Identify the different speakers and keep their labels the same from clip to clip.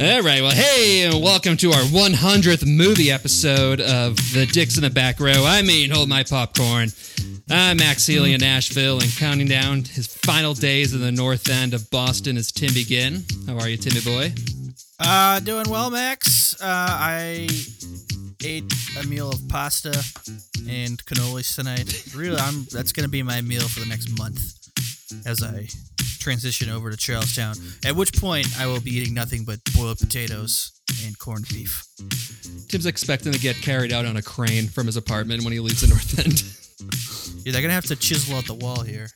Speaker 1: All right. Well, hey, and welcome to our 100th movie episode of The Dicks in the Back Row. I'm Ian Hold My Popcorn. I'm Max Healy in Nashville, and counting down his final days in the north end of Boston is Tim Begin. How are you, Timmy boy?
Speaker 2: Uh, doing well, Max. Uh, I ate a meal of pasta and cannolis tonight. Really, I'm that's gonna be my meal for the next month as I transition over to Charlestown. At which point, I will be eating nothing but boiled potatoes and corned beef.
Speaker 1: Tim's expecting to get carried out on a crane from his apartment when he leaves the north end.
Speaker 2: Yeah, they're gonna have to chisel out the wall here.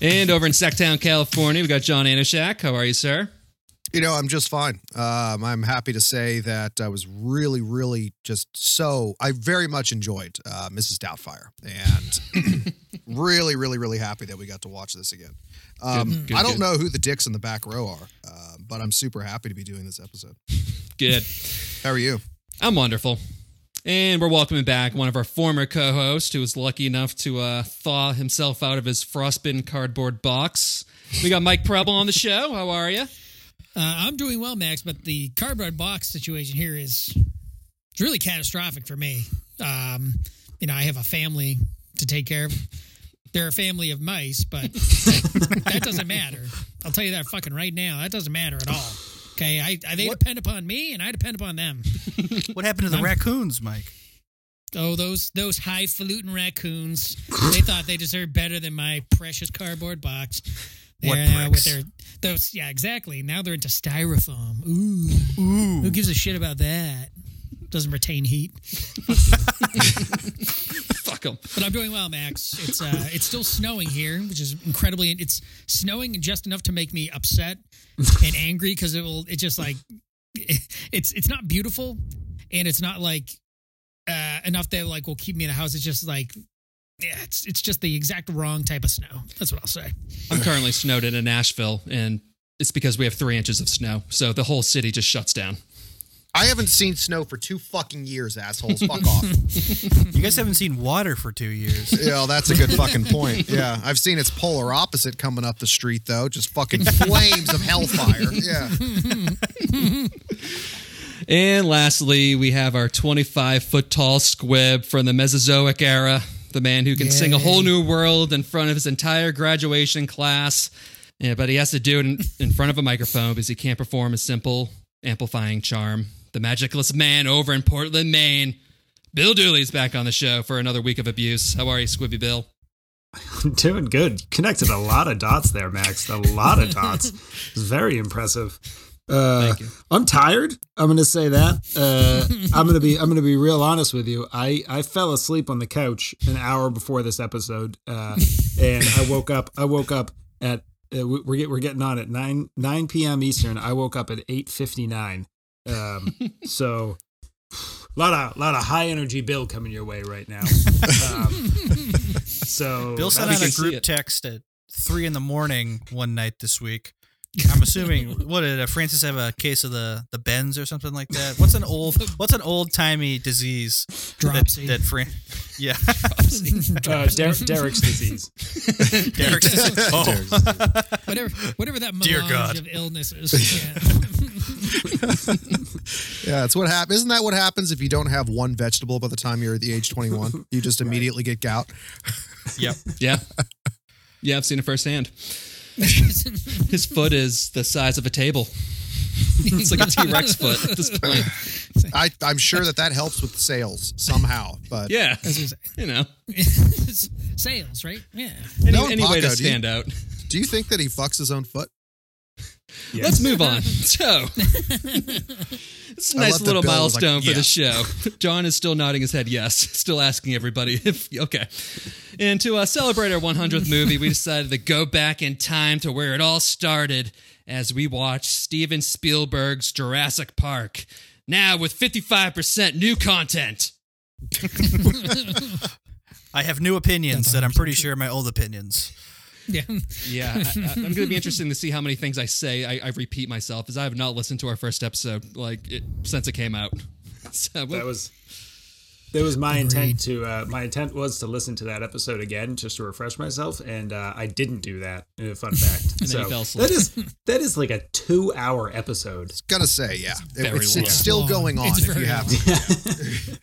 Speaker 1: and over in Sacktown, California, we got John Anishak. How are you, sir?
Speaker 3: You know, I'm just fine. Um, I'm happy to say that I was really, really just so. I very much enjoyed uh, Mrs. Doubtfire, and really, really, really happy that we got to watch this again. Um,
Speaker 1: Good, good,
Speaker 3: I don't
Speaker 1: good.
Speaker 3: know who the dicks in the back row are, uh, but I'm super happy to be doing this episode.
Speaker 1: Good.
Speaker 3: How are you?
Speaker 1: I'm wonderful. And we're welcoming back one of our former co hosts who was lucky enough to uh, thaw himself out of his frostbitten cardboard box. We got Mike Preble on the show. How are you?
Speaker 4: Uh, I'm doing well, Max, but the cardboard box situation here is it's really catastrophic for me. Um, you know, I have a family to take care of. They're a family of mice, but that, that doesn't matter. I'll tell you that fucking right now. That doesn't matter at all. Okay, I, I they depend upon me, and I depend upon them.
Speaker 2: What happened to the raccoons, Mike?
Speaker 4: Oh, those those highfalutin raccoons! they thought they deserved better than my precious cardboard box.
Speaker 2: What
Speaker 4: They're now with
Speaker 2: pricks.
Speaker 4: their those yeah exactly. Now they're into styrofoam. Ooh, who
Speaker 2: Ooh,
Speaker 4: gives a shit about that? Doesn't retain heat.
Speaker 1: Fuck him.
Speaker 4: But I'm doing well, Max. It's uh, it's still snowing here, which is incredibly. It's snowing just enough to make me upset and angry because it will. It just like it's it's not beautiful, and it's not like uh, enough that like will keep me in a house. It's just like yeah, it's it's just the exact wrong type of snow. That's what I'll say.
Speaker 1: I'm currently snowed in in Nashville, and it's because we have three inches of snow. So the whole city just shuts down.
Speaker 3: I haven't seen snow for two fucking years, assholes. Fuck off.
Speaker 2: you guys haven't seen water for two years.
Speaker 3: Yeah, well, that's a good fucking point. Yeah, I've seen its polar opposite coming up the street though, just fucking flames of hellfire. Yeah.
Speaker 1: And lastly, we have our 25 foot tall squib from the Mesozoic era, the man who can sing a whole new world in front of his entire graduation class. Yeah, but he has to do it in, in front of a microphone because he can't perform a simple amplifying charm. The magicless man over in Portland, Maine. Bill Dooley's back on the show for another week of abuse. How are you, Squibby Bill?
Speaker 5: Doing good. Connected a lot of dots there, Max. A lot of dots. It's very impressive. Uh,
Speaker 1: Thank you.
Speaker 5: I'm tired. I'm going to say that. Uh, I'm going to be. I'm going to be real honest with you. I I fell asleep on the couch an hour before this episode, uh, and I woke up. I woke up at uh, we- we're get, we're getting on at nine nine p.m. Eastern. I woke up at eight fifty nine. Um, so. A lot of lot of high energy bill coming your way right now. Um, so
Speaker 2: Bill sent
Speaker 1: we
Speaker 2: out
Speaker 1: can
Speaker 2: a
Speaker 1: see
Speaker 2: group
Speaker 1: it.
Speaker 2: text at three in the morning one night this week. I'm assuming what did uh, Francis have a case of the the bends or something like that? What's an old what's an old timey disease that,
Speaker 4: Dropsy.
Speaker 2: that Fran? Yeah,
Speaker 5: Uh, Der- Derek's disease.
Speaker 2: Derek's- oh.
Speaker 4: whatever whatever that
Speaker 2: Dear God.
Speaker 4: melange of illness is. Yeah.
Speaker 3: Yeah, it's what happens. Isn't that what happens if you don't have one vegetable by the time you're at the age 21? You just immediately get gout.
Speaker 2: yep.
Speaker 1: Yeah. Yeah, I've seen it firsthand. His foot is the size of a table. It's like a T Rex foot at this point.
Speaker 3: I, I'm sure that that helps with sales somehow, but
Speaker 1: Yeah. You know,
Speaker 4: It's sales, right? Yeah.
Speaker 1: any,
Speaker 3: No,
Speaker 1: any way to
Speaker 3: Paco, do you-
Speaker 1: stand out.
Speaker 3: do you think that he fucks his own foot?
Speaker 1: Let's move on. So, it's a
Speaker 3: I
Speaker 1: nice
Speaker 3: love that
Speaker 1: little
Speaker 3: Bill was like,
Speaker 1: milestone for
Speaker 3: "Yeah."
Speaker 1: the show. John is still nodding his head yes, still asking everybody if, okay. And to uh, celebrate our 100th movie, we decided to go back in time to where it all started as we watched Steven Spielberg's Jurassic Park. Now with 55% new content.
Speaker 2: I have new opinions that I'm pretty sure are my old opinions.
Speaker 4: Yeah.
Speaker 1: Yeah, I, I, I'm going to be interesting to see how many things I say I, I repeat myself, as I have not listened to our first episode like it, since it came out. So we'll,
Speaker 5: That was that was my intent to uh, my intent was to listen to that episode again just to refresh myself, and uh, I didn't do that. Uh, fun
Speaker 1: And
Speaker 5: fact.
Speaker 1: then
Speaker 5: so
Speaker 1: you fell asleep.
Speaker 5: that is that is like a two hour episode.
Speaker 3: Gonna say, yeah. It-
Speaker 1: very
Speaker 3: it's,
Speaker 1: long.
Speaker 3: it's still
Speaker 4: Long.
Speaker 3: going on
Speaker 4: It's
Speaker 3: if
Speaker 4: very
Speaker 3: you have
Speaker 4: long.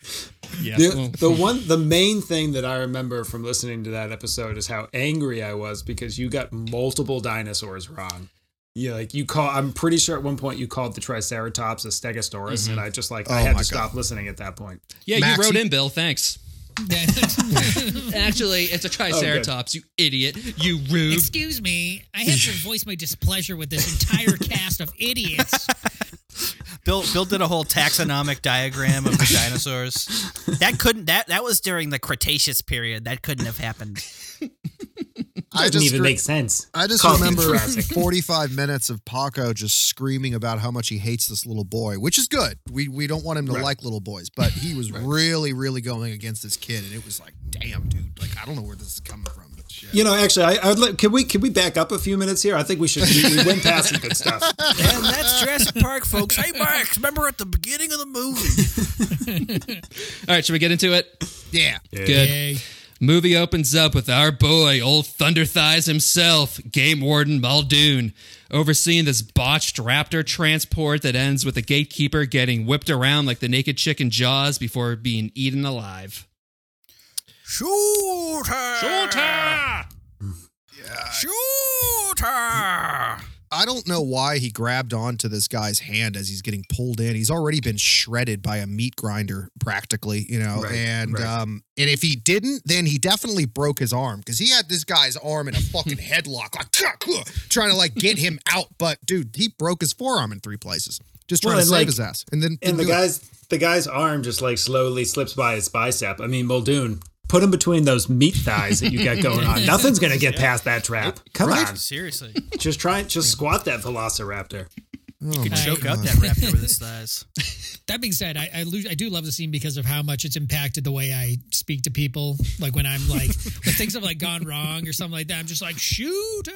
Speaker 1: Yeah.
Speaker 5: The,
Speaker 1: well,
Speaker 5: the one the main thing that I remember from listening to that episode is how angry I was because you got multiple dinosaurs wrong. Yeah, like you call I'm pretty sure at one point you called the Triceratops a Stegosaurus
Speaker 1: Mm-hmm.
Speaker 5: and I just like I
Speaker 3: Oh
Speaker 5: had to
Speaker 3: my
Speaker 5: stop listening at that point.
Speaker 1: yeah,
Speaker 3: Max,
Speaker 1: you wrote
Speaker 3: you-
Speaker 1: in, Bill. Thanks. Actually, it's a Triceratops, you idiot. You rube.
Speaker 4: Excuse me, I have to voice my displeasure with this entire cast of idiots.
Speaker 2: Bill Bill did a whole taxonomic diagram of the dinosaurs. That couldn't that that was during the Cretaceous period. That couldn't have happened.
Speaker 3: I
Speaker 5: Doesn't
Speaker 3: just
Speaker 5: even
Speaker 3: re-
Speaker 5: make sense.
Speaker 3: I just
Speaker 5: Call it
Speaker 3: remember
Speaker 5: Jurassic.
Speaker 3: 45 minutes of Paco just screaming about how much he hates this little boy, which is good. We we don't want him to
Speaker 5: Right.
Speaker 3: like little boys, but he was really really going against this kid, and it was like, damn, dude, like I don't know where this is coming from. But shit.
Speaker 5: You know, actually, I, I'd like. Can we can we back up a few minutes here? I think we should. We, we went past some good stuff.
Speaker 2: And that's Jurassic Park, folks. Hey, Max, remember at the beginning of the movie?
Speaker 1: All right, should we get into it?
Speaker 3: Yeah,
Speaker 1: Good.
Speaker 4: Yay.
Speaker 1: Movie opens up with our boy, old Thunder Thighs himself, Game Warden Muldoon, overseeing this botched raptor transport that ends with the gatekeeper getting whipped around like the naked chicken jaws before being eaten alive.
Speaker 2: Shooter!
Speaker 1: Shooter!
Speaker 2: Shooter!
Speaker 3: I don't know why he grabbed onto this guy's hand as he's getting pulled in. He's already been shredded by a meat grinder, practically, you know.
Speaker 5: Right,
Speaker 3: and
Speaker 5: right.
Speaker 3: um, and if he didn't, then he definitely broke his arm because he had this guy's arm in a fucking headlock, like trying to like get him out. But dude, he broke his forearm in three places, just trying
Speaker 5: Well,
Speaker 3: to
Speaker 5: and,
Speaker 3: save
Speaker 5: like-
Speaker 3: his ass. And then
Speaker 5: And the
Speaker 3: didn't do it.
Speaker 5: guy's the guy's arm just like slowly slips by his bicep. I mean, Muldoon, put him between those meat thighs that you got going on. Nothing's gonna get past that trap. Come on,
Speaker 2: Seriously.
Speaker 5: just try just squat that Velociraptor.
Speaker 3: Oh, my
Speaker 2: Choke
Speaker 3: God.
Speaker 2: out that raptor with his thighs.
Speaker 4: That being said, I I, lo- I do love the scene because of how much it's impacted the way I speak to people. Like when I'm like when things have like gone wrong or something like that, I'm just like shooter,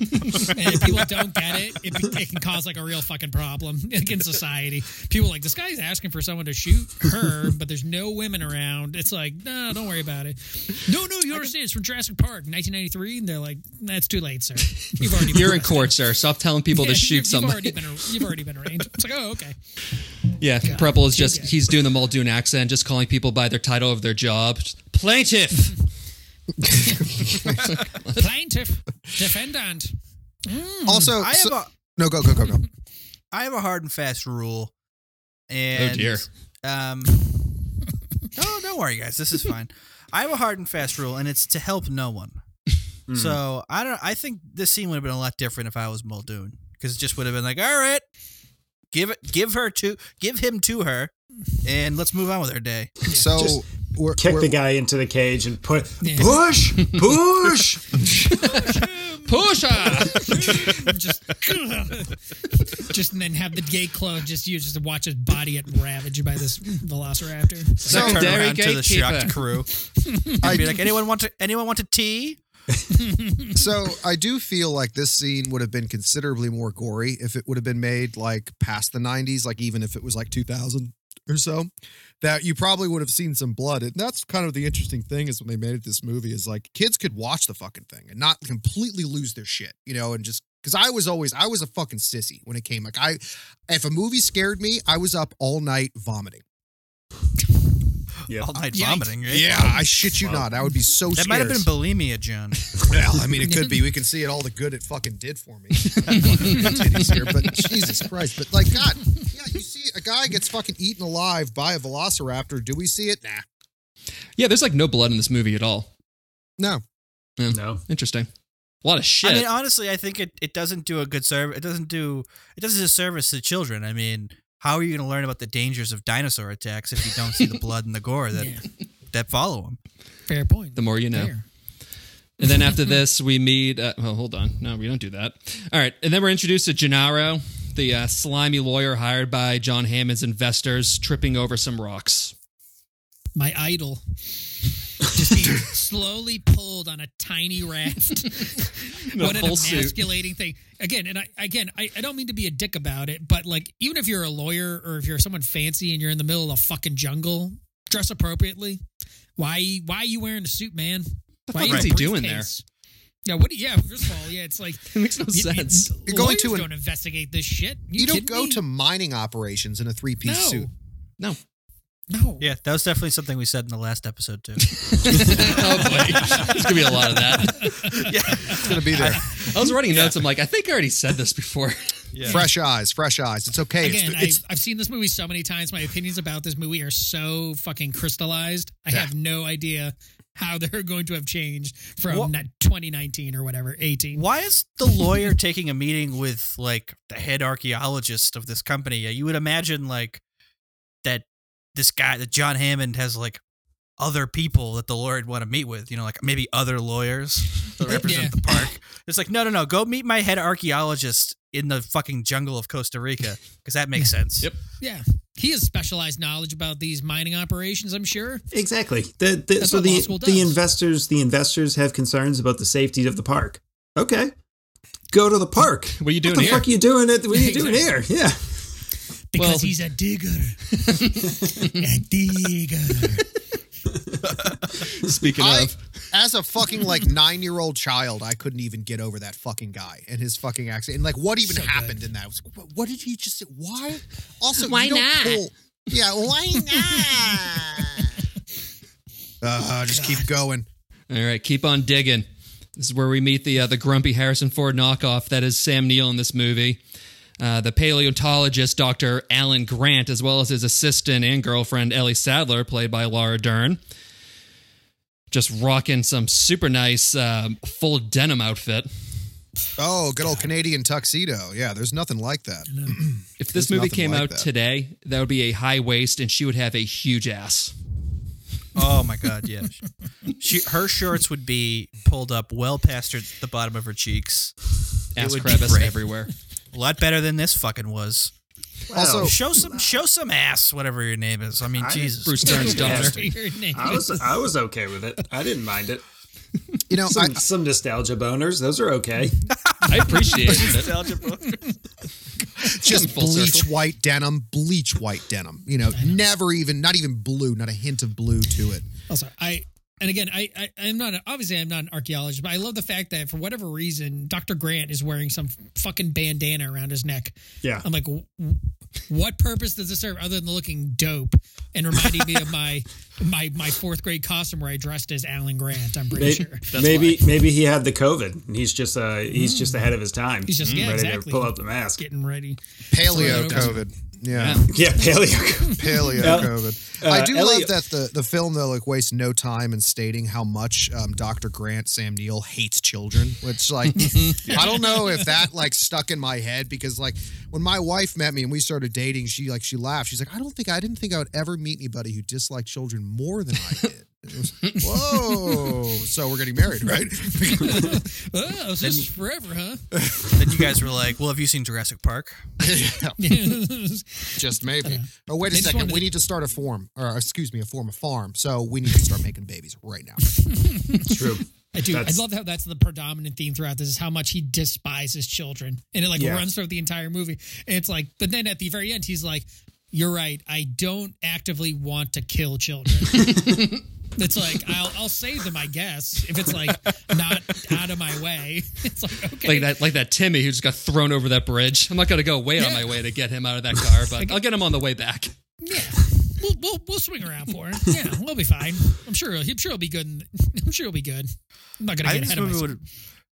Speaker 4: and if people don't get it, it, be- it can cause like a real fucking problem like, in society. People are like this guy's asking for someone to shoot her, but there's no women around. It's like no, don't worry about it. No, no, you understand. It's from Jurassic Park, 1993, and they're like, that's too late, sir. You've already been
Speaker 1: You're in
Speaker 4: arrested."
Speaker 1: court, sir. Stop telling people
Speaker 4: Yeah,
Speaker 1: to shoot
Speaker 4: you've, You've
Speaker 1: somebody.
Speaker 4: already, been, you've already been arraigned. It's like, oh, okay.
Speaker 1: Yeah, Preble is just,
Speaker 4: Okay.
Speaker 1: he's doing the Muldoon accent, just calling people by their title of their job. Plaintiff!
Speaker 4: plaintiff, defendant.
Speaker 5: Hmm,
Speaker 3: Also,
Speaker 2: I
Speaker 3: so-
Speaker 2: have a
Speaker 3: no, go, go, go, go.
Speaker 2: I have a hard and fast rule.
Speaker 1: Oh,
Speaker 2: And
Speaker 1: dear.
Speaker 2: Um, no, don't worry, guys. This is fine. I have a hard and fast rule, and it's to help no one. So I don't. I think this scene would have been a lot different if I was Muldoon, because it just would have been like, all right, give it, give her to, give him to her, and let's move on with our day.
Speaker 3: So
Speaker 5: Just
Speaker 3: we're,
Speaker 5: Kick
Speaker 3: we're
Speaker 5: the guy into the cage and put
Speaker 4: Yeah.
Speaker 5: push, push.
Speaker 1: Pusha!
Speaker 4: just, just and then have the gate closed. Just you just watch his body get ravaged by this velociraptor.
Speaker 2: So turn
Speaker 1: Secondary
Speaker 2: around to the shocked
Speaker 1: gatekeeper.
Speaker 2: crew.
Speaker 3: I-
Speaker 2: I'd be like, anyone want to? Anyone want a tea?
Speaker 3: So I do feel like this scene would have been considerably more gory if it would have been made like past the 90s, like even if it was like 2000 or so, that you probably would have seen some blood. And that's kind of the interesting thing is when they made this movie is like kids could watch the fucking thing and not completely lose their shit, you know, and just because I was always I was a fucking sissy when it came like I if a movie scared me, I was up all night vomiting.
Speaker 5: Yeah.
Speaker 2: All night
Speaker 4: Yikes.
Speaker 2: vomiting. Right?
Speaker 3: Yeah, I shit you not. I would be so
Speaker 2: That
Speaker 3: scared.
Speaker 2: might have been bulimia, John.
Speaker 3: Well, I mean, it could be. We can see it all the good it fucking did for me. Titties here, but Jesus Christ! But like, God, yeah, you see a guy gets fucking eaten alive by a velociraptor. Do we see it? Nah,
Speaker 1: Yeah, there's like no blood in this movie at all.
Speaker 3: no.
Speaker 5: No.
Speaker 1: Interesting. A lot of shit.
Speaker 2: I
Speaker 4: uh,
Speaker 2: mean, honestly, I think it, it doesn't do a good service. It doesn't do it does a disservice to children. I mean, how are you going to learn about the dangers of dinosaur attacks if you don't see the blood and the gore that
Speaker 4: Yeah.
Speaker 2: that follow them?
Speaker 4: Fair point.
Speaker 1: the more you know.
Speaker 4: Fair.
Speaker 1: And then after this, we meet. Uh, well, hold on. No, we don't do that. All right. And then we're introduced to Gennaro, the uh, slimy lawyer hired by John Hammond's investors, tripping over some rocks.
Speaker 4: My idol. Just being slowly pulled on a tiny raft.
Speaker 1: The
Speaker 4: what an
Speaker 1: whole suit.
Speaker 4: emasculating thing. Again, and I again I, I don't mean to be a dick about it, but like even if you're a lawyer or if you're someone fancy and you're in the middle of the fucking jungle, dress appropriately. Why? Why are you wearing a suit, man? Why
Speaker 1: fuck
Speaker 4: you
Speaker 1: is
Speaker 4: in
Speaker 1: he
Speaker 4: a
Speaker 1: doing
Speaker 4: briefcase? Yeah. What? do you- Yeah. First of all, yeah. It's like
Speaker 1: It makes no sense.
Speaker 3: You're going
Speaker 4: lawyers
Speaker 3: to an-
Speaker 4: don't investigate this shit. You,
Speaker 3: You, don't
Speaker 4: kidding
Speaker 3: go
Speaker 4: me?
Speaker 3: to mining operations in a three piece
Speaker 4: no.
Speaker 3: suit.
Speaker 1: No.
Speaker 4: No.
Speaker 2: Yeah, that was definitely something we said in the last episode too.
Speaker 1: oh boy, there's gonna be a lot of that.
Speaker 3: It's going to be there.
Speaker 1: I was writing notes. I'm like, I think I already said this before.
Speaker 2: Yeah.
Speaker 3: Fresh eyes, fresh eyes. It's okay. It's-
Speaker 4: Again,
Speaker 3: it's,
Speaker 4: I've, I've seen this movie so many times. My opinions about this movie are so fucking crystallized. I have no idea how they're going to have changed from
Speaker 2: What-
Speaker 4: not 2019 or whatever, 18.
Speaker 2: Why is the lawyer taking a meeting with like the head archaeologist of this company? You would imagine like that this guy, that John Hammond, has like other people that the lawyer would want to meet with. You know, like maybe other lawyers that represent
Speaker 4: Yeah.
Speaker 2: the park. It's like no, no, no. Go meet my head archaeologist in the fucking jungle of Costa Rica because that makes sense.
Speaker 1: Yep.
Speaker 4: Yeah. He has specialized knowledge about these mining operations, I'm sure.
Speaker 5: Exactly. The, the,
Speaker 4: That's
Speaker 5: so
Speaker 4: what law school
Speaker 5: the
Speaker 4: does.
Speaker 5: the investors the investors have concerns about the safety of the park. Okay, go to the park.
Speaker 1: What are you doing
Speaker 5: the
Speaker 1: here?
Speaker 5: fuck are you doing it? What are you doing here? Yeah.
Speaker 4: Because
Speaker 1: Well-
Speaker 4: he's a digger. a digger.
Speaker 1: Speaking
Speaker 3: I,
Speaker 1: of,
Speaker 3: as a fucking like nine year old child, I couldn't even get over that fucking guy and his fucking accent. And like, what even happened in that? I was like, "What- what did he just say? Why? Also, why not? yeah, why not? uh, just keep going.
Speaker 1: all right, keep on digging. This is where we meet the uh, the grumpy Harrison Ford knockoff that is Sam Neill in this movie. Uh, the paleontologist Dr. Alan Grant, as well as his assistant and girlfriend Ellie Sadler, played by Laura Dern, just rocking some super nice um, full denim outfit.
Speaker 3: Oh, good old Canadian tuxedo. Yeah, there's nothing like that.
Speaker 1: If this
Speaker 3: There's
Speaker 1: movie
Speaker 3: nothing
Speaker 1: came
Speaker 3: like
Speaker 1: out
Speaker 3: that.
Speaker 1: today, that would be a high waist, and she would have a huge ass.
Speaker 2: Oh my god, yeah. She, her shorts would be pulled up well past her, the bottom of her cheeks.
Speaker 1: ass
Speaker 2: would be
Speaker 1: crevice
Speaker 2: great.
Speaker 1: everywhere.
Speaker 2: A lot better than this fucking was.
Speaker 3: Also,
Speaker 2: Show some, show some ass, whatever your name is. I mean, Jesus,
Speaker 1: Bruce Stern's daughter.
Speaker 4: Your name
Speaker 5: I
Speaker 4: is-
Speaker 5: was I was okay with it. I didn't mind it.
Speaker 3: you know, I,
Speaker 5: Some, some nostalgia boners. Those are okay.
Speaker 1: I appreciated it.
Speaker 3: just
Speaker 1: full
Speaker 3: bleach
Speaker 1: circle.
Speaker 3: white denim, bleach white denim. You know, never even, not even blue, not a hint of blue to it.
Speaker 4: Also, I and again, I, I I'm not obviously I'm not an archaeologist, but I love the fact that for whatever reason, Dr. Grant is wearing some fucking bandana around his neck.
Speaker 5: Yeah.
Speaker 4: I'm like, w- what purpose does this serve other than looking dope and reminding me of my my my fourth grade costume where I dressed as Alan Grant? I'm pretty
Speaker 5: May-
Speaker 4: sure.
Speaker 5: maybe maybe he had the COVID. and He's just uh he's just ahead of his time. Mm.
Speaker 4: He's just- yeah,
Speaker 5: ready
Speaker 4: exactly.
Speaker 5: to pull out the mask.
Speaker 4: Getting ready.
Speaker 3: Paleo
Speaker 4: Paleo
Speaker 3: COVID. Yeah.
Speaker 5: Yeah, paleo.
Speaker 3: Paleo
Speaker 5: Yeah.
Speaker 3: COVID.
Speaker 5: Uh,
Speaker 3: I do
Speaker 5: Elliot-
Speaker 3: love that the, the film though like wastes no time in stating how much um, Dr. Grant Sam Neill hates children. Which like I don't know if that like stuck in my head because like when my wife met me and we started dating, she like she laughed. She's like, I don't think I didn't think I would ever meet anybody who disliked children more than I did. It was, Whoa! So we're getting married, right?
Speaker 4: Oh, this is forever, huh?
Speaker 2: Then you guys were like, "Well, have you seen Jurassic Park?"
Speaker 3: Just maybe. Oh, wait a
Speaker 4: just
Speaker 3: second.
Speaker 4: wanted-
Speaker 3: We need to start a form, or excuse me, a form, a farm. So we need to start making babies right now.
Speaker 5: True.
Speaker 4: I do.
Speaker 5: That's-
Speaker 4: I love how that's the predominant theme throughout this is how much he despises children. And it like
Speaker 5: Yeah.
Speaker 4: runs through the entire movie. And it's like, but then at the very end, he's like, You're right. I don't actively want to kill children. it's like, I'll, I'll save them, I guess, if it's like not out of my way. It's like, okay.
Speaker 1: Like that, like that Timmy who just got thrown over that bridge. I'm not gonna go way on
Speaker 4: Yeah.
Speaker 1: my way to get him out of that car, but I'll get him on the way back.
Speaker 4: Yeah. We'll, we'll, we'll swing around for him. Yeah, we'll be fine. I'm sure. I'm sure he'll be good. In, I'm sure he'll be good. I'm not gonna
Speaker 2: I think
Speaker 4: get
Speaker 2: this
Speaker 4: ahead of
Speaker 2: movie
Speaker 4: myself.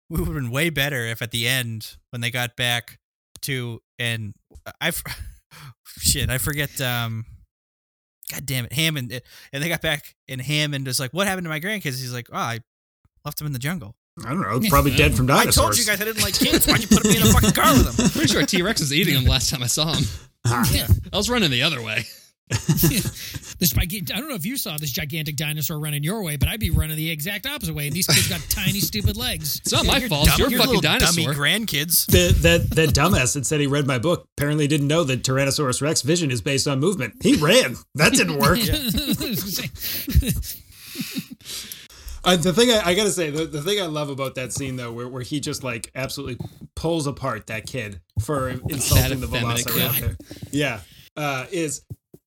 Speaker 2: would would have been way better if at the end when they got back to and I f- shit I forget um god damn it Hammond eh, and they got back and Hammond is like what happened to my grandkids he's like oh I left them in the jungle
Speaker 5: I don't know. Probably dead from dinosaurs.
Speaker 2: I told you guys I didn't like kids why'd you put me in a fucking car with them
Speaker 1: Pretty sure T Rex was eating him last time I saw him.
Speaker 4: Yeah.
Speaker 1: I was running the other way.
Speaker 4: this gigantic, I don't know if you saw this gigantic dinosaur running your way, but I'd be running the exact opposite way. And these kids got tiny, stupid legs.
Speaker 1: It's not my
Speaker 2: You're
Speaker 1: fault. It's
Speaker 2: dumb-
Speaker 1: your
Speaker 2: you're
Speaker 1: fucking
Speaker 2: little
Speaker 1: dinosaur.
Speaker 2: dummy grandkids
Speaker 5: The, that that dumbass that said he read my book apparently didn't know that Tyrannosaurus Rex vision is based on movement. He ran. That didn't work. Uh, the thing I, I gotta say, the, the thing I love about that scene though, where, where he just like absolutely pulls apart that kid for insulting the
Speaker 1: effeminate
Speaker 5: Velociraptor. Yeah, uh, is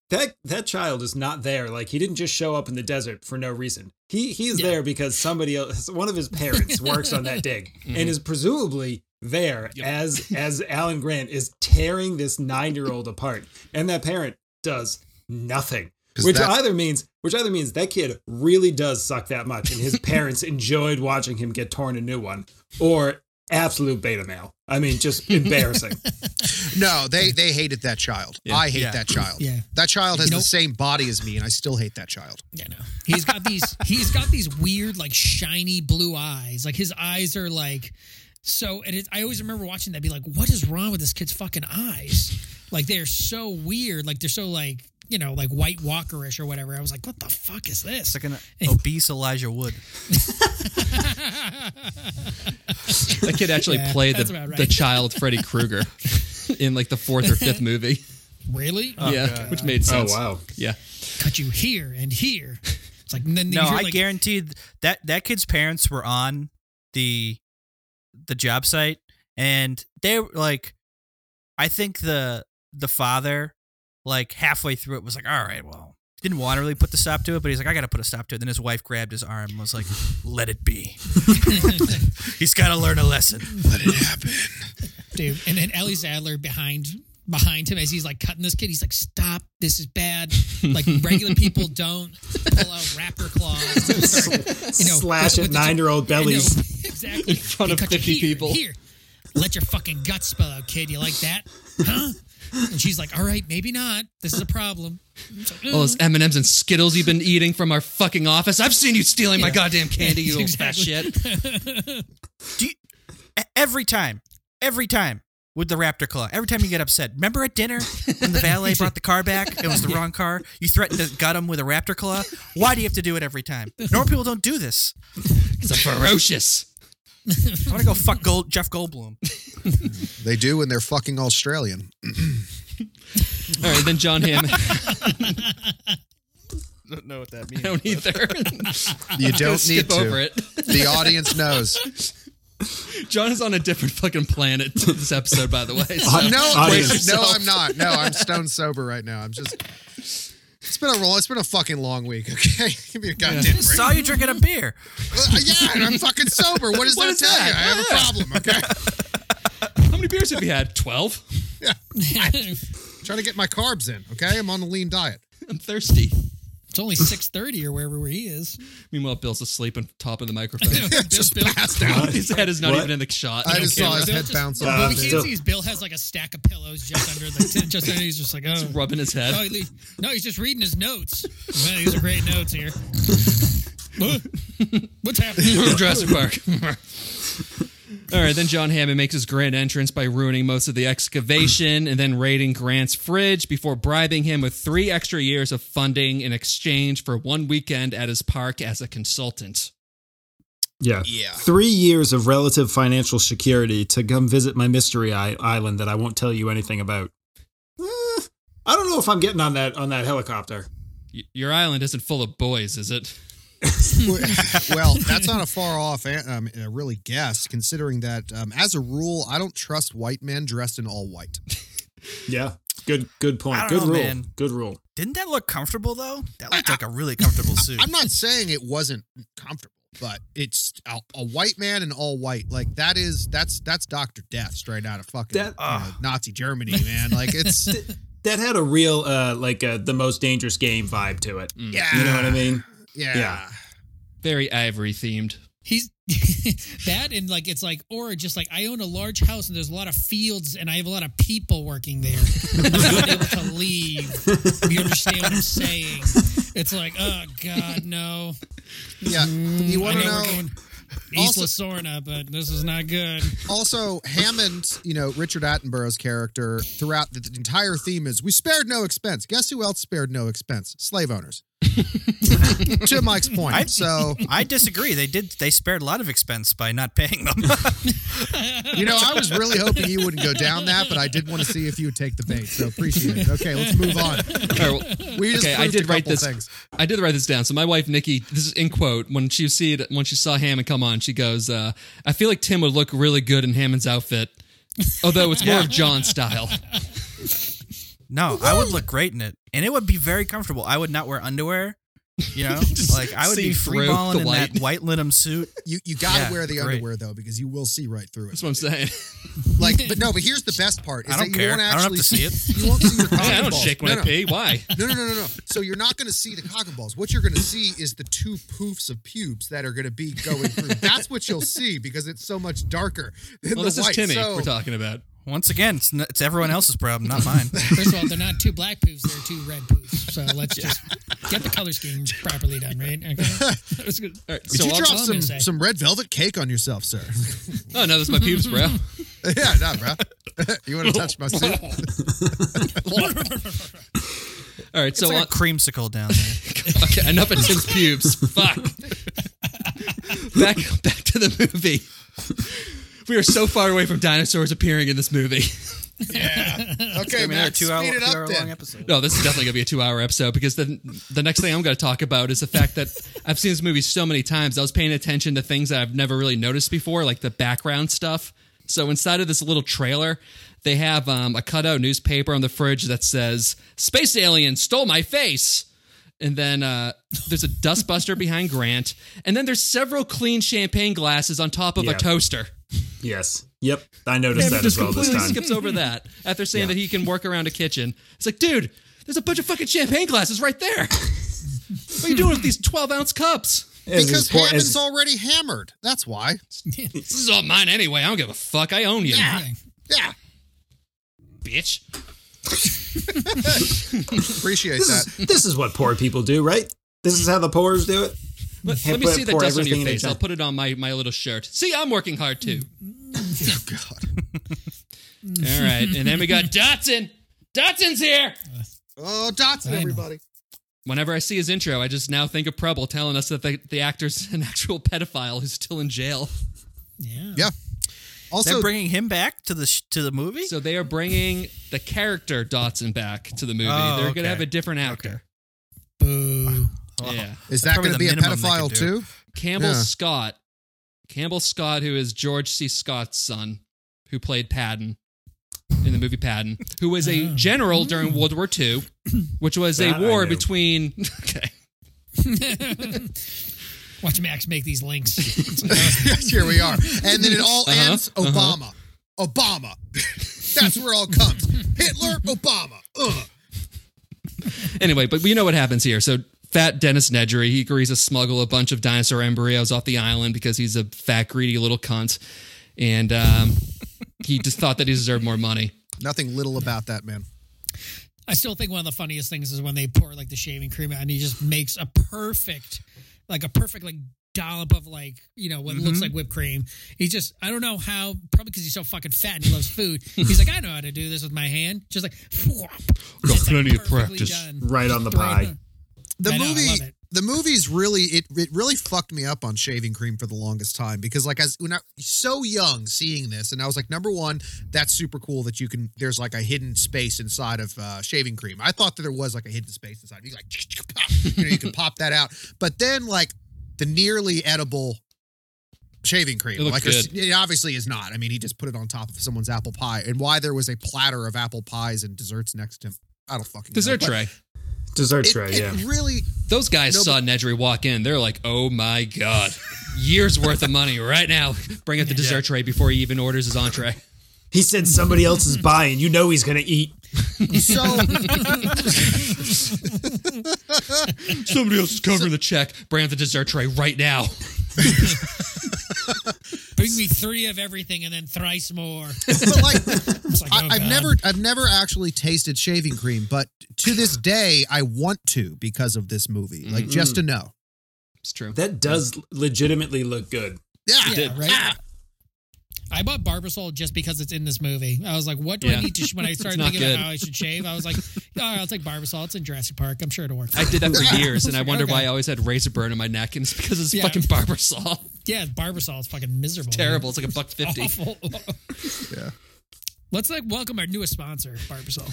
Speaker 5: that that child is not there. Like he didn't just show up in the desert for no reason. He he's
Speaker 4: Yeah.
Speaker 5: there because somebody else, one of his parents, works on that dig and is presumably there
Speaker 1: Yep.
Speaker 5: as as Alan Grant is tearing this nine year old apart, and that parent does nothing.
Speaker 3: 'Cause
Speaker 5: Which
Speaker 3: that-
Speaker 5: either means, which either means that kid really does suck that much, and his parents enjoyed watching him get torn a new one, or absolute beta male. I mean, just embarrassing.
Speaker 3: No, they they hated that child.
Speaker 1: Yeah.
Speaker 3: I hate
Speaker 2: Yeah.
Speaker 3: that child.
Speaker 4: Yeah.
Speaker 3: That child has
Speaker 4: You know-
Speaker 3: the same body as me, and I still hate that child.
Speaker 4: Yeah, no. He's got these. he's got these weird, like shiny blue eyes. Like his eyes are like so. And it, I always remember watching that. Be like, what is wrong with this kid's fucking eyes? Like they're so weird. Like they're so like you know like White Walkerish or whatever. I was like, what the fuck is this?
Speaker 2: It's like an obese Elijah Wood.
Speaker 1: That kid actually
Speaker 4: Yeah,
Speaker 1: played
Speaker 4: that's
Speaker 1: the,
Speaker 4: about right.
Speaker 1: the child Freddy Krueger in like the fourth or fifth movie.
Speaker 4: Really?
Speaker 1: yeah, which
Speaker 5: Oh,
Speaker 1: made sense. Yeah.
Speaker 4: Cut you here and here. It's like and then
Speaker 2: No,
Speaker 4: you're
Speaker 2: I
Speaker 4: like,
Speaker 2: guaranteed that that kid's parents were on the the job site, and they were like, I think the the father, like halfway through it, was like, "All right, well." Didn't want to really put the stop to it, but he's like, I got to put a stop to it. Then his wife grabbed his arm and was like, let it be. he's got to learn a lesson.
Speaker 3: Let it happen.
Speaker 4: dude. And then Ellie Sadler behind behind him as he's like cutting this kid. He's like, "Stop! This is bad. Like regular people don't pull out rapper claws." and start, you know,
Speaker 5: Slash
Speaker 4: with
Speaker 5: at
Speaker 4: the-
Speaker 5: nine year old
Speaker 4: I know,
Speaker 5: bellies.
Speaker 4: exactly in
Speaker 1: front of 50 people.
Speaker 4: Here, let your fucking guts spell out, kid. You like that, huh? And she's like, "All right, maybe not. This is a problem." So,
Speaker 1: All those M and M's and Skittles you've been eating from our fucking office. I've seen you stealing my goddamn candy, you old fat
Speaker 4: Exactly.
Speaker 1: shit.
Speaker 2: Do you, e- every time, every time with the raptor claw, every time you get upset. Remember at dinner when the valet brought the car back? It was the wrong car. You threatened to gut him with a raptor claw. Why do you have to do it every time? Normal people don't do this.
Speaker 1: It's a ferocious.
Speaker 2: I want to go fuck Gold, Jeff Goldblum.
Speaker 3: They do when they're fucking Australian.
Speaker 1: All right, then John Hamm.
Speaker 2: Don't know what that
Speaker 1: I don't either.
Speaker 3: You don't
Speaker 1: Skip
Speaker 3: need to.
Speaker 1: over it.
Speaker 3: The audience knows.
Speaker 1: John is on a different fucking planet this episode, by the way. so-
Speaker 3: No,
Speaker 5: Audience.
Speaker 3: no, I'm not. No, I'm stone sober right now. I'm just. It's been a roll. It's been a fucking long week. Okay, give me a goddamn break.
Speaker 2: Saw you drinking a beer.
Speaker 3: Well, yeah, and I'm fucking sober. What does
Speaker 1: What
Speaker 3: that
Speaker 1: is
Speaker 3: tell
Speaker 1: that?
Speaker 3: you? I have a problem. Okay,
Speaker 1: How many beers have you had? Twelve.
Speaker 3: I'm trying to get my carbs in. Okay, I'm on a lean diet.
Speaker 1: I'm thirsty.
Speaker 4: it's only six thirty or wherever he is.
Speaker 1: Meanwhile, Bill's asleep on top of the microphone.
Speaker 4: Just Bill,
Speaker 3: Passed out.
Speaker 1: His head is not
Speaker 5: What?
Speaker 1: even in the shot.
Speaker 3: I just
Speaker 4: Okay,
Speaker 3: saw his
Speaker 4: Bill
Speaker 3: head
Speaker 4: just-
Speaker 3: bounce
Speaker 5: Well,
Speaker 3: off.
Speaker 4: What
Speaker 5: Um,
Speaker 4: we can't
Speaker 5: still-
Speaker 4: see is Bill has like a stack of pillows just under the just under. He's just like, oh,
Speaker 1: rubbing his head.
Speaker 4: no, he- no, he's just reading his notes. Man, these are great notes here. What? What's happening?
Speaker 1: from Jurassic Park. All right, then John Hammond makes his grand entrance by ruining most of the excavation and then raiding Grant's fridge before bribing him with three extra years of funding in exchange for one weekend at his park as a consultant.
Speaker 5: Yeah.
Speaker 3: Yeah.
Speaker 5: Three years of relative financial security to come visit my mystery I- island that I won't tell you anything about. Eh, I don't know if I'm getting on that on that helicopter.
Speaker 1: Y- your island isn't full of boys, is it?
Speaker 3: well, that's not a far off, an- um, uh, really guess, considering that um, as a rule, I don't trust white men dressed in all white.
Speaker 5: Yeah. Good good point.
Speaker 2: I don't
Speaker 5: Good
Speaker 2: know,
Speaker 5: rule.
Speaker 2: man.
Speaker 5: Good rule.
Speaker 2: Didn't that look comfortable though? That looked like a really comfortable suit.
Speaker 3: I'm not saying it wasn't comfortable, but it's a, a white man and all white. Like that is that's that's Doctor Death straight out of fucking
Speaker 5: That- Ah.
Speaker 3: you know, Nazi Germany, man. Like it's
Speaker 5: That had a real uh like uh, the most dangerous game vibe to it.
Speaker 3: yeah,
Speaker 5: You know what I mean?
Speaker 3: Yeah.
Speaker 5: Yeah.
Speaker 1: Very ivory themed.
Speaker 4: He's that and like it's like or just like I own a large house and there's a lot of fields and I have a lot of people working there. I'm not able to leave. You understand what I'm saying? It's like oh god no.
Speaker 3: Yeah. You want
Speaker 4: I
Speaker 3: to
Speaker 4: know
Speaker 3: know?
Speaker 4: we're going East
Speaker 3: Also-
Speaker 4: Sorna, but this is not good.
Speaker 3: Also, Hammond, you know Richard Attenborough's character throughout the, the entire theme is we spared no expense. Guess who else spared no expense? Slave owners. to Mike's point.
Speaker 2: I-
Speaker 3: so
Speaker 2: I disagree. They did. They spared a lot of expense by not paying them.
Speaker 3: you know, I was really hoping you wouldn't go down that, but I did want to see if you would take the bait. So appreciate it. Okay, let's move on.
Speaker 1: All right, well,
Speaker 3: We just
Speaker 1: Okay, I
Speaker 3: proved
Speaker 1: did
Speaker 3: a
Speaker 1: write
Speaker 3: couple
Speaker 1: this.
Speaker 3: Things.
Speaker 1: I did write this down. So my wife Nikki, this is in quote, when she see it, when she saw Hammond come on, she goes, uh, "I feel like Tim would look really good in Hammond's outfit, although it's more of John's style."
Speaker 2: No, I would look great in it, and it would be very comfortable. I would not wear underwear. You know,
Speaker 1: Just
Speaker 2: like I would
Speaker 1: see
Speaker 2: be
Speaker 1: through
Speaker 2: free balling
Speaker 1: the
Speaker 2: in
Speaker 1: white.
Speaker 2: that white linum suit.
Speaker 3: You you gotta
Speaker 2: Yeah,
Speaker 3: wear the
Speaker 2: great.
Speaker 3: underwear though because you will see right through
Speaker 1: That's
Speaker 3: it.
Speaker 1: what I'm saying.
Speaker 3: Like, but no, but here's the best part: is
Speaker 2: I don't
Speaker 3: that you
Speaker 2: care.
Speaker 3: won't
Speaker 2: I don't have
Speaker 3: actually
Speaker 2: to see it.
Speaker 3: You won't see your cock
Speaker 1: Hey, I
Speaker 3: and
Speaker 1: don't
Speaker 3: balls.
Speaker 1: shake when
Speaker 3: no,
Speaker 1: I
Speaker 3: no.
Speaker 1: pee. Why?
Speaker 3: No, no, no, no, no. So you're not going to see the cock and balls. What you're going to see is the two poofs of pubes that are going to be going through. That's what you'll see because it's so much darker than
Speaker 1: Well,
Speaker 3: the
Speaker 1: this is
Speaker 3: white.
Speaker 1: Timmy
Speaker 3: So-
Speaker 1: we're talking about.
Speaker 2: Once again, it's, n- it's everyone else's problem, not mine.
Speaker 4: First of all, they're not two black poofs; they're two red poofs. So let's just get the color scheme properly done, right? Okay. That was good.
Speaker 1: All right,
Speaker 3: Did
Speaker 1: so
Speaker 3: you
Speaker 1: I'll-
Speaker 3: drop
Speaker 4: all I'm
Speaker 3: some
Speaker 4: gonna say.
Speaker 3: some red velvet cake on yourself, sir?
Speaker 1: Oh no, that's my pubes, bro.
Speaker 3: yeah, nah, bro. you want to touch my suit?
Speaker 1: All right,
Speaker 2: It's
Speaker 1: so
Speaker 2: like
Speaker 1: on,
Speaker 2: a creamsicle down there.
Speaker 1: okay, enough of Tim's pubes. Fuck. back back to the movie. We are so far away from dinosaurs appearing in this movie.
Speaker 3: Okay,
Speaker 2: hour,
Speaker 3: man. Speed it
Speaker 2: two hour
Speaker 3: up
Speaker 2: long
Speaker 3: then.
Speaker 2: episode.
Speaker 1: No, this is definitely gonna be a two-hour episode because the the next thing I'm gonna talk about is the fact that I've seen this movie so many times. I was paying attention to things that I've never really noticed before, like the background stuff. So inside of this little trailer, they have um, a cutout newspaper on the fridge that says "Space Alien Stole My Face." And then uh, there's a dustbuster behind Grant, and then there's several clean champagne glasses on top of
Speaker 5: Yeah.
Speaker 1: a toaster.
Speaker 5: Yes. Yep. I noticed
Speaker 1: It
Speaker 5: that as
Speaker 1: just
Speaker 5: well this
Speaker 1: completely
Speaker 5: time.
Speaker 1: skips over that after saying that he can work around a kitchen. It's like, dude, there's a bunch of fucking champagne glasses right there. what are you doing with these 12 ounce cups?
Speaker 5: As
Speaker 3: Because
Speaker 5: his por- as-
Speaker 3: Hammond's already hammered. That's why.
Speaker 1: This is all mine anyway. I don't give a fuck. I own you,
Speaker 4: Yeah.
Speaker 3: Yeah,
Speaker 1: bitch.
Speaker 3: appreciate
Speaker 5: this,
Speaker 3: that.
Speaker 5: is, this is what poor people do, right? This is how the poor's do it.
Speaker 1: Let,
Speaker 5: Hey,
Speaker 1: let me
Speaker 5: put-
Speaker 1: see that
Speaker 5: pour
Speaker 1: dust on
Speaker 5: everything
Speaker 1: your
Speaker 5: in
Speaker 1: face.
Speaker 5: each
Speaker 1: I'll
Speaker 5: other.
Speaker 1: put it on my, my little shirt. See, I'm working hard too.
Speaker 3: Oh God.
Speaker 1: all right. And then we got Dotson. Dotson's here.
Speaker 3: Oh, Dotson,
Speaker 4: know.
Speaker 3: everybody.
Speaker 1: Whenever I see his intro, I just now think of Preble telling us that the, the actor's an actual pedophile who's still in jail.
Speaker 4: Yeah.
Speaker 3: Yeah. Also,
Speaker 2: They're bringing him back to the sh- to the movie.
Speaker 1: So they are bringing the character Dotson back to the movie.
Speaker 2: Oh,
Speaker 1: They're going to
Speaker 2: okay.
Speaker 1: have a different actor.
Speaker 4: Boo.
Speaker 2: Wow.
Speaker 1: Yeah.
Speaker 2: That's
Speaker 3: is that
Speaker 2: probably
Speaker 3: going to
Speaker 2: the
Speaker 3: be a
Speaker 2: minimum they could
Speaker 3: pedophile
Speaker 2: do.
Speaker 3: too?
Speaker 1: Campbell
Speaker 3: Yeah.
Speaker 1: Scott. Campbell Scott, who is George C. Scott's son, who played Patton in the movie Patton, who was a
Speaker 4: Oh.
Speaker 1: general during World War II, which was
Speaker 5: That I
Speaker 1: a war
Speaker 5: knew.
Speaker 1: between. Okay.
Speaker 4: Watch Max make these links. It's like,
Speaker 3: Here we are. And then it all
Speaker 1: Uh-huh,
Speaker 3: ends Obama. Obama. That's where it all comes. Hitler, Obama. Ugh.
Speaker 1: Anyway, but we know what happens here. So fat Dennis Nedry, he agrees to smuggle a bunch of dinosaur embryos off the island because he's a fat, greedy little cunt. And um, he just thought that he deserved more money.
Speaker 3: Nothing little about that, man.
Speaker 4: I still think one of the funniest things is when they pour like the shaving cream out and he just makes a perfect, like a perfect like dollop of like, you know, what
Speaker 1: Mm-hmm.
Speaker 4: looks like whipped cream. He just, I don't know how, probably because he's so fucking fat and he loves food. He's like, I know how to do this with my hand. Just like,
Speaker 1: Got
Speaker 4: just,
Speaker 1: plenty of
Speaker 4: perfectly
Speaker 1: practice.
Speaker 4: done.
Speaker 5: Right on the
Speaker 4: Throw it
Speaker 5: pie.
Speaker 4: in.
Speaker 3: The
Speaker 4: I know, I
Speaker 3: movie
Speaker 4: love it.
Speaker 3: the movie's really it it really fucked me up on shaving cream for the longest time because like as when I so young seeing this and I was like number one that's super cool that you can there's like a hidden space inside of uh, shaving cream I thought that there was like a hidden space inside you like you know you can pop that out but then like the nearly edible shaving cream
Speaker 1: It looked
Speaker 3: like it obviously is not I mean he just put it on top of someone's apple pie and why there was a platter of apple pies and desserts next to him I don't fucking
Speaker 1: Dessert
Speaker 3: know.
Speaker 1: tray.
Speaker 5: Dessert
Speaker 3: But
Speaker 5: tray,
Speaker 3: it,
Speaker 5: yeah.
Speaker 3: it really
Speaker 1: Those guys
Speaker 3: No,
Speaker 1: saw Nedry walk in. They're like, "Oh my god, years worth of money right now." Bring out the dessert tray before he even orders his entree.
Speaker 5: He said somebody else is buying. You know he's gonna eat.
Speaker 3: so
Speaker 1: Somebody else is covering the check. Bring out the dessert tray right now.
Speaker 4: Bring me three of everything and then thrice more.
Speaker 3: but like
Speaker 4: It's like,
Speaker 3: I,
Speaker 4: oh,
Speaker 3: I've
Speaker 4: God.
Speaker 3: never I've never actually tasted shaving cream, but to this day I want to because of this movie. Like just to know.
Speaker 1: It's true.
Speaker 5: That does legitimately look good.
Speaker 3: Yeah.
Speaker 4: Yeah, right?
Speaker 3: Ah!
Speaker 4: I bought Barbasol just because it's in this movie. I was like, what do
Speaker 1: Yeah.
Speaker 4: I need to, sh- when I started
Speaker 1: not
Speaker 4: thinking
Speaker 1: good.
Speaker 4: about how I should shave, I was like, all right, I'll take Barbasol. It's in Jurassic Park. I'm sure it'll work.
Speaker 1: I did that for years, and I
Speaker 4: Okay.
Speaker 1: wonder why I always had razor burn in my neck. And it's because it's
Speaker 4: Yeah.
Speaker 1: fucking barber saw.
Speaker 4: Yeah, Barbasol is fucking miserable.
Speaker 1: Terrible. It's like a buck
Speaker 4: man.
Speaker 1: fifty.
Speaker 4: Awful. Let's like welcome our newest sponsor, Barbasol.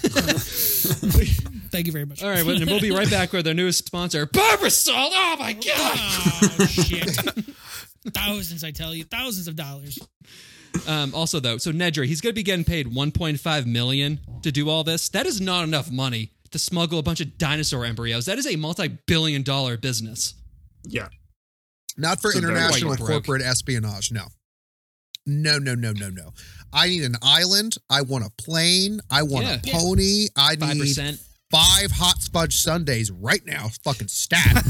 Speaker 4: Thank you very much.
Speaker 1: All right, well, and we'll be right back with our newest sponsor, Barber Salt. Oh my god!
Speaker 4: Oh, shit. thousands, I tell you, thousands of dollars.
Speaker 1: Um, also, though, so Nedry, he's going to be getting paid 1.5 million to do all this. That is not enough money to smuggle a bunch of dinosaur embryos. That is a multi-billion-dollar business.
Speaker 5: Yeah.
Speaker 3: Not for
Speaker 1: So they're
Speaker 3: international
Speaker 1: white
Speaker 3: and
Speaker 1: broke.
Speaker 3: corporate espionage. No. No, no, no, no, no. I need an island. I want a plane. I want a
Speaker 1: Yeah.
Speaker 3: pony. I
Speaker 1: Five
Speaker 3: need
Speaker 1: percent.
Speaker 3: five hot fudge sundays right now, fucking stat.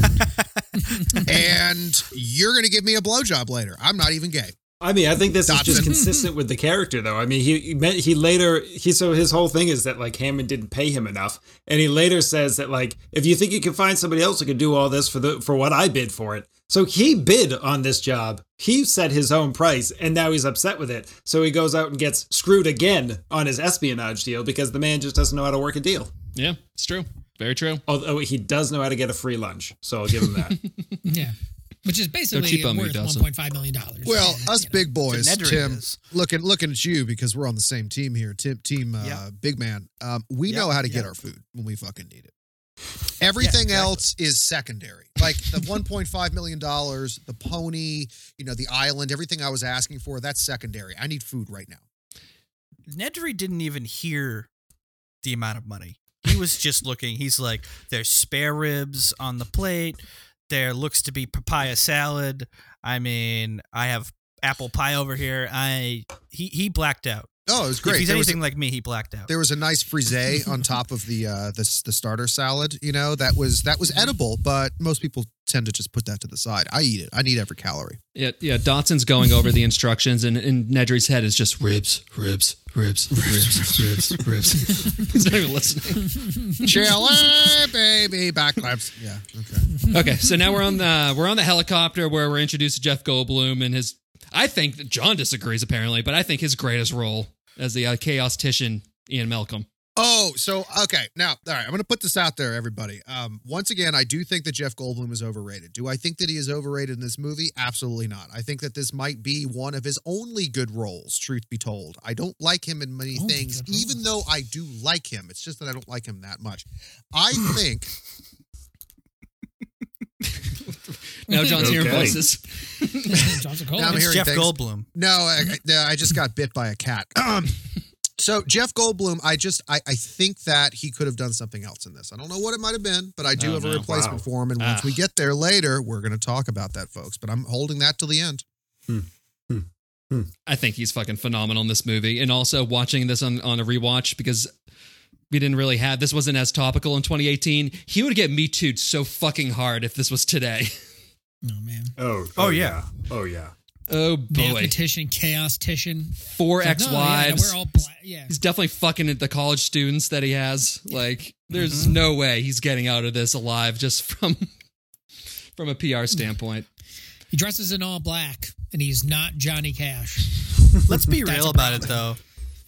Speaker 3: and you're gonna give me a blowjob later. I'm not even gay.
Speaker 5: I mean, I think this is
Speaker 3: Dotson.
Speaker 5: just consistent with the character, though. I mean, he he, meant, he later he so his whole thing is that like Hammond didn't pay him enough, and he later says that like if you think you can find somebody else who can do all this for the for what I bid for it, so he bid on this job, he set his own price, and now he's upset with it. So he goes out and gets screwed again on his espionage deal because the man just doesn't know how to work a deal.
Speaker 1: Yeah, it's true. Very true.
Speaker 5: Although he does know how to get a free lunch, so I'll give him that.
Speaker 4: Yeah. Which is basically
Speaker 1: cheap on me,
Speaker 4: worth
Speaker 1: Dawson.
Speaker 4: $1.5 million.
Speaker 3: Well,
Speaker 4: Yeah,
Speaker 3: us
Speaker 4: you know.
Speaker 3: big boys,
Speaker 2: Nedry
Speaker 3: Tim,
Speaker 2: is.
Speaker 3: looking looking at you because we're on the same team here, Tim, team uh,
Speaker 2: Yep.
Speaker 3: big man. Um, we
Speaker 2: Yep,
Speaker 3: know how to get
Speaker 2: yep.
Speaker 3: our food when we fucking need it. Everything
Speaker 2: exactly.
Speaker 3: else is secondary. Like the 1.5 million dollars, the pony, you know, the island, everything I was asking for, that's secondary. I need food right now.
Speaker 2: Nedry didn't even hear the amount of money. He was just looking. He's like, there's spare ribs on the plate. There looks to be papaya salad. I mean, I have apple pie over here. I he he blacked out.
Speaker 3: Oh, it was great.
Speaker 2: If he's
Speaker 3: There was a-
Speaker 2: anything like me, he blacked out.
Speaker 3: There was a nice frisee on top of the uh the, the starter salad, you know, that was that was edible, but most people tend to just put that to the side. I eat it. I need every calorie.
Speaker 1: Yeah, yeah. Dotson's going over the instructions, and in Nedry's head is just ribs, ribs, ribs, ribs, ribs, ribs. He's not even listening.
Speaker 3: Chili baby back claps. Yeah. Okay.
Speaker 1: Okay, so now we're on the we're on the helicopter where we're introduced to Jeff Goldblum and his. I think that John disagrees apparently, but I think his greatest role as the uh, chaos titian Ian Malcolm.
Speaker 3: Oh, so okay. Now, all right. I'm going to put this out there, everybody. Um, once again, I do think that Jeff Goldblum is overrated. Do I think that he is overrated in this movie? Absolutely not. I think that this might be one of his only good roles. Truth be told, I don't like him in many
Speaker 4: Only
Speaker 3: things,
Speaker 4: good
Speaker 3: even though I do like him. It's just that I don't like him that much. I think.
Speaker 1: Now John's hearing
Speaker 5: Okay.
Speaker 1: voices.
Speaker 4: Johnson Cole.
Speaker 3: Now I'm
Speaker 2: it's
Speaker 3: hearing
Speaker 2: Jeff
Speaker 3: things.
Speaker 2: Goldblum.
Speaker 3: No, I, I- no, I just got bit by a cat. Um, so Jeff Goldblum, I just I, I think that he could have done something else in this. I don't know what it might have been, but I do
Speaker 1: Oh,
Speaker 3: have a
Speaker 1: no.
Speaker 3: replacement
Speaker 5: Wow.
Speaker 3: for him. And once
Speaker 1: Ah.
Speaker 3: we get there later, we're going to talk about that, folks. But I'm holding that till the end.
Speaker 1: I think he's fucking phenomenal in this movie. And also watching this on, on a rewatch because we didn't really have this wasn't as topical in 2018. He would get me too so fucking hard if this was today.
Speaker 4: Oh, man.
Speaker 5: Oh,
Speaker 2: Oh, yeah.
Speaker 5: oh yeah.
Speaker 1: Oh boy.
Speaker 4: Mathematician, chaos tician.
Speaker 1: Four ex wives.
Speaker 4: we're all black. Yeah.
Speaker 1: he's definitely fucking at the college students that he has. Like there's
Speaker 4: Mm-hmm.
Speaker 1: no way he's getting out of this alive just from from a PR standpoint.
Speaker 4: He dresses in all black and he's not Johnny Cash.
Speaker 2: Let's be
Speaker 4: That's
Speaker 2: real
Speaker 4: a
Speaker 2: about it though.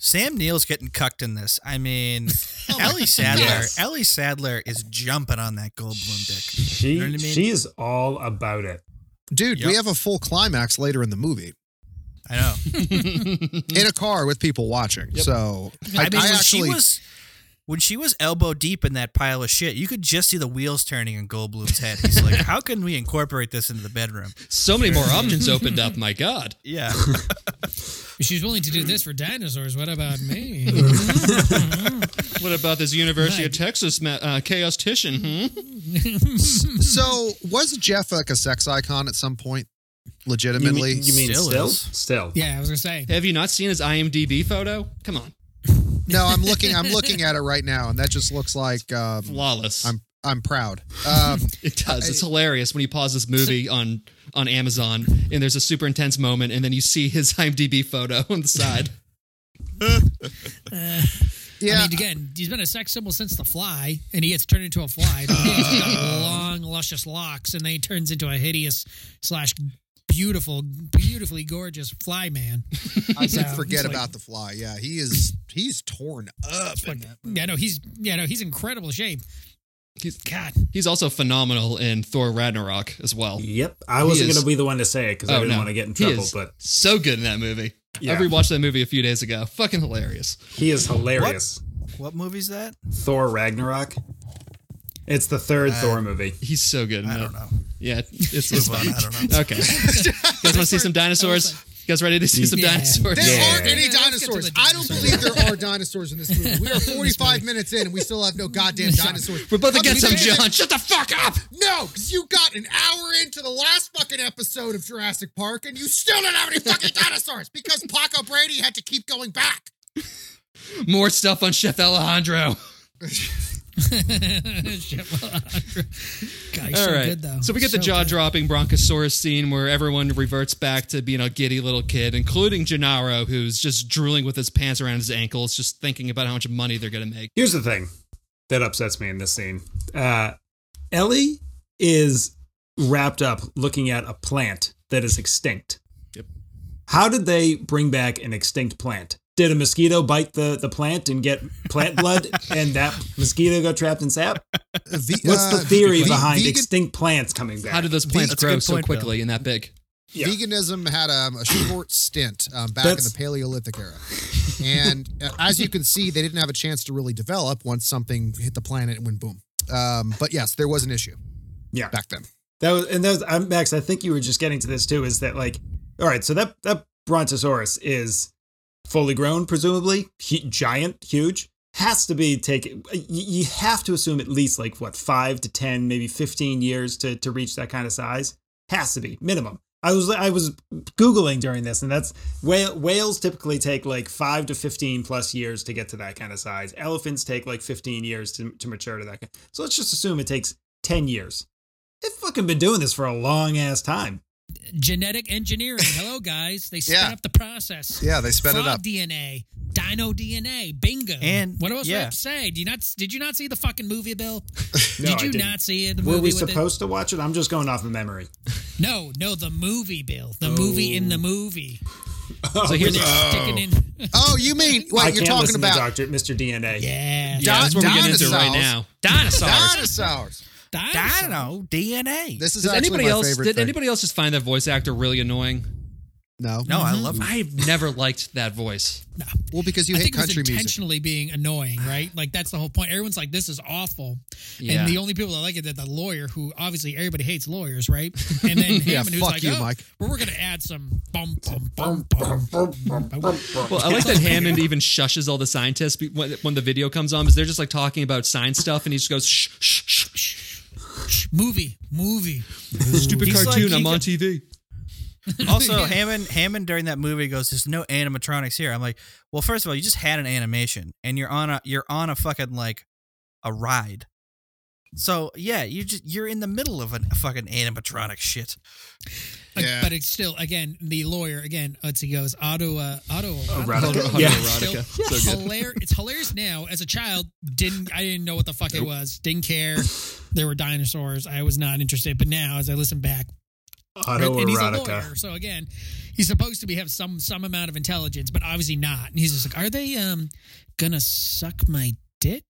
Speaker 2: Sam Neill's getting cucked in this. I mean,
Speaker 3: Oh
Speaker 2: Ellie Sadler.
Speaker 1: Yes.
Speaker 2: Ellie Sadler is jumping on that Goldblum dick.
Speaker 5: She
Speaker 2: know what I mean?
Speaker 5: she is all about it.
Speaker 3: Dude, we
Speaker 2: Yep.
Speaker 3: have a full climax later in the movie
Speaker 2: I know.
Speaker 3: in a car with people watching. So I,
Speaker 2: I mean,
Speaker 3: I
Speaker 2: when
Speaker 3: actually.
Speaker 2: she was when she was elbow deep in that pile of shit, you could just see the wheels turning in Goldblum's head. He's like, "How can we incorporate this into the bedroom?"
Speaker 1: So many more options opened up, my god.
Speaker 2: Yeah,
Speaker 4: If she's willing to do this for dinosaurs, what about me?
Speaker 1: What about this University of Texas ma- uh, chaos titian? Hmm?
Speaker 3: so was Jeff like a sex icon at some point?
Speaker 5: You
Speaker 3: Legitimately,
Speaker 5: mean, you mean
Speaker 2: Still
Speaker 5: still?
Speaker 2: is.
Speaker 5: Still.
Speaker 4: yeah, I was going to say.
Speaker 1: Have you not seen his IMDb photo? Come on.
Speaker 3: no, I'm looking. I'm looking at it right now, and that just looks like um,
Speaker 1: Flawless.
Speaker 3: I'm I'm proud. Um,
Speaker 1: it does. It's hilarious when you pause this movie on on Amazon and there's a super intense moment and then you see his IMDb photo on the side.
Speaker 3: yeah,
Speaker 4: I mean, again, he's been a sex symbol since the fly, and he gets turned into a fly. But he's got long, luscious locks, and then he turns into a hideous slash beautiful, beautifully gorgeous fly man.
Speaker 3: I did
Speaker 4: So,
Speaker 3: forget
Speaker 4: it's like-
Speaker 3: about the fly. Yeah, he is he's torn up. in
Speaker 4: Like,
Speaker 3: that movie.
Speaker 4: yeah, no, he's yeah, no, he's in incredible shape.
Speaker 1: He's
Speaker 4: God,
Speaker 1: he's also phenomenal in Thor Ragnarok as well.
Speaker 5: Yep. I wasn't
Speaker 1: is-
Speaker 5: going to be the one to say it because I
Speaker 1: Oh,
Speaker 5: didn't
Speaker 1: no.
Speaker 5: want to get in
Speaker 1: He
Speaker 5: trouble,
Speaker 1: is
Speaker 5: but
Speaker 1: so good in that movie.
Speaker 5: Yeah.
Speaker 1: I rewatched that movie a few days ago. Fucking hilarious.
Speaker 5: he is hilarious.
Speaker 2: what movie's that?
Speaker 5: Thor Ragnarok. It's the third
Speaker 1: Uh,
Speaker 5: Thor movie.
Speaker 1: He's so good. In
Speaker 2: I
Speaker 1: that.
Speaker 2: don't know.
Speaker 1: Yeah, it's, it's
Speaker 2: Move on,
Speaker 1: fun.
Speaker 2: I don't know.
Speaker 1: Okay. you guys want to see some dinosaurs? guys ready to see some
Speaker 4: Yeah.
Speaker 1: dinosaurs?
Speaker 6: There
Speaker 1: Yeah.
Speaker 6: aren't any
Speaker 4: Yeah, let's get to
Speaker 6: dinosaurs.
Speaker 4: the
Speaker 6: I don't believe there are dinosaurs in this movie. We are 45 minutes in and we still have no goddamn dinosaurs.
Speaker 1: We're about to
Speaker 6: How
Speaker 1: get
Speaker 6: can
Speaker 1: some,
Speaker 6: you say
Speaker 1: John. Shut the fuck up.
Speaker 6: that- No, because you got an hour into the last fucking episode of Jurassic Park and you still don't have any fucking dinosaurs because Paco Brady had to keep going back.
Speaker 1: More stuff on Chef Alejandro.
Speaker 4: Shit, well, God, he's
Speaker 1: All right.
Speaker 4: so good though.
Speaker 1: we get the
Speaker 4: So
Speaker 1: jaw
Speaker 4: good.
Speaker 1: dropping Bronchosaurus scene where everyone reverts back to being a giddy little kid, including Gennaro, who's just drooling with his pants around his ankles, just thinking about how much money they're going to make.
Speaker 5: Here's the thing that upsets me in this scene. Uh, Ellie is wrapped up looking at a plant that is extinct.
Speaker 1: Yep.
Speaker 5: How did they bring back an extinct plant? Did a mosquito bite the, the plant and get plant blood and that mosquito got trapped in sap?
Speaker 3: Ve-
Speaker 5: What's
Speaker 3: uh,
Speaker 5: the theory
Speaker 3: ve-
Speaker 5: behind
Speaker 3: vegan-
Speaker 5: extinct plants coming back?
Speaker 1: How did those plants
Speaker 2: That's a
Speaker 1: grow
Speaker 2: good
Speaker 1: so
Speaker 2: point,
Speaker 1: quickly and that big?
Speaker 5: Yeah.
Speaker 6: Veganism had um, a short stint um, back
Speaker 5: That's-
Speaker 6: in the Paleolithic era. And uh, as you can see, they didn't have a chance to really develop once something hit the planet and went boom. Um, but yes, there was an issue
Speaker 5: yeah.
Speaker 6: back then.
Speaker 5: That was and that was I'm, Max. I think you were just getting to this too. Is that like all right? So that that brontosaurus is fully grown, presumably he, giant, huge. Has to be taken. You, you have to assume at least like what five to ten, maybe fifteen years to to reach that kind of size. Has to be minimum. I was I was googling during this, and that's whale, whales typically take like five to fifteen plus years to get to that kind of size. Elephants take like fifteen years to to mature to that. Kind. So let's just assume it takes ten years They've fucking been doing this for a long ass time.
Speaker 4: genetic engineering. Hello, guys. They sped
Speaker 3: Yeah.
Speaker 4: up the process.
Speaker 3: yeah, they sped
Speaker 4: Frog
Speaker 3: it up.
Speaker 4: DNA, dino DNA, bingo.
Speaker 2: And-
Speaker 4: what else
Speaker 2: yeah.
Speaker 4: yeah. say? Do you not? Did you not see the fucking movie, Bill?
Speaker 5: No,
Speaker 4: did
Speaker 5: I
Speaker 4: you
Speaker 5: didn't.
Speaker 4: not see it? The
Speaker 5: Were
Speaker 4: movie
Speaker 5: we
Speaker 4: with it?
Speaker 5: supposed to watch it? I'm just going off of memory.
Speaker 4: No, no, the movie, Bill. The movie in the movie.
Speaker 1: so here's
Speaker 4: They're sticking in.
Speaker 6: Oh, you mean what
Speaker 5: I
Speaker 6: you're
Speaker 5: can't
Speaker 6: talking
Speaker 5: listen to
Speaker 6: about?
Speaker 5: Doctor Mr. DNA.
Speaker 4: yeah.
Speaker 1: yeah, that's where we get into it right
Speaker 6: Dinosaurs.
Speaker 1: now.
Speaker 4: Dinosaurs.
Speaker 6: Dinosaurs.
Speaker 4: Dinosaurs.
Speaker 2: Dino DNA.
Speaker 6: This is
Speaker 1: Does
Speaker 6: actually
Speaker 1: anybody
Speaker 6: my
Speaker 1: else?
Speaker 6: favorite
Speaker 1: Did
Speaker 6: thing.
Speaker 1: anybody else just find that voice actor really annoying?
Speaker 6: No,
Speaker 2: no, I love it.
Speaker 1: I've never liked that voice.
Speaker 6: Well, because you
Speaker 4: I
Speaker 6: hate
Speaker 4: think it was
Speaker 6: country music.
Speaker 4: intentionally being annoying, right? Like that's the whole point. Everyone's like, "This is awful,"
Speaker 1: Yeah.
Speaker 4: and the only people that like it are the lawyer, who obviously everybody hates lawyers, right? And then Hammond,
Speaker 6: Yeah,
Speaker 4: who's
Speaker 6: fuck
Speaker 4: like,
Speaker 6: you,
Speaker 4: oh,
Speaker 6: Mike."
Speaker 4: Well, we're gonna add some bum bum bum bum.
Speaker 1: Well, I like that Hammond even shushes all the scientists be- when, when the video comes on because they're just like talking about science stuff, and he just goes shh shh shh. shh.
Speaker 4: Movie, movie.
Speaker 1: Stupid
Speaker 2: He's like-
Speaker 1: cartoon.
Speaker 2: he
Speaker 1: I'm
Speaker 2: ca-
Speaker 1: on TV.
Speaker 2: Also, Hammond Hammond during that movie goes, "There's no animatronics here." I'm like, "Well, first of all, you just had an animation, and you're on a you're on a fucking like a ride." So yeah, you just you're in the middle of an- a fucking animatronic shit.
Speaker 4: Like,
Speaker 6: Yeah.
Speaker 4: But it's still again the lawyer again. Let's he goes auto uh, auto
Speaker 5: Erotica.
Speaker 1: Yeah.
Speaker 4: Still
Speaker 1: Erotica. So good.
Speaker 4: hilar- it's hilarious now. As a child, didn't I didn't know what the fuck it was. Didn't care. There were dinosaurs. I was not interested. But now, as I listen back, Right, and he's a lawyer,
Speaker 5: Autoerotica.
Speaker 4: so again, he's supposed to be have some some amount of intelligence, but obviously not. And he's just like, are they um gonna suck my dick?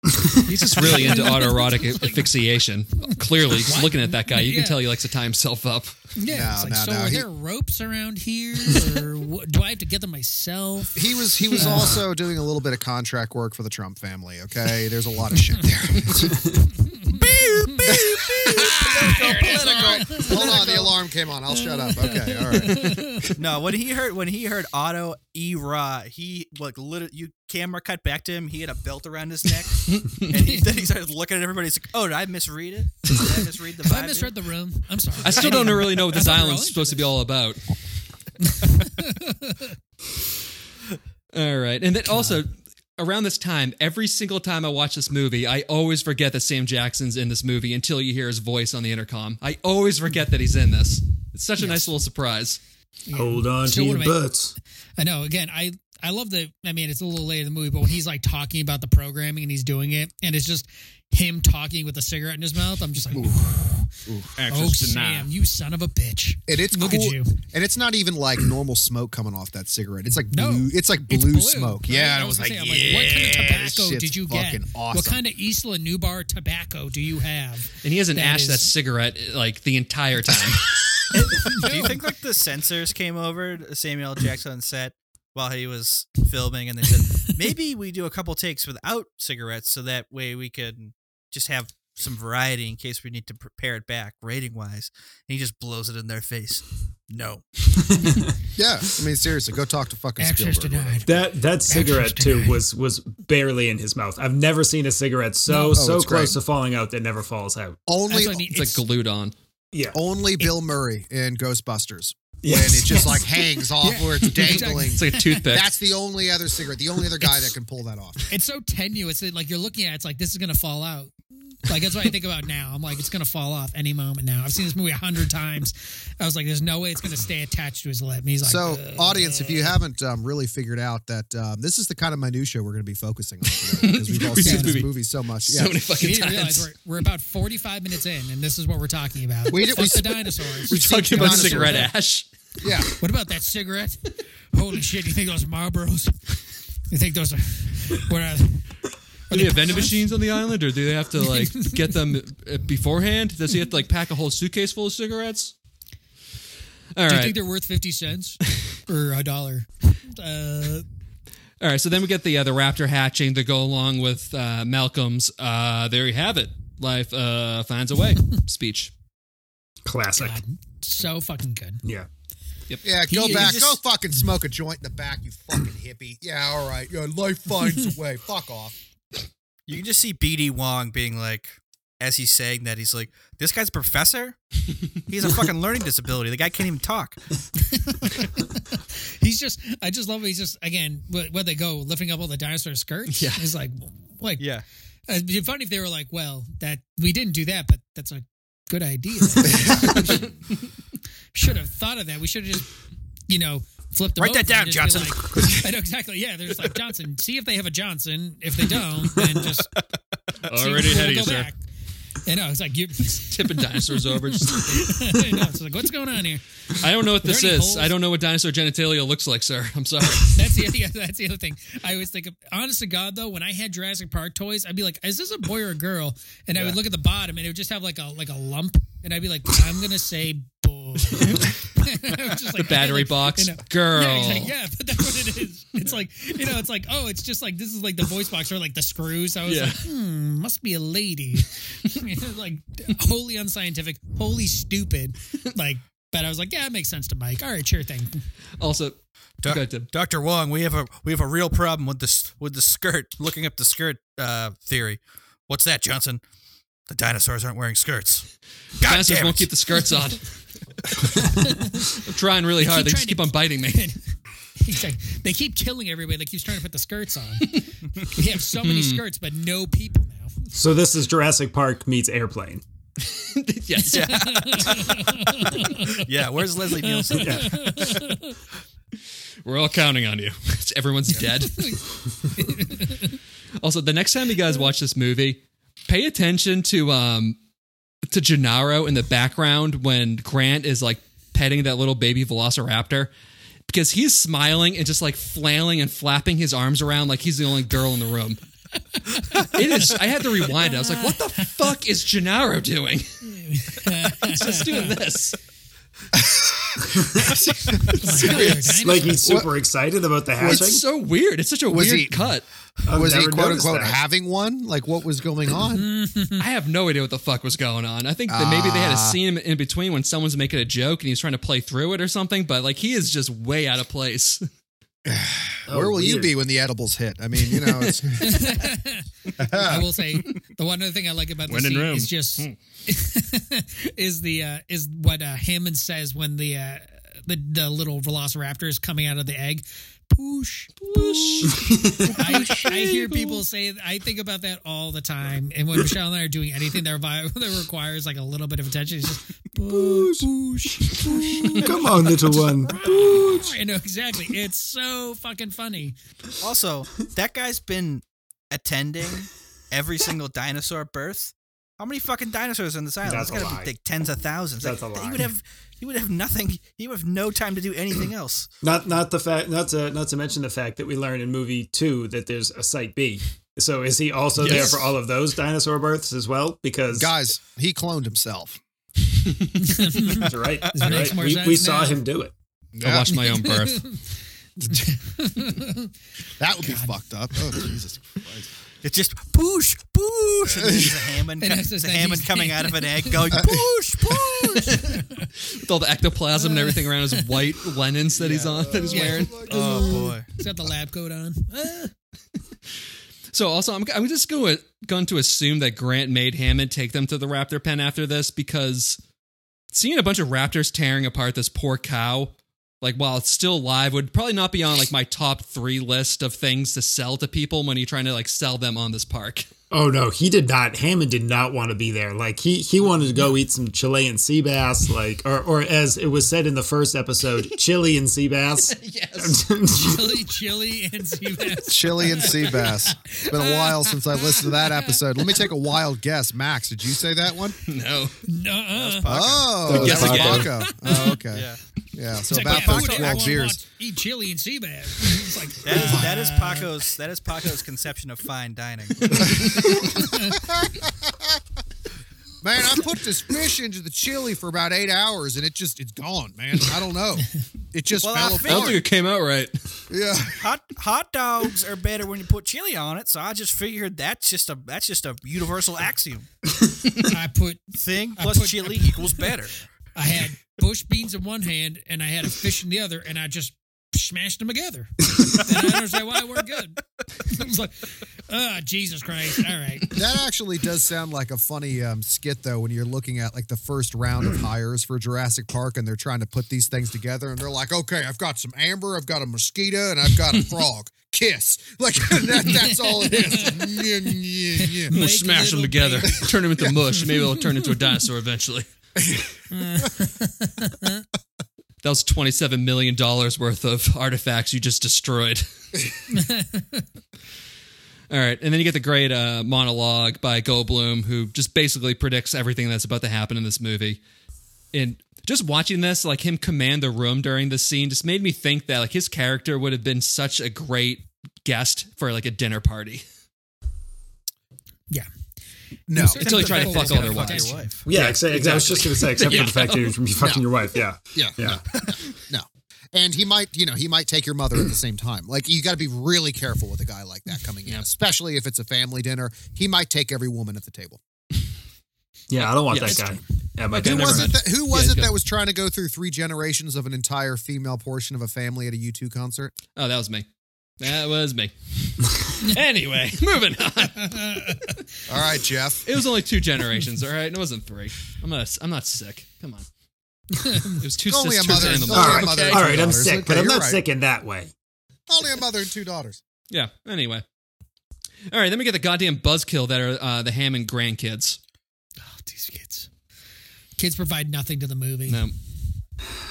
Speaker 1: He's just really into autoerotic asphyxiation. Clearly, just looking at that guy, you
Speaker 4: Yeah.
Speaker 1: can tell he likes to tie himself up.
Speaker 4: Yeah.
Speaker 6: No,
Speaker 4: it's like,
Speaker 6: no,
Speaker 4: so
Speaker 6: no,
Speaker 4: are
Speaker 6: he-
Speaker 4: there ropes around here, or what, do I have to get them myself?
Speaker 6: He was he was also doing a little bit of contract work for the Trump family. Okay, there's a lot of shit there. Hold on, the alarm came on. I'll shut up. Okay, all right.
Speaker 2: No, when he heard when he heard auto era, he like literally you camera cut back to him. He had a belt around his neck, and he, then he started looking at everybody. He's like, "Oh, did I misread it? Did I misread the
Speaker 4: If I
Speaker 2: vibe?" here?"
Speaker 4: misread the room, I'm sorry.
Speaker 1: I still don't really know what this
Speaker 4: thought we were all
Speaker 1: island's
Speaker 4: into
Speaker 1: supposed to be all about. all right, and then also around this time, every single time I watch this movie, I always forget that Sam Jackson's in this movie until you hear his voice on the intercom. I always forget that he's in this. It's such a nice little surprise.
Speaker 5: Hold on
Speaker 4: Still
Speaker 5: to your
Speaker 4: would've made-
Speaker 5: butts.
Speaker 4: I know. Again, I I love the. I mean, it's a little late in the movie, but when he's like talking about the programming and he's doing it, and it's just him talking with a cigarette in his mouth, I'm just like, oh Sam, you son of a bitch.
Speaker 6: And it's
Speaker 4: Look at
Speaker 6: cool.
Speaker 4: you.
Speaker 6: And it's not even like normal smoke coming off that cigarette. It's like
Speaker 4: No.
Speaker 6: blue. It's like blue,
Speaker 4: It's blue,
Speaker 6: smoke.
Speaker 4: right?
Speaker 6: Yeah,
Speaker 4: I
Speaker 6: and I
Speaker 4: was
Speaker 6: was
Speaker 4: gonna
Speaker 6: like,
Speaker 4: say, I'm like,
Speaker 6: yeah,
Speaker 4: what kind of
Speaker 6: this
Speaker 4: tobacco
Speaker 6: shit's
Speaker 4: did you get?
Speaker 6: fucking Awesome.
Speaker 4: What kind of Isla Nubar tobacco do you have?
Speaker 1: And he hasn't
Speaker 4: That
Speaker 1: ashed
Speaker 4: is-
Speaker 1: that cigarette like the entire time.
Speaker 2: Do you think like the censors came over to Samuel L. Jackson on set while he was filming, and they said maybe we do a couple takes without cigarettes, so that way we can just have some variety in case we need to prepare it back rating wise? And he just blows it in their face. No.
Speaker 3: Yeah, I mean seriously, go talk to fucking
Speaker 4: Access
Speaker 3: Spielberg.
Speaker 4: denied.
Speaker 5: That that cigarette too
Speaker 4: denied.
Speaker 5: was was barely in his mouth. I've never seen a cigarette so
Speaker 3: No. Oh,
Speaker 5: so
Speaker 3: it's great.
Speaker 5: close to falling out that never falls out.
Speaker 3: Only,
Speaker 4: That's what I mean.
Speaker 1: It's, like glued on.
Speaker 5: Yeah.
Speaker 3: only Bill Murray in Ghostbusters
Speaker 5: Yes.
Speaker 3: when it just like hangs off where it's dangling.
Speaker 1: It's like a toothpick.
Speaker 3: That's the only other cigarette, the only other guy that can pull that off.
Speaker 4: it's so tenuous that like you're looking at it, it's like this is gonna fall out. Like that's what I think about now. I'm like, it's gonna fall off any moment now. I've seen this movie a hundred times. I was like, there's no way it's gonna stay attached to his lip. And he's like,
Speaker 3: So,
Speaker 4: "Ugh."
Speaker 3: audience, if you haven't um, really figured out that um, this is the kind of minutia we're going to be focusing on today because we've all
Speaker 1: We've
Speaker 3: seen
Speaker 1: seen
Speaker 3: this
Speaker 1: movie.
Speaker 3: movie so much.
Speaker 1: so many
Speaker 4: you
Speaker 1: fucking
Speaker 4: need to realize
Speaker 1: times.
Speaker 4: we're, we're about 45 minutes in, and this is what we're talking about.
Speaker 3: We
Speaker 4: We
Speaker 3: did-
Speaker 4: Fuck
Speaker 3: we-
Speaker 4: the dinosaurs.
Speaker 1: We're talking about
Speaker 3: Dinosaur.
Speaker 1: cigarette ash.
Speaker 3: yeah.
Speaker 4: what about that cigarette? Holy shit! You think those are Marlboros? You think those are what are?
Speaker 1: Do they have vending machines on the island, or do they have to like get them uh, beforehand? Does he have to like pack a whole suitcase full of cigarettes? All
Speaker 4: Do you
Speaker 1: right,
Speaker 4: think they're worth 50 cents or a dollar? Uh,
Speaker 1: all right. So then we get the uh, the raptor hatching to go along with uh, Malcolm's. Uh, there you have it. Life uh, finds a way. Speech.
Speaker 5: Classic.
Speaker 4: God, so fucking good.
Speaker 5: Yeah.
Speaker 3: Yeah, go
Speaker 4: He-
Speaker 3: back.
Speaker 4: he
Speaker 3: Go
Speaker 4: just-
Speaker 3: fucking smoke a joint in the back, you fucking hippie. Yeah, all right. Yeah, life finds a way. Fuck off.
Speaker 2: You can just see BD Wong being like, as he's saying that, he's like, this guy's a professor? He's a fucking learning disability. The guy can't even talk.
Speaker 4: He's just, I just love. It. He's just again wh- where they go lifting up all the dinosaur skirts.
Speaker 1: Yeah.
Speaker 4: he's like, like, uh, It'd be funny if they were like, well, that we didn't do that, but that's a good idea. should have thought of that. We should have just, you know, flipped. Them
Speaker 2: Write that
Speaker 4: over and
Speaker 2: down,
Speaker 4: just be
Speaker 2: Johnson.
Speaker 4: like- I know exactly. Yeah, they're just like Johnson. See if they have a Johnson. If they don't, then just see
Speaker 1: Uh, Already
Speaker 4: if
Speaker 1: ahead of
Speaker 4: we'll
Speaker 1: you,
Speaker 4: go
Speaker 1: sir.
Speaker 4: back. I know. It's like you.
Speaker 1: Tipping dinosaurs over. Just-
Speaker 4: I know, it's like what's going on here?
Speaker 1: I don't know what this
Speaker 4: there any
Speaker 1: is.
Speaker 4: holes?
Speaker 1: I don't know what dinosaur genitalia looks like, sir. I'm sorry.
Speaker 4: That's the yeah, that's the other thing. I always think of honest to God though, when I had Jurassic Park toys, I'd be like, is this a boy or a girl? And I would look at the bottom and it would just have like a like a lump and I'd be like, I'm gonna say boy. the
Speaker 1: Battery box, girl.
Speaker 4: Yeah, he's like, yeah, but that's what it is. It's like you know, it's like, oh, it's just like this is like the voice box or like the screws. I was
Speaker 1: Yeah.
Speaker 4: like, hmm, must be a lady. like wholly unscientific, wholly stupid. Like but I was like, yeah, it makes sense to Mike. All right, sure thing.
Speaker 1: Also,
Speaker 2: Doc-
Speaker 1: Go ahead, Tim.
Speaker 2: Dr. Wong, we have a we have a real problem with this with the skirt. Looking up the skirt uh, theory. What's that, Johnson? The dinosaurs aren't wearing skirts. God
Speaker 1: dinosaurs
Speaker 2: damn
Speaker 1: won't
Speaker 2: it.
Speaker 1: keep the skirts on. I'm trying really hard. They
Speaker 4: trying
Speaker 1: just
Speaker 4: to-
Speaker 1: keep on biting me.
Speaker 4: He's like, they keep killing everybody that keeps trying to put the skirts on. we have so many skirts, but no people now. Oh
Speaker 5: So this is Jurassic Park meets airplane.
Speaker 1: yes.
Speaker 2: yeah, where's Leslie Nielsen?
Speaker 1: We're all counting on you. Everyone's dead. also, the next time you guys watch this movie, pay attention to um to Gennaro in the background when Grant is like petting that little baby velociraptor because he's smiling and just like flailing and flapping his arms around like he's the only girl in the room. it is. I had to rewind. it. I was like, "What the fuck is Gennaro doing?" He's just doing this.
Speaker 4: Serious.
Speaker 5: Like he's super excited about the hatching.
Speaker 1: It's so weird. It's such a
Speaker 3: Was
Speaker 1: weird
Speaker 3: he-
Speaker 1: cut.
Speaker 5: I've
Speaker 3: was he
Speaker 5: never
Speaker 3: quote
Speaker 5: noticed
Speaker 3: unquote
Speaker 5: that.
Speaker 3: having one? Like, what was going on?
Speaker 1: I have no idea what the fuck was going on. I think that maybe they had a
Speaker 4: Ah.
Speaker 1: scene in between when someone's making a joke and he's trying to play through it or something, but like he is just way out of place.
Speaker 5: Oh,
Speaker 3: Where will you
Speaker 5: weird.
Speaker 3: be when the edibles hit? I mean, you know, it's,
Speaker 4: I will say the one other thing I like about the
Speaker 1: When in
Speaker 4: scene
Speaker 1: Rome. Hmm.
Speaker 4: is just is the uh, is what uh, Hammond says when the uh, the the little velociraptor is coming out of the egg. Poosh, poosh. I, I hear people say. I think about that all the time. And when Michelle and I are doing anything that, revi- that requires like a little bit of attention, it's just poosh, poosh, poosh.
Speaker 5: Come on, little one.
Speaker 4: I know exactly. It's so fucking funny.
Speaker 2: Also, that guy's been attending every single dinosaur birth. How many fucking dinosaurs on this island?
Speaker 5: That's
Speaker 2: There's
Speaker 5: a
Speaker 2: gotta
Speaker 5: lie.
Speaker 2: be like tens of thousands.
Speaker 5: That's
Speaker 2: like,
Speaker 5: a
Speaker 2: He
Speaker 5: lie.
Speaker 2: would have he would have nothing. He would have no time to do anything else.
Speaker 5: Not not the fact not to not to mention the fact that we learn in movie two that there's a site B. So is he also there
Speaker 1: Yes.
Speaker 5: for all of those dinosaur births as well? Because
Speaker 3: guys, he cloned himself.
Speaker 5: you're right. You're
Speaker 4: makes
Speaker 5: right.
Speaker 4: more
Speaker 5: We,
Speaker 4: sense
Speaker 5: we saw
Speaker 4: now.
Speaker 5: him do it.
Speaker 1: I
Speaker 3: Yeah,
Speaker 1: watched my own birth.
Speaker 3: that would be fucked up. Oh, Jesus Christ.
Speaker 2: It's just poosh, poosh. And there's a Hammond,
Speaker 4: And
Speaker 2: com-
Speaker 4: that's just
Speaker 2: the
Speaker 4: like
Speaker 2: Hammond
Speaker 4: he's-
Speaker 2: coming out of an egg going poosh, poosh.
Speaker 1: With all the ectoplasm and everything around his white linens that he's on that he's
Speaker 4: Yeah.
Speaker 1: wearing.
Speaker 2: Oh boy.
Speaker 4: He's got the lab coat on. Ah.
Speaker 1: So also, I'm I'm just going to, going to assume that Grant made Hammond take them to the raptor pen after this because seeing a bunch of raptors tearing apart this poor cow, like while it's still alive, would probably not be on like my top three list of things to sell to people when you're trying to like sell them on this park.
Speaker 5: Oh no, he did not. Hammond did not want to be there. Like he he wanted to go eat some Chilean sea bass, like or or as it was said in the first episode, chili and sea bass.
Speaker 1: Yes.
Speaker 4: Chili, chili, and sea bass.
Speaker 3: Chili and sea bass. It's been a while since I listened to that episode. Let me take a wild guess. Max, did you say that one?
Speaker 1: No.
Speaker 4: Nuh-uh.
Speaker 3: Oh,
Speaker 1: Yes,
Speaker 3: that was
Speaker 1: again.
Speaker 3: Paco. Oh, okay. Yeah.
Speaker 2: Yeah.
Speaker 3: so
Speaker 4: It's
Speaker 3: about
Speaker 4: like, yeah, who
Speaker 3: first
Speaker 4: would
Speaker 3: wild
Speaker 4: ever
Speaker 3: beers.
Speaker 4: want to Eat chili and sea bass. It's like,
Speaker 2: That is, that is Paco's that is Paco's conception of fine dining.
Speaker 3: Man, I put this fish into the chili for about eight hours and it just, it's gone, man. I don't know. It just
Speaker 2: Well, I
Speaker 3: fell
Speaker 1: I don't
Speaker 3: apart.
Speaker 1: think it came out right.
Speaker 3: Yeah.
Speaker 2: Hot hot dogs are better when you put chili on it, so I just figured that's just a that's just a universal axiom.
Speaker 4: I put,
Speaker 2: Thing
Speaker 4: I
Speaker 2: plus
Speaker 4: put-
Speaker 2: chili equals better.
Speaker 4: I had bush beans in one hand and I had a fish in the other, and I just smashed them together. and I don't understand why they weren't good. I was like, oh, Jesus Christ. All right.
Speaker 3: That actually does sound like a funny um, skit, though, when you're looking at like the first round of hires for Jurassic Park and they're trying to put these things together and they're like, okay, I've got some amber, I've got a mosquito, and I've got a frog. Kiss. Like, that, that's all it is. Yeah, yeah, yeah.
Speaker 1: We'll
Speaker 4: Make
Speaker 1: smash them
Speaker 4: little
Speaker 1: together, turn them into mush. Maybe it'll turn into a dinosaur eventually. that was $27 million worth of artifacts you just destroyed. All right. And then you get the great uh, monologue by Goldblum, who just basically predicts everything that's about to happen in this movie. And just watching this, like him command the room during this scene, just made me think that like his character would have been such a great guest for like a dinner party.
Speaker 4: Yeah.
Speaker 3: No.
Speaker 1: Until he tried to fuck all their
Speaker 4: Fuck your
Speaker 1: wives.
Speaker 4: wife.
Speaker 5: yeah, exa- exa- I was just gonna say, except for the fact that you're from you fucking your wife. Yeah,
Speaker 3: Yeah.
Speaker 5: yeah.
Speaker 3: No. And he might, you know, he might take your mother at the same time. Like you got to be really careful with a guy like that coming in, especially if it's a family dinner. He might take every woman at the table.
Speaker 5: Yeah, I don't want
Speaker 1: Yes.
Speaker 5: that guy. Yeah, my
Speaker 3: Who
Speaker 5: dad never
Speaker 3: was it?
Speaker 5: had.
Speaker 3: That, who was it
Speaker 1: go.
Speaker 3: that was trying to go through three generations of an entire female portion of a family at a U2 concert?
Speaker 1: Oh, that was me. That was me. anyway, moving on.
Speaker 3: All right, Jeff.
Speaker 1: It was only two generations, all right. It wasn't three. I'm not. I'm not sick. Come on. It was two
Speaker 3: It's only a
Speaker 1: sisters
Speaker 3: mother-
Speaker 1: and a
Speaker 3: it's
Speaker 5: All
Speaker 1: mother.
Speaker 3: only
Speaker 5: right,
Speaker 3: your mother
Speaker 5: all
Speaker 3: and your
Speaker 5: right. I'm
Speaker 3: daughters.
Speaker 5: sick, but
Speaker 3: Okay,
Speaker 5: I'm
Speaker 3: you're
Speaker 5: not
Speaker 3: right.
Speaker 5: sick in that way.
Speaker 3: Only a mother and two daughters.
Speaker 1: Yeah. Anyway. All right. Then we get the goddamn buzzkill that are uh, the Hammond grandkids.
Speaker 4: Oh, these kids. Kids provide nothing to the movie.
Speaker 1: No.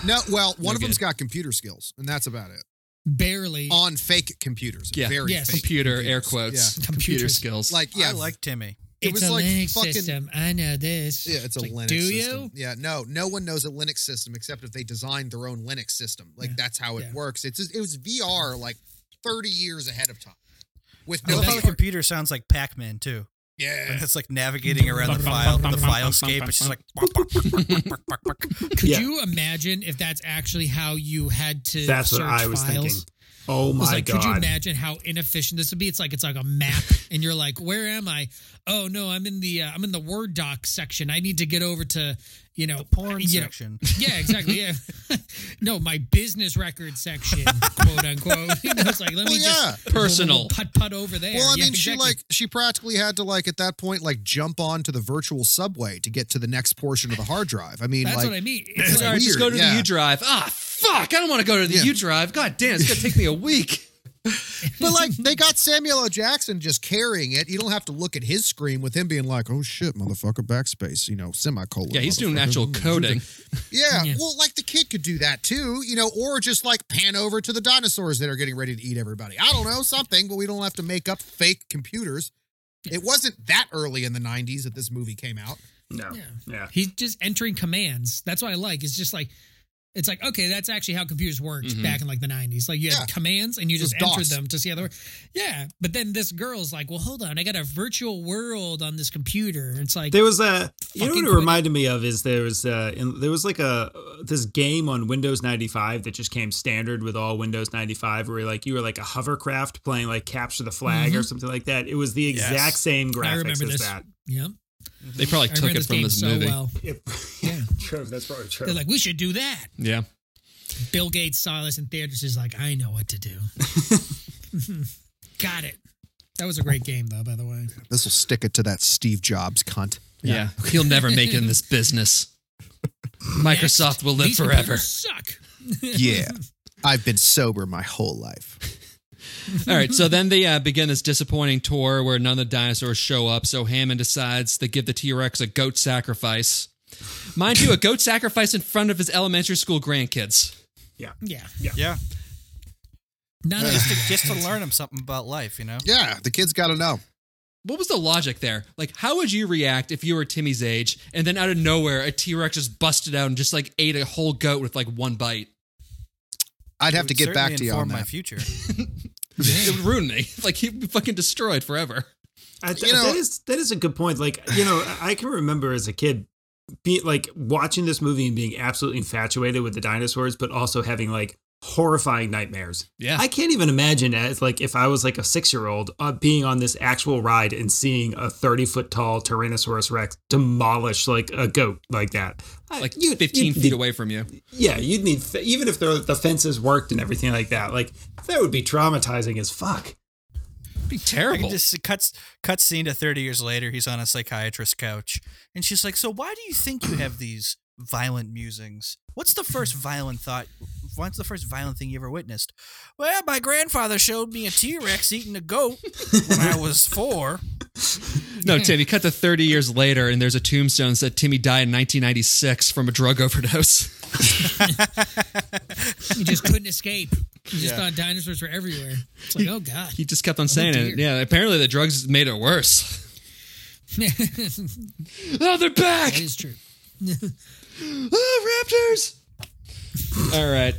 Speaker 3: No, well, one of
Speaker 1: good.
Speaker 3: them's got computer skills, and that's about it.
Speaker 4: Barely.
Speaker 3: On fake computers,
Speaker 1: Yeah.
Speaker 3: very
Speaker 4: Yes.
Speaker 3: fake.
Speaker 1: Computer air quotes.
Speaker 4: Yeah.
Speaker 1: Computer
Speaker 4: Computers.
Speaker 1: skills.
Speaker 3: Like yeah,
Speaker 2: I like Timmy.
Speaker 3: it was like fucking-
Speaker 4: I know this.
Speaker 3: Yeah, it's a Linux
Speaker 4: like, Do
Speaker 3: system.
Speaker 4: you?
Speaker 3: Yeah, no, no one knows a Linux system except if they designed their own Linux system. Like that's how it
Speaker 4: Yeah.
Speaker 3: works. It's it was VR like 30 years ahead of time. With
Speaker 2: I
Speaker 3: no
Speaker 2: love how the computer sounds like Pac-Man too.
Speaker 3: yeah.
Speaker 2: It's like navigating around the file the filescape. It's just like
Speaker 4: Could
Speaker 5: Yeah.
Speaker 4: you imagine if that's actually how you had to?
Speaker 5: That's what
Speaker 4: search
Speaker 5: I was
Speaker 4: files?
Speaker 5: thinking. Oh
Speaker 4: It's
Speaker 5: my
Speaker 4: like,
Speaker 5: god.
Speaker 4: could you imagine how inefficient this would be? It's like it's like a map, and you're like, "Where am I? Oh no, I'm in the uh, I'm in the Word doc section. I need to get over to, you know,
Speaker 2: porn
Speaker 4: you know-
Speaker 2: section.
Speaker 4: yeah, exactly. Yeah, no, my business record section, quote unquote. You know, it's like let
Speaker 3: Well,
Speaker 4: me just
Speaker 3: yeah.
Speaker 1: Personal.
Speaker 4: putt putt over there.
Speaker 3: Well, I
Speaker 4: Yeah,
Speaker 3: mean, she
Speaker 4: exactly.
Speaker 3: like she practically had to like at that point like jump onto the virtual subway to get to the next portion of the hard drive. I mean,
Speaker 4: that's
Speaker 3: like
Speaker 4: what I mean.
Speaker 3: it's
Speaker 4: It's
Speaker 1: all
Speaker 4: like,
Speaker 1: right. Just go
Speaker 3: weird,
Speaker 1: to
Speaker 3: yeah.
Speaker 1: the U drive. Ah, fuck! I don't want to go to the
Speaker 3: Yeah.
Speaker 1: U drive. God damn! It's gonna take me a week.
Speaker 3: but like they got Samuel L. Jackson just carrying it. You don't have to look at his screen with him being like, "Oh shit, motherfucker, backspace," you know, semicolon.
Speaker 1: Yeah, he's doing
Speaker 3: motherfucker.
Speaker 1: actual coding.
Speaker 3: Yeah,
Speaker 4: Yeah.
Speaker 3: well, like the kid could do that too, you know, or just like pan over to the dinosaurs that are getting ready to eat everybody. I don't know, something, but we don't have to make up fake computers. It wasn't that early in the 90s that this movie came out.
Speaker 5: No. Yeah.
Speaker 4: He's just entering commands. That's what I like. It's just like it's like okay, that's actually how computers worked
Speaker 1: Mhm.
Speaker 4: back in like the nineties. Like you had
Speaker 3: Yeah.
Speaker 4: commands and you
Speaker 3: It was
Speaker 4: just entered
Speaker 3: DOS.
Speaker 4: them to see how they work. Yeah, but then this girl's like, well, hold on, I got a virtual world on this computer. It's like
Speaker 5: There was a you know
Speaker 4: Fucking
Speaker 5: what it
Speaker 4: quit.
Speaker 5: reminded me of is there was uh in, there was like a this game on Windows 95 that just came standard with all Windows 95 where like you were like a hovercraft playing like capture the flag or something like that. It was the exact
Speaker 2: Yes.
Speaker 5: same
Speaker 4: Mm-hmm. I
Speaker 5: graphics
Speaker 4: remember
Speaker 5: as
Speaker 4: this.
Speaker 5: that.
Speaker 4: Yeah,
Speaker 1: They probably
Speaker 4: I
Speaker 1: took
Speaker 4: remember
Speaker 1: it
Speaker 4: this
Speaker 1: from
Speaker 4: game
Speaker 1: this
Speaker 4: so
Speaker 1: movie.
Speaker 4: well.
Speaker 5: It-
Speaker 4: Yeah,
Speaker 5: true. That's probably true.
Speaker 4: They're like, we should do that.
Speaker 1: Yeah.
Speaker 4: Bill Gates saw this in theaters. Is like, I know what to do. Got it. That was a great game, though. By the way,
Speaker 3: This will stick it to that Steve Jobs cunt.
Speaker 1: Yeah. He'll never make it in this business. Microsoft will live
Speaker 4: These
Speaker 1: forever.
Speaker 4: computers Suck.
Speaker 3: Yeah. I've been sober my whole life.
Speaker 1: All right, so then they uh, begin this disappointing tour where none of the dinosaurs show up. So Hammond decides to give the T Rex a goat sacrifice. Mind you, a goat sacrifice in front of his elementary school grandkids.
Speaker 4: Yeah.
Speaker 2: Yeah.
Speaker 4: Not only
Speaker 2: Just to, just to learn him something about life, you know?
Speaker 3: Yeah, the kids got to know.
Speaker 1: What was the logic there? Like, how would you react if you were Timmy's age and then out of nowhere a T Rex just busted out and just like ate a whole goat with like one bite?
Speaker 3: I'd
Speaker 2: It
Speaker 3: have to
Speaker 2: would
Speaker 3: get back
Speaker 2: certainly
Speaker 3: to you
Speaker 2: inform
Speaker 3: on
Speaker 2: my
Speaker 3: that.
Speaker 2: future.
Speaker 1: It would ruin me. Like, he'd be fucking destroyed forever.
Speaker 5: I, th-
Speaker 3: You know-
Speaker 5: that is that is a good point. Like you know, I- I can remember as a kid, be like watching this movie and being absolutely infatuated with the dinosaurs, but also having like horrifying nightmares.
Speaker 1: Yeah.
Speaker 5: I can't even imagine as like if I was like a six year old uh, being on this actual ride and seeing a thirty foot tall Tyrannosaurus Rex demolish like a goat like that. I-
Speaker 1: like
Speaker 5: you'd-
Speaker 1: 15
Speaker 5: you'd
Speaker 1: feet
Speaker 5: need-
Speaker 1: away from you.
Speaker 5: Yeah, you'd need fe- even if the, the fences worked and everything like that. Like that would be traumatizing as fuck.
Speaker 1: It'd be
Speaker 2: I can
Speaker 1: terrible.
Speaker 2: just it cuts cut scene to 30 years later. He's on a psychiatrist's couch, and she's like, "So why do you think you have these violent musings? What's the first violent thought? What's the first violent thing you ever witnessed?" Well, my grandfather showed me a T Rex eating a goat when I was four.
Speaker 4: Mm.
Speaker 1: No, Tim, you cut to 30 years later and there's a tombstone that said Timmy died in 1996 from a drug overdose.
Speaker 4: you just couldn't escape. You just thought dinosaurs were everywhere. It's like, oh god.
Speaker 1: He just kept on saying it.
Speaker 4: dear.
Speaker 1: Yeah, apparently the drugs made it worse.
Speaker 4: that
Speaker 1: Oh, they're back!
Speaker 4: is true.
Speaker 1: Oh, raptors! All right.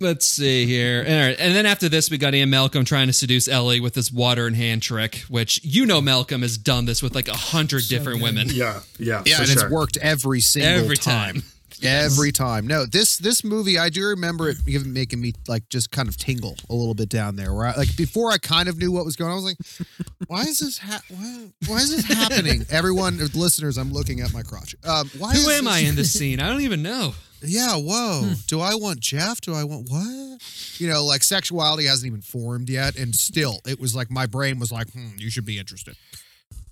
Speaker 1: Let's see here. All right. And then after this, we got Ian Malcolm trying to seduce Ellie with this water in hand trick, which you know Malcolm has done this with like a hundred different women.
Speaker 5: Yeah, yeah,
Speaker 3: Yeah, and it's worked every single
Speaker 1: Every
Speaker 3: time.
Speaker 1: time.
Speaker 3: Every time. No, this this movie, I do remember it even making me like just kind of tingle a little bit down there. Where I, like before, I kind of knew what was going. on. I was like, why is this? Ha- why, why is this happening? Everyone, listeners, I'm looking at my crotch. Um, why is
Speaker 1: Who am
Speaker 3: this-
Speaker 1: I in this scene? I don't even know.
Speaker 3: Yeah. Whoa.
Speaker 2: Hmm.
Speaker 3: Do I want Jeff? Do I want what? You know, like sexuality hasn't even formed yet, and still, it was like my brain was like, hmm, you should be interested.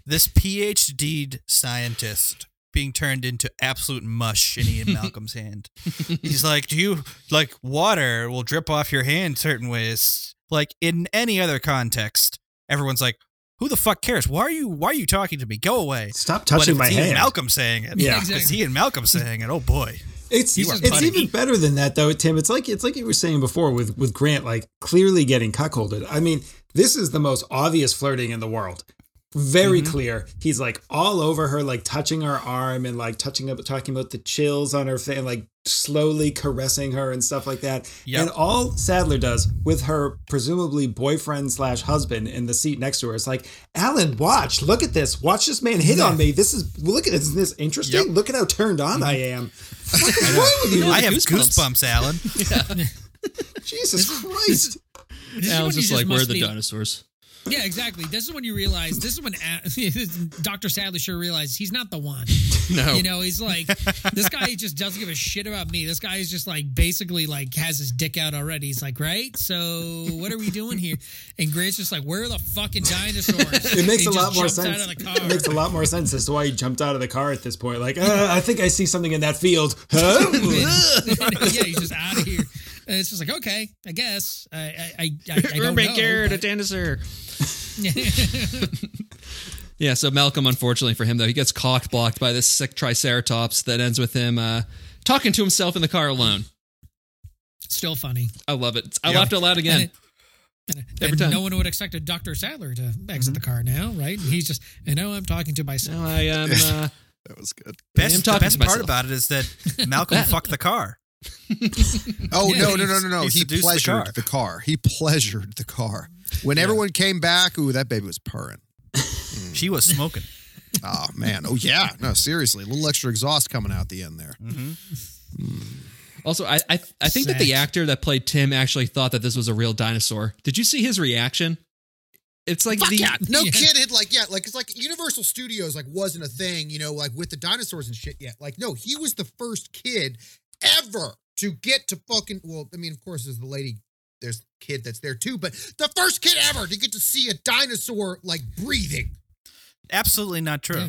Speaker 2: This PhD scientist being turned into absolute mush in Ian Malcolm's hand. He's like, "Do you like water will drip off your hand certain ways? Like in any other context, everyone's like, "Who the fuck cares? Why are you why are you talking to me? Go away."
Speaker 5: Stop
Speaker 2: But
Speaker 5: touching
Speaker 2: if
Speaker 5: my
Speaker 2: it's Ian
Speaker 5: hand.
Speaker 2: Malcolm saying it.
Speaker 5: Yeah.
Speaker 2: if it's
Speaker 4: Exactly.
Speaker 2: Ian Malcolm saying it. Oh boy.
Speaker 5: It's
Speaker 2: You are
Speaker 5: it's
Speaker 2: funny.
Speaker 5: even better than that though, Tim. It's like it's like you were saying before with with Grant, like clearly getting cuckolded. I mean, this is the most obvious flirting in the world. Very
Speaker 4: Mm-hmm.
Speaker 5: clear. He's like all over her, like touching her arm and like touching up, talking about the chills on her face, and like slowly caressing her and stuff like that.
Speaker 2: Yep.
Speaker 5: And all Sadler does with her presumably boyfriend slash husband in the seat next to her is like, Alan, watch, look at this, watch this man hit on me. This is look at isn't this interesting? Look at how turned on
Speaker 4: Mm-hmm.
Speaker 5: I am. What is wrong with you?
Speaker 2: I have
Speaker 1: goosebumps.
Speaker 2: goosebumps, Alan.
Speaker 5: Jesus Christ.
Speaker 4: This is when
Speaker 1: Alan's
Speaker 4: you
Speaker 1: just like,
Speaker 4: must
Speaker 1: where are the
Speaker 4: be-
Speaker 1: dinosaurs?
Speaker 4: Yeah, exactly. This is when you realize. This is when Doctor Sadler sure realizes he's not the one.
Speaker 1: No.
Speaker 4: You know, he's like, this guy just doesn't give a shit about me. This guy is just like basically like has his dick out already. He's like, right? So what are we doing here? And Grant's just like, where are the fucking dinosaurs?
Speaker 5: It makes
Speaker 4: And
Speaker 5: a
Speaker 4: he
Speaker 5: lot
Speaker 4: just
Speaker 5: more
Speaker 4: jumps Out
Speaker 5: sense.
Speaker 4: of the
Speaker 5: It
Speaker 4: car.
Speaker 5: makes a lot more sense as to why he jumped out of the car at this point. Like, uh, I think I see something in that field. Huh?
Speaker 4: yeah, he's just out of here. And it's just like, okay, I guess. I I I, I, I don't know.
Speaker 1: Garrett, a
Speaker 4: but-
Speaker 1: dinosaur. Yeah, so Malcolm, unfortunately for him, though, he gets cock blocked by this sick triceratops that ends with him uh, talking to himself in the car alone.
Speaker 4: Still funny.
Speaker 1: I love it. I laughed out loud
Speaker 4: And
Speaker 1: again.
Speaker 4: it- And,
Speaker 1: Every
Speaker 4: and
Speaker 1: time. Mm-hmm.
Speaker 4: no one would expect a Dr. Sadler to exit the car now, right? And he's just, I know I'm talking to myself.
Speaker 1: Now I am. Uh,
Speaker 3: That was good.
Speaker 1: I am
Speaker 2: Best, the
Speaker 1: talking
Speaker 2: best
Speaker 1: to
Speaker 2: part
Speaker 1: myself.
Speaker 2: about it is that Malcolm fucked the car.
Speaker 3: Oh
Speaker 4: Yeah,
Speaker 3: no,
Speaker 4: he-
Speaker 3: no, no, no, no!
Speaker 2: he
Speaker 3: He,
Speaker 2: seduced the
Speaker 3: pleasured
Speaker 2: car.
Speaker 3: the car. He pleasured the car. When everyone came back, ooh, that baby was purring.
Speaker 2: She was smoking.
Speaker 3: Oh man, oh yeah, no, seriously, a little extra exhaust coming out the end there.
Speaker 2: Mm-hmm.
Speaker 1: Also, I I, I think that the
Speaker 4: Sex.
Speaker 1: actor that played Tim actually thought that this was a real dinosaur. Did you see his reaction? It's like
Speaker 6: Fuck
Speaker 1: the
Speaker 6: yeah. No
Speaker 4: Yeah.
Speaker 6: kid had like yeah, like it's like Universal Studios like wasn't a thing, you know, like with the dinosaurs and shit yet. Like no, he was the first kid ever to get to fucking well, I mean, of course there's the lady there's the kid that's there too, but the first kid ever to get to see a dinosaur like breathing.
Speaker 2: Absolutely not true.
Speaker 4: Yeah.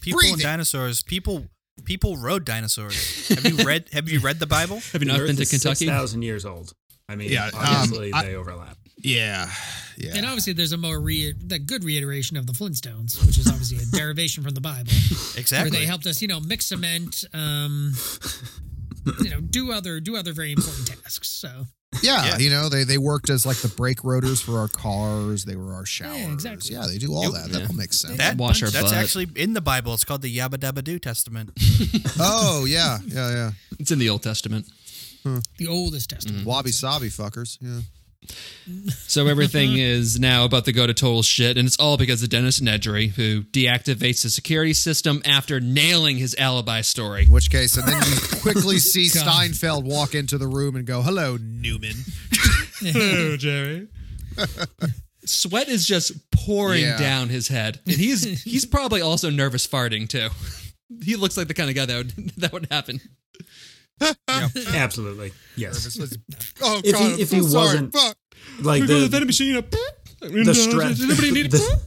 Speaker 2: People and
Speaker 6: Breathing.
Speaker 2: dinosaurs. People people rode dinosaurs. have you read Have you read the Bible?
Speaker 1: Have you not been to Kentucky?
Speaker 5: Thousand years old. I mean,
Speaker 3: Yeah, um,
Speaker 5: obviously
Speaker 3: I-
Speaker 5: they overlap.
Speaker 3: Yeah. Yeah.
Speaker 4: And obviously, there's a more re- the good reiteration of the Flintstones, which is obviously a derivation from the Bible, where
Speaker 2: Exactly.
Speaker 4: they helped us, you know, mix cement, um, you know, do other do other very important tasks. So
Speaker 3: yeah,
Speaker 2: Yeah.
Speaker 3: You know, they they worked as like the brake rotors for our cars. They were our showers. Yeah,
Speaker 4: exactly.
Speaker 3: they do all
Speaker 2: Yep.
Speaker 3: that. That all makes sense.
Speaker 2: that,
Speaker 1: Wash our
Speaker 2: that's
Speaker 1: butt.
Speaker 2: actually in the Bible. It's called the Yabba Dabba Doo Testament.
Speaker 3: oh yeah, yeah, yeah.
Speaker 1: It's in the Old Testament.
Speaker 4: the oldest testament.
Speaker 3: Wabi sabi fuckers. Yeah.
Speaker 1: So everything is now about to go to total shit, and it's all because of Dennis Nedry, who deactivates the security system after nailing his alibi story.
Speaker 3: In which case, and then you quickly see
Speaker 4: God.
Speaker 3: Steinfeld walk into the room and go, "Hello, Newman."
Speaker 1: Hello, Jerry. Sweat is just pouring
Speaker 3: Yeah.
Speaker 1: down his head, and he's he's probably also nervous farting too. He looks like the kind of guy that would that would happen.
Speaker 5: Absolutely. Yes.
Speaker 3: Oh
Speaker 5: If he- if he wasn't-
Speaker 3: Fuck.
Speaker 5: Like the,
Speaker 1: machine. uh,
Speaker 5: the stress. the,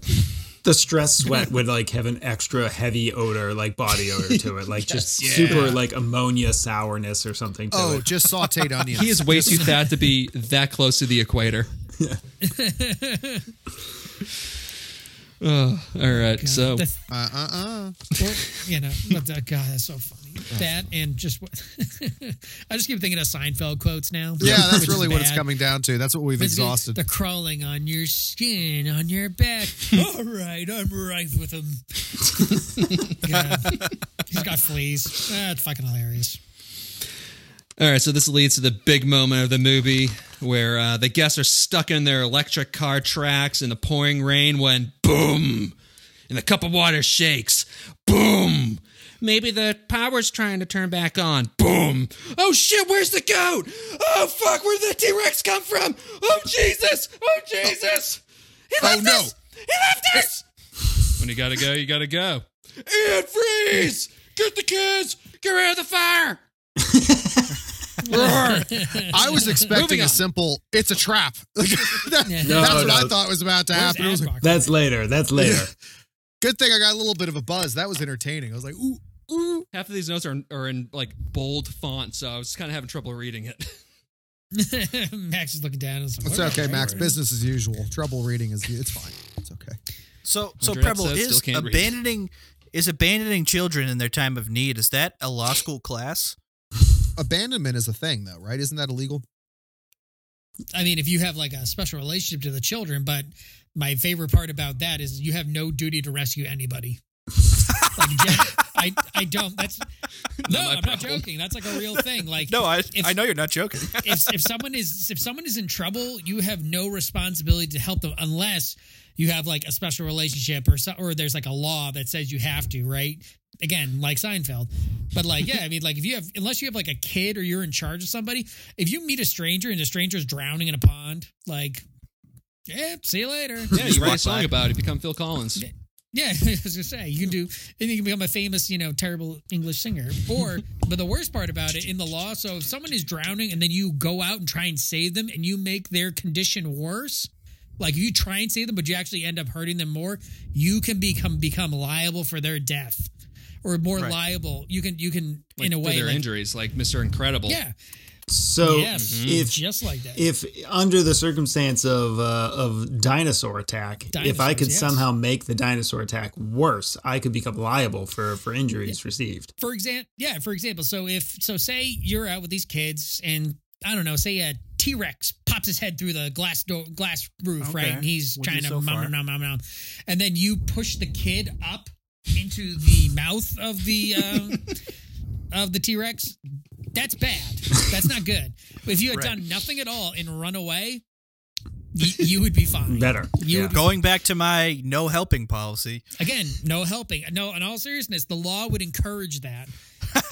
Speaker 5: the stress sweat would like have an extra heavy odor, like body odor to it, like just super like ammonia sourness or something to
Speaker 3: Oh,
Speaker 5: it.
Speaker 3: just sautéed onions.
Speaker 1: He is way too fat to be that close to the equator. Oh, all right. So
Speaker 4: The-
Speaker 3: Uh, uh, uh.
Speaker 4: Or, you know, but uh, God, that's so funny. That and just what I just keep thinking of Seinfeld quotes now.
Speaker 3: Yeah,
Speaker 4: which
Speaker 3: that's
Speaker 4: is
Speaker 3: really what it's
Speaker 4: bad.
Speaker 3: coming down to. That's what we've
Speaker 4: Basically,
Speaker 3: exhausted.
Speaker 4: They're crawling on your skin, on your back. All right, I'm rife with them. God. He's got fleas. That's fucking hilarious.
Speaker 1: All right, so this leads to the big moment of the movie where uh, the guests are stuck in their electric car tracks in the pouring rain when boom, and the cup of water shakes. Boom. Maybe the power's trying to turn back on. Boom. Oh shit, where's the goat? Oh fuck, where did the T Rex come from? Oh Jesus! Oh Jesus! He left
Speaker 3: no.
Speaker 1: us! He left us! Oh, When you gotta go, you gotta go. And freeze! Get the kids! Get rid of the fire! Roar!
Speaker 3: I was expecting
Speaker 1: Moving
Speaker 3: a
Speaker 1: on.
Speaker 3: simple. It's a trap. That-
Speaker 4: No,
Speaker 3: that's what
Speaker 5: no.
Speaker 3: I thought was about to happen. It was like,
Speaker 4: Adbrock.
Speaker 5: That's later. That's later.
Speaker 3: good thing I got a little bit of a buzz. That was entertaining. I was like, ooh, ooh.
Speaker 1: Half of these notes are in, are in like bold font, so I was kind of having trouble reading it.
Speaker 4: Max is looking down. and is like,
Speaker 3: It's
Speaker 4: "What
Speaker 3: okay,
Speaker 4: the
Speaker 3: Max.
Speaker 4: heck?"
Speaker 3: Business as usual. Trouble reading is it's fine. It's okay.
Speaker 2: So so
Speaker 1: Hundred
Speaker 2: Preble
Speaker 1: episodes,
Speaker 2: is
Speaker 1: still can't read.
Speaker 2: abandoning is abandoning children in their time of need. Is that a law school class?
Speaker 3: Abandonment is a thing, though, right? Isn't that illegal?
Speaker 4: I mean, if you have like a special relationship to the children, but my favorite part about that is you have no duty to rescue anybody. like, yeah, I, I don't. That's no,
Speaker 1: my
Speaker 4: I'm not
Speaker 1: problem.
Speaker 4: joking. That's like a real thing. Like,
Speaker 2: I
Speaker 4: If- I know
Speaker 2: you're not joking.
Speaker 4: if, if someone is if someone is in trouble, you have no responsibility to help them unless you have like a special relationship or so, or there's like a law that says you have to, right? Again, like Seinfeld, but like yeah, I mean, like if you have unless you have like a kid or you're in charge of somebody, if you meet a stranger and the stranger's drowning in a pond, like yeah, see you later.
Speaker 1: Yeah, you write a
Speaker 2: walk
Speaker 1: song
Speaker 2: by.
Speaker 1: about it, become Phil Collins.
Speaker 4: Yeah, I was gonna say you can do, and you can become a famous, you know, terrible English singer. Or, but the worst part about it in the law, so if someone is drowning and then you go out and try and save them, and you make their condition worse, like if you try and save them, but you actually end up hurting them more, you can become become liable for their death, or more
Speaker 2: Right.
Speaker 4: liable. You can you can
Speaker 1: Like,
Speaker 4: in a
Speaker 1: for
Speaker 4: way,
Speaker 1: their
Speaker 4: like-
Speaker 1: injuries, like Mr. Incredible.
Speaker 4: yeah,
Speaker 5: So
Speaker 4: yes,
Speaker 5: if
Speaker 4: just like that.
Speaker 5: if under the circumstance of uh, of dinosaur attack, if I
Speaker 4: Dinosaurs,
Speaker 5: could
Speaker 4: yes.
Speaker 5: somehow make the dinosaur attack worse, I could become liable for for injuries received.
Speaker 4: for example, yeah, for example, so if so, say you're out with these kids, and I don't know, say a T Rex pops his head through the glass door, glass roof,
Speaker 2: Okay.
Speaker 4: right, and he's
Speaker 2: With
Speaker 4: trying
Speaker 2: you so
Speaker 4: to nom,
Speaker 2: far.
Speaker 4: nom, nom, nom, and then you push the kid up into the mouth of the um, of the T Rex. That's bad. That's not good. If you had
Speaker 2: Right.
Speaker 4: done nothing at all and run away, y- you would be fine.
Speaker 5: Better.
Speaker 4: You
Speaker 5: Yeah.
Speaker 4: would
Speaker 2: Going back to my no helping policy.
Speaker 4: Again, no helping. No, in all seriousness, the law would encourage that.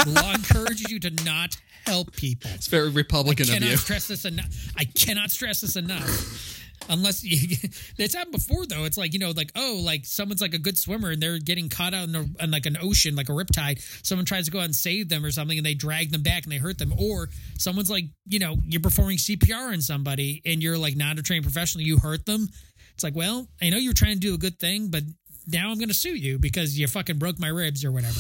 Speaker 4: The law encourages you to not help people.
Speaker 1: It's very Republican of
Speaker 4: Cannot
Speaker 1: you.
Speaker 4: stress this enough. I cannot stress this enough. Unless you, it's happened before though. It's like you know, like oh, like someone's like a good swimmer and they're getting caught out in, a, in like an ocean, like a riptide. Someone tries to go out and save them or something, and they drag them back and they hurt them. Or someone's like, you know, you're performing CPR on somebody and you're like not a trained professional, you hurt them. It's like, well, I know you're trying to do a good thing, but now I'm going to sue you because you fucking broke my ribs or whatever.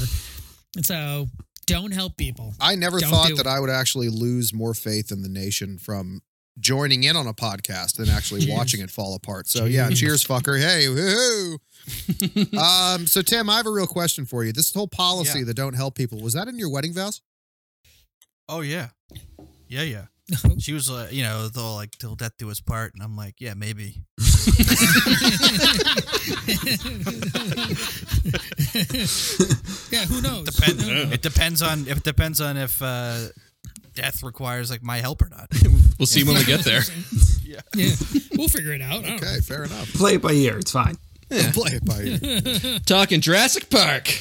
Speaker 4: And so, don't help people.
Speaker 3: I never
Speaker 4: Don't
Speaker 3: thought
Speaker 4: do
Speaker 3: that
Speaker 4: it.
Speaker 3: I would actually lose more faith in the nation from joining in on a podcast than actually watching it fall apart. So yeah, cheers, fucker. Hey, woo. um, so Tim, I have a real question for you. This whole policy
Speaker 2: Yeah.
Speaker 3: that don't help people was that in your wedding vows?
Speaker 2: Oh yeah, yeah, yeah. She was like, you know, the whole, like till death do us part, and I'm like, yeah, maybe.
Speaker 4: yeah, who knows?
Speaker 2: Depend- it depends on it depends on if uh, death requires like my help or not.
Speaker 1: We'll see when we get there.
Speaker 2: yeah.
Speaker 4: Yeah, we'll figure it out. I don't know.
Speaker 3: Okay, fair enough.
Speaker 5: Play it by ear. It's fine.
Speaker 3: Play it by ear.
Speaker 1: Talking Jurassic Park.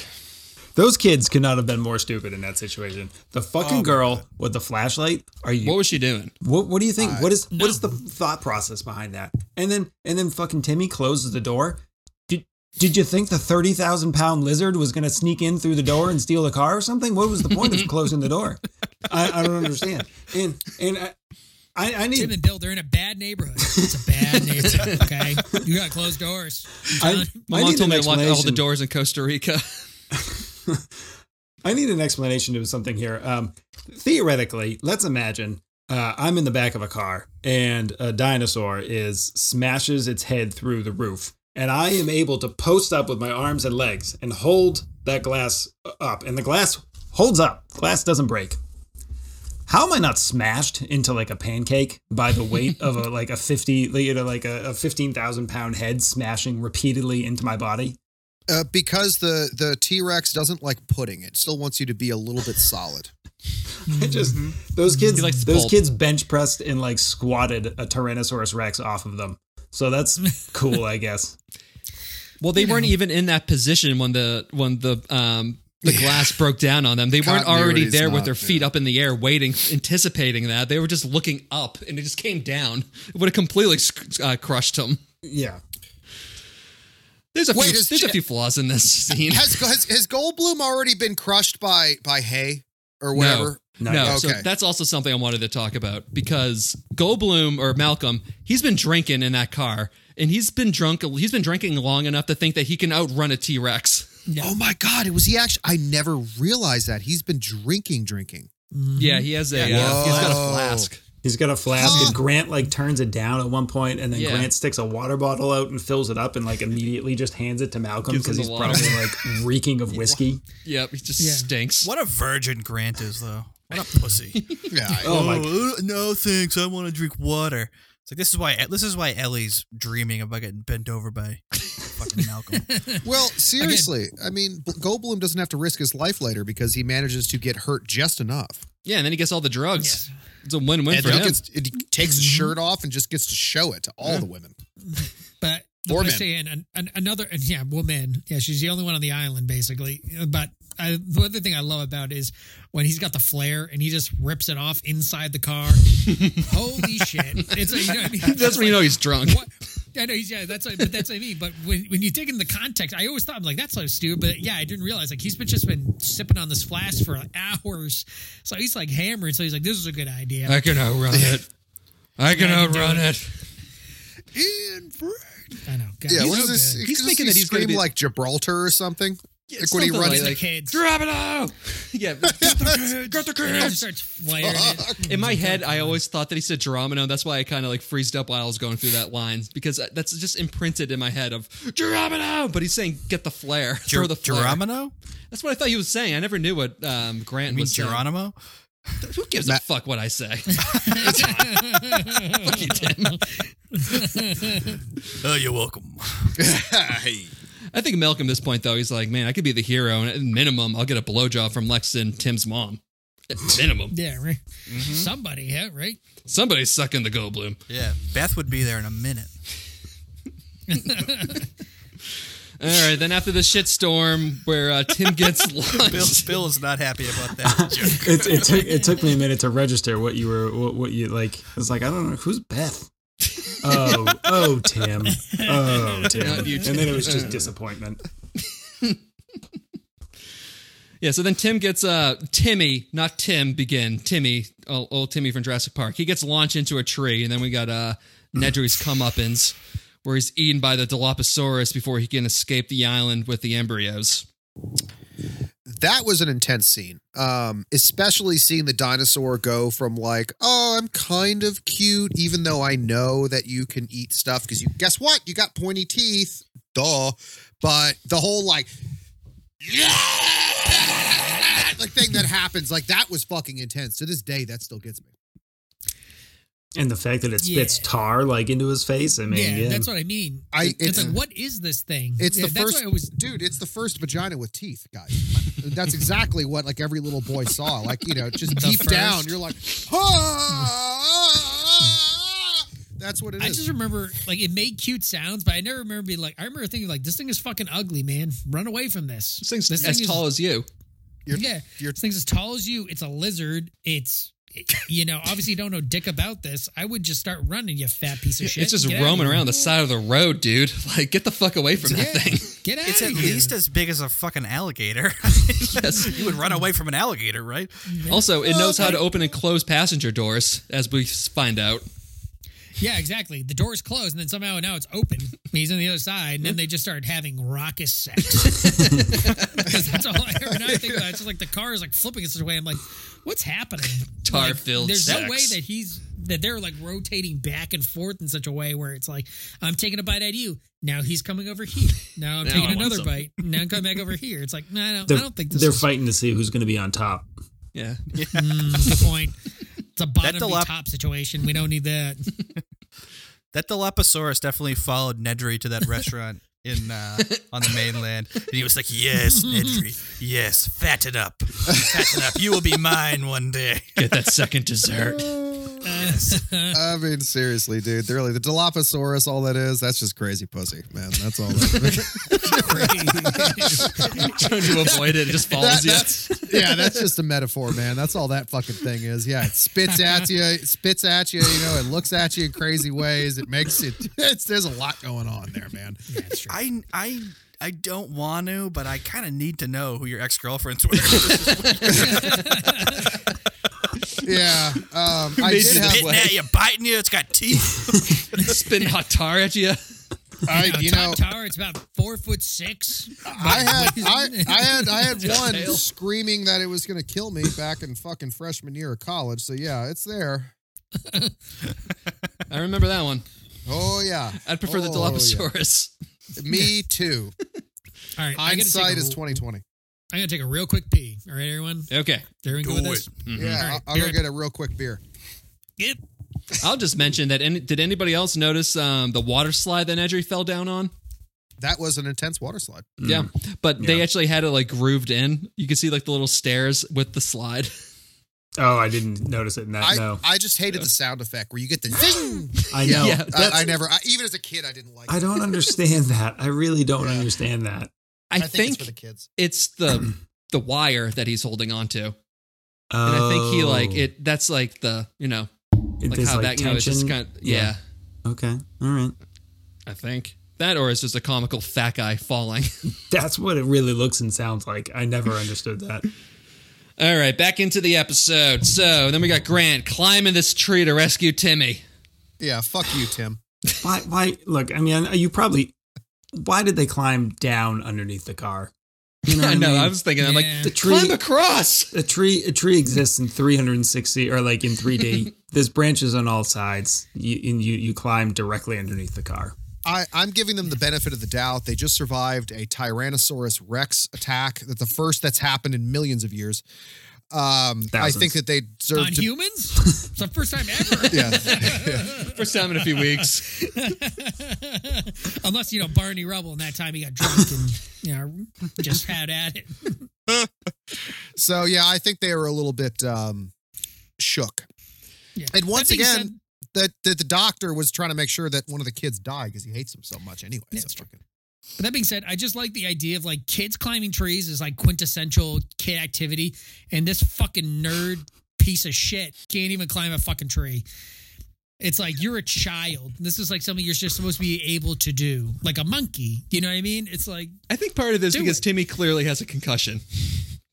Speaker 5: Those kids could not have been more stupid in that situation. The fucking girl with the flashlight. Are you?
Speaker 1: Oh What was she doing?
Speaker 5: What What do you think? what is What is the thought process behind that? And then and then fucking Timmy closes the door. Did Did you think the thirty thousand pound lizard was going to sneak in through the door and steal the car or something? What was the point of closing the door? I, I don't understand. And and I I, I
Speaker 4: Tim
Speaker 5: need
Speaker 4: and Bill, they're in a bad neighborhood. It's a bad neighborhood. Okay, you got closed doors.
Speaker 5: I,
Speaker 1: My
Speaker 5: I
Speaker 1: mom
Speaker 5: need
Speaker 1: told
Speaker 5: an
Speaker 1: me to lock all the
Speaker 5: explanation.
Speaker 1: doors in Costa Rica.
Speaker 5: I need an explanation to something here. Um, theoretically, let's imagine uh, I'm in the back of a car and a dinosaur is smashes its head through the roof, and I am able to post up with my arms and legs and hold that glass uh, up, and the glass holds up. Glass doesn't break. How am I not smashed into like a pancake by the weight of a like a fifty, you know, like a, a fifteen thousand pound head smashing repeatedly into my body?
Speaker 3: Uh, because the the T Rex doesn't like pudding. It still wants you to be a little bit solid.
Speaker 5: I just those kids
Speaker 1: He likes
Speaker 5: those
Speaker 1: pulp.
Speaker 5: kids bench pressed and like squatted a Tyrannosaurus Rex off of them. So that's cool, I guess.
Speaker 1: Well, they weren't even in that position when the when the um the glass broke down on them. They weren't already
Speaker 3: Continuity's
Speaker 1: there with
Speaker 3: not
Speaker 1: their feet up in the air, waiting, anticipating that. They were just looking up, and it just came down. It would have completely sc- uh, crushed them.
Speaker 5: Yeah.
Speaker 1: There's a
Speaker 3: Wait,
Speaker 1: few,
Speaker 3: is
Speaker 1: there's a
Speaker 3: Ch-
Speaker 1: few flaws in this scene.
Speaker 3: Has has, has Goldblum already been crushed by by hay or whatever?
Speaker 1: No,
Speaker 3: no.
Speaker 1: so
Speaker 3: Okay.
Speaker 1: that's also something I wanted to talk about because Goldblum or Malcolm, he's been drinking in that car, and he's been drunk. He's been drinking long enough to think that he can outrun a T Rex.
Speaker 3: Oh my God! It was he actually. I never realized that he's been drinking, drinking.
Speaker 1: Mm-hmm. Yeah, he has a uh, he's got a
Speaker 3: Whoa.
Speaker 1: flask.
Speaker 5: He's got a flask and Grant like turns it down at one point and then
Speaker 1: Yeah.
Speaker 5: Grant sticks a water bottle out and fills it up and like immediately just hands it to Malcolm
Speaker 1: Gives him
Speaker 5: because
Speaker 1: the
Speaker 5: he's
Speaker 1: water.
Speaker 5: probably like reeking of whiskey.
Speaker 1: Yep, he just
Speaker 4: Yeah.
Speaker 1: stinks.
Speaker 2: What a virgin Grant is though. What a pussy.
Speaker 3: Yeah. I-
Speaker 5: Oh my
Speaker 2: uh, no thanks. I want to drink water. It's like this is why eh, this is why Ellie's dreaming about getting bent over by fucking Malcolm.
Speaker 3: Well, seriously, I mean, B- Goldblum doesn't have to risk his life later because he manages to get hurt just enough.
Speaker 1: Yeah, and then he gets all the drugs. It's a win-win
Speaker 3: and
Speaker 1: for
Speaker 3: he,
Speaker 1: him. Mm-hmm.
Speaker 3: gets, he takes his shirt off and just gets to show it to all the women.
Speaker 4: But
Speaker 3: Or
Speaker 4: I'm
Speaker 3: men.
Speaker 4: saying an, an, another, and yeah, woman. Yeah, she's the only one on the island basically. But I, the other thing I love about it is when he's got the flare and he just rips it off inside the car. Holy shit! It's like, you know what I mean?
Speaker 1: That's when you know he's drunk.
Speaker 4: What? I know, he's- yeah, that's what, but that's what I mean. But when, when you take in the context, I always thought I'm like that's so stupid. But yeah, I didn't realize like he's been just been sipping on this flask for hours, so he's like hammered. So he's like, this is a good idea.
Speaker 1: I can outrun it. I can
Speaker 4: Yeah, I can do
Speaker 1: outrun
Speaker 4: it.
Speaker 1: it.
Speaker 4: I know. God,
Speaker 3: Yeah,
Speaker 4: he's
Speaker 3: what
Speaker 4: so
Speaker 3: is this?
Speaker 4: good.
Speaker 1: He's
Speaker 3: does
Speaker 1: thinking
Speaker 3: he
Speaker 1: that he's gonna
Speaker 3: scream
Speaker 1: be-
Speaker 3: like Gibraltar or something. like when he
Speaker 4: something
Speaker 3: runs,
Speaker 4: like
Speaker 3: like,
Speaker 4: that. kids.
Speaker 1: Geronimo! Yeah, get the kids! Get the
Speaker 4: He just
Speaker 1: kids!
Speaker 4: starts flaring it.
Speaker 1: In my head, I always thought that he said Geronimo. That's why I kind of like freezed up while I was going through that line because that's just imprinted in my head of Geronimo. But he's saying get the flare, throw the flare.
Speaker 2: Geronimo?
Speaker 1: That's what I thought he was saying. I never knew what um, Grant
Speaker 2: You mean
Speaker 1: was saying.
Speaker 2: Geronimo?
Speaker 1: Who gives a fuck what I say?
Speaker 2: Oh, you're welcome.
Speaker 1: I think Malcolm, at this point though, he's like, man, I could be the hero, and at minimum, I'll get a blowjob from Lexington Tim's mom. At minimum,
Speaker 4: Yeah, right. Somebody, yeah, right.
Speaker 1: somebody's sucking the Goldblum.
Speaker 2: Yeah, Beth would be there in a minute.
Speaker 1: All right, then after the shitstorm where uh, Tim gets launched,
Speaker 2: Bill, Bill is not happy about that.
Speaker 5: It, it took it took me a minute to register what you were what, what you like. It's like I don't know who's Beth. Oh, Oh, Tim. Oh, Tim.
Speaker 1: Not you,
Speaker 5: And then it was just disappointment.
Speaker 1: Yeah, so then Tim gets uh Timmy, not Tim, begin Timmy, old, old Timmy from Jurassic Park. He gets launched into a tree, and then we got uh Nedry's comeuppance, where he's eaten by the Dilophosaurus before he can escape the island with the embryos.
Speaker 3: that was an intense scene. Um, especially seeing the dinosaur go from like, oh, I'm kind of cute, even though I know that you can eat stuff because you guess what? You got pointy teeth, duh. But the whole like, like thing that happens, like that was fucking intense. To this day, that still gets me.
Speaker 5: And the fact that it spits
Speaker 4: Yeah.
Speaker 5: tar like into his face. I mean,
Speaker 4: yeah,
Speaker 5: yeah,
Speaker 4: that's what I mean.
Speaker 3: I-
Speaker 4: it's,
Speaker 3: it's-
Speaker 4: like, what is this thing?
Speaker 3: It's
Speaker 4: Yeah,
Speaker 3: the
Speaker 4: that's
Speaker 3: first
Speaker 4: why it was.
Speaker 3: dude. It's the first vagina with teeth, guys. That's exactly what like every little boy saw. Like you know, just deep
Speaker 4: first.
Speaker 3: down, you're like, ah! that's what it
Speaker 4: I
Speaker 3: is.
Speaker 4: just remember like it made cute sounds, but I never remember being like. I remember thinking like, this thing is fucking ugly, man. Run away from this.
Speaker 1: This thing's
Speaker 4: This
Speaker 1: as
Speaker 4: thing is-
Speaker 1: tall as you.
Speaker 3: You're-
Speaker 4: yeah,
Speaker 3: you're-
Speaker 4: this thing's as tall as you. It's a lizard. It's you know, obviously you don't know dick about this. I would just start running, you fat piece of shit.
Speaker 1: It's just
Speaker 4: Get outta
Speaker 1: roaming
Speaker 4: here.
Speaker 1: around the side of the road, dude. Like, get the fuck away from that thing.
Speaker 4: Get out
Speaker 2: It's
Speaker 4: of
Speaker 2: at
Speaker 4: here.
Speaker 2: least as big as a fucking alligator.
Speaker 1: Yes.
Speaker 2: you would run away from an alligator, right?
Speaker 1: Also, it knows how to open and close passenger doors, as we find out.
Speaker 4: Yeah, exactly. The door's closed, and then somehow now it's open. He's on the other side, and then they just started having raucous sex. 'Cause that's all I ever now think about. It's just like the car is like flipping its way. I'm like, what's happening?
Speaker 1: Tar
Speaker 4: Like,
Speaker 1: filled
Speaker 4: There's no
Speaker 1: sex.
Speaker 4: way that he's that they're like rotating back and forth in such a way where it's like I'm taking a bite at you. Now he's coming over here. Now I'm
Speaker 1: Now I
Speaker 4: taking
Speaker 1: want
Speaker 4: another
Speaker 1: some.
Speaker 4: bite. Now I'm coming back over here. It's like no, I don't,
Speaker 5: They're,
Speaker 4: I don't think this
Speaker 5: they're
Speaker 4: is
Speaker 5: fighting to see who's going to be on top.
Speaker 1: Yeah.
Speaker 4: the point. It's a bottom to
Speaker 2: dilap-
Speaker 4: top situation. We don't need that.
Speaker 2: That Dilophosaurus definitely followed Nedry to that restaurant in uh, on the mainland, and he was like, "Yes, Nedry, yes, fatten up, fatten up. You will be mine one day."
Speaker 1: Get that second dessert.
Speaker 3: I mean, seriously, dude. They're like the Dilophosaurus. All that is, that's just crazy pussy, man. That's all. That,
Speaker 1: Trying to avoid it, it just follows
Speaker 3: That-
Speaker 1: you.
Speaker 3: that's, yeah, that's just a metaphor, man. That's all that fucking thing is. Yeah, it spits at you, it spits at you. You know, it looks at you in crazy ways. It makes it. It's, there's a lot going on there, man.
Speaker 2: I, I, I don't want to, but I kind of need to know who your ex girlfriends were.
Speaker 3: Yeah, um, I
Speaker 1: made
Speaker 3: did
Speaker 1: you
Speaker 3: have.
Speaker 1: this way?
Speaker 2: Hitting at you, biting you. It's got teeth.
Speaker 1: Spitting hot tar at you.
Speaker 3: I,
Speaker 4: Now,
Speaker 3: you know,
Speaker 4: top tower. It's about four foot six.
Speaker 3: I had I, I had I had one
Speaker 1: Tail.
Speaker 3: screaming that it was going to kill me back in fucking freshman year of college. So yeah, it's there.
Speaker 1: I remember that one.
Speaker 3: Oh yeah,
Speaker 1: I'd prefer the
Speaker 3: Oh, yeah.
Speaker 1: Dilophosaurus.
Speaker 3: Me too.
Speaker 4: All right, I gotta take
Speaker 3: Hindsight
Speaker 4: a-
Speaker 3: is twenty twenty.
Speaker 4: I'm gonna take a real quick pee. All right, everyone.
Speaker 1: Okay.
Speaker 4: There we go with
Speaker 2: Do
Speaker 4: this.
Speaker 3: Yeah,
Speaker 4: mm-hmm. All right,
Speaker 3: I'll,
Speaker 4: be
Speaker 3: I'll go
Speaker 4: right
Speaker 3: get a real quick beer.
Speaker 4: Yep.
Speaker 1: I'll just mention that. Any, did anybody else notice um, the water slide that Nedry fell down on?
Speaker 3: That was an intense water slide.
Speaker 5: Uh,
Speaker 1: Yeah, but they actually had it like grooved in. You could see like the little stairs with the slide.
Speaker 5: Oh, I didn't notice it in that.
Speaker 3: I,
Speaker 5: no,
Speaker 3: I just hated the sound effect where you get the zing.
Speaker 5: I know.
Speaker 1: Yeah,
Speaker 5: That's-
Speaker 3: I, I never, I, even as a kid, I didn't like.
Speaker 5: I
Speaker 3: it.
Speaker 5: don't understand that. I really don't understand that.
Speaker 1: I,
Speaker 3: I think
Speaker 1: think,
Speaker 3: it's for the kids.
Speaker 1: it's the the wire that he's holding onto, and I think he like
Speaker 5: Oh.
Speaker 1: it. That's like the you know
Speaker 5: It-
Speaker 1: like
Speaker 5: Oh, there's,
Speaker 1: how that you know it's just kind of, yeah,
Speaker 5: Okay. All right.
Speaker 1: I think that or it's just a comical fat guy falling.
Speaker 5: That's what it really looks and sounds like. I never understood that.
Speaker 1: All right, back into the episode. So then we got Grant climbing this tree to rescue Timmy.
Speaker 3: Yeah, fuck you, Tim.
Speaker 5: Why? Why? Look, I mean, you probably. Why did they climb down underneath the car? You know, what
Speaker 1: I know.
Speaker 5: mean?
Speaker 1: I was thinking, I'm like,
Speaker 4: Yeah.
Speaker 5: the tree.
Speaker 1: climb across.
Speaker 5: a tree. A tree exists in 360 or like in 3D. There's branches on all sides. You and you you climb directly underneath the car.
Speaker 3: I, I'm giving them the benefit of the doubt. They just survived a Tyrannosaurus Rex attack. That's the first that's happened in millions of years. Um, I
Speaker 5: Thousands.
Speaker 3: think that they
Speaker 4: On
Speaker 3: deserve to.
Speaker 4: humans, it's the first time ever.
Speaker 1: First time in a few weeks.
Speaker 4: Unless you know Barney Rubble, and that time he got drunk and you know just had at it.
Speaker 3: So yeah, I think they were a little bit um, shook.
Speaker 4: Yeah.
Speaker 3: And once
Speaker 4: That being
Speaker 3: again,
Speaker 4: said-
Speaker 3: that the, the doctor was trying to make sure that one of the kids died because he hates them so much anyway.
Speaker 4: Yeah,
Speaker 3: so
Speaker 4: it's true.
Speaker 3: fucking-
Speaker 4: But that being said, I just like the idea of like kids climbing trees is like quintessential kid activity, and this fucking nerd piece of shit can't even climb a fucking tree. It's like you're a child. This is like something you're just supposed to be able to do, like a monkey. You know what I mean? It's like
Speaker 1: I think part of this
Speaker 4: Do
Speaker 1: because
Speaker 4: it.
Speaker 1: Timmy clearly has a concussion.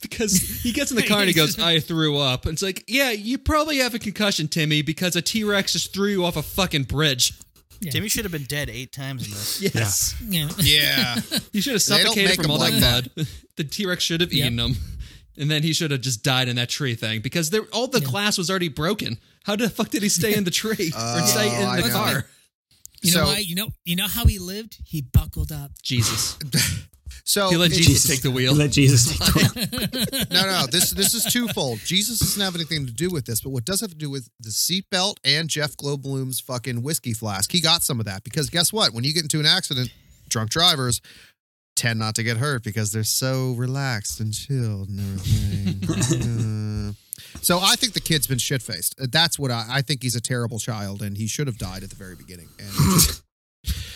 Speaker 1: Because he gets in the car and he goes, I threw up. And it's like, yeah, you probably have a concussion, Timmy, because a T Rex just threw you off a fucking bridge.
Speaker 2: Timmy should have been dead eight times in this.
Speaker 1: Yes.
Speaker 4: you know,
Speaker 3: Yeah.
Speaker 1: You should have
Speaker 3: They don't
Speaker 1: suffocated
Speaker 3: make
Speaker 1: from
Speaker 3: them
Speaker 1: all
Speaker 3: like
Speaker 1: that blood. the T Rex should have
Speaker 4: Yep.
Speaker 1: eaten him. And then he should have just died in that tree thing because there, all the glass was already broken. How the fuck did he stay in the tree or stay
Speaker 3: Oh, I
Speaker 1: in the
Speaker 3: know.
Speaker 1: car?
Speaker 4: you know
Speaker 3: So-
Speaker 4: why? You know you know how he lived? He buckled up.
Speaker 1: Jesus.
Speaker 3: So
Speaker 1: He let
Speaker 3: it's-
Speaker 1: Jesus take the wheel.
Speaker 5: Let Jesus take the wheel.
Speaker 3: no, no. This this is twofold. Jesus doesn't have anything to do with this, but what does have to do with the seatbelt and Jeff Globloom's fucking whiskey flask. He got some of that because guess what? When you get into an accident, drunk drivers tend not to get hurt because they're so relaxed and chilled and everything. Uh, so I think the kid's been shit faced. That's what I, I think. He's a terrible child, and he should have died at the very beginning.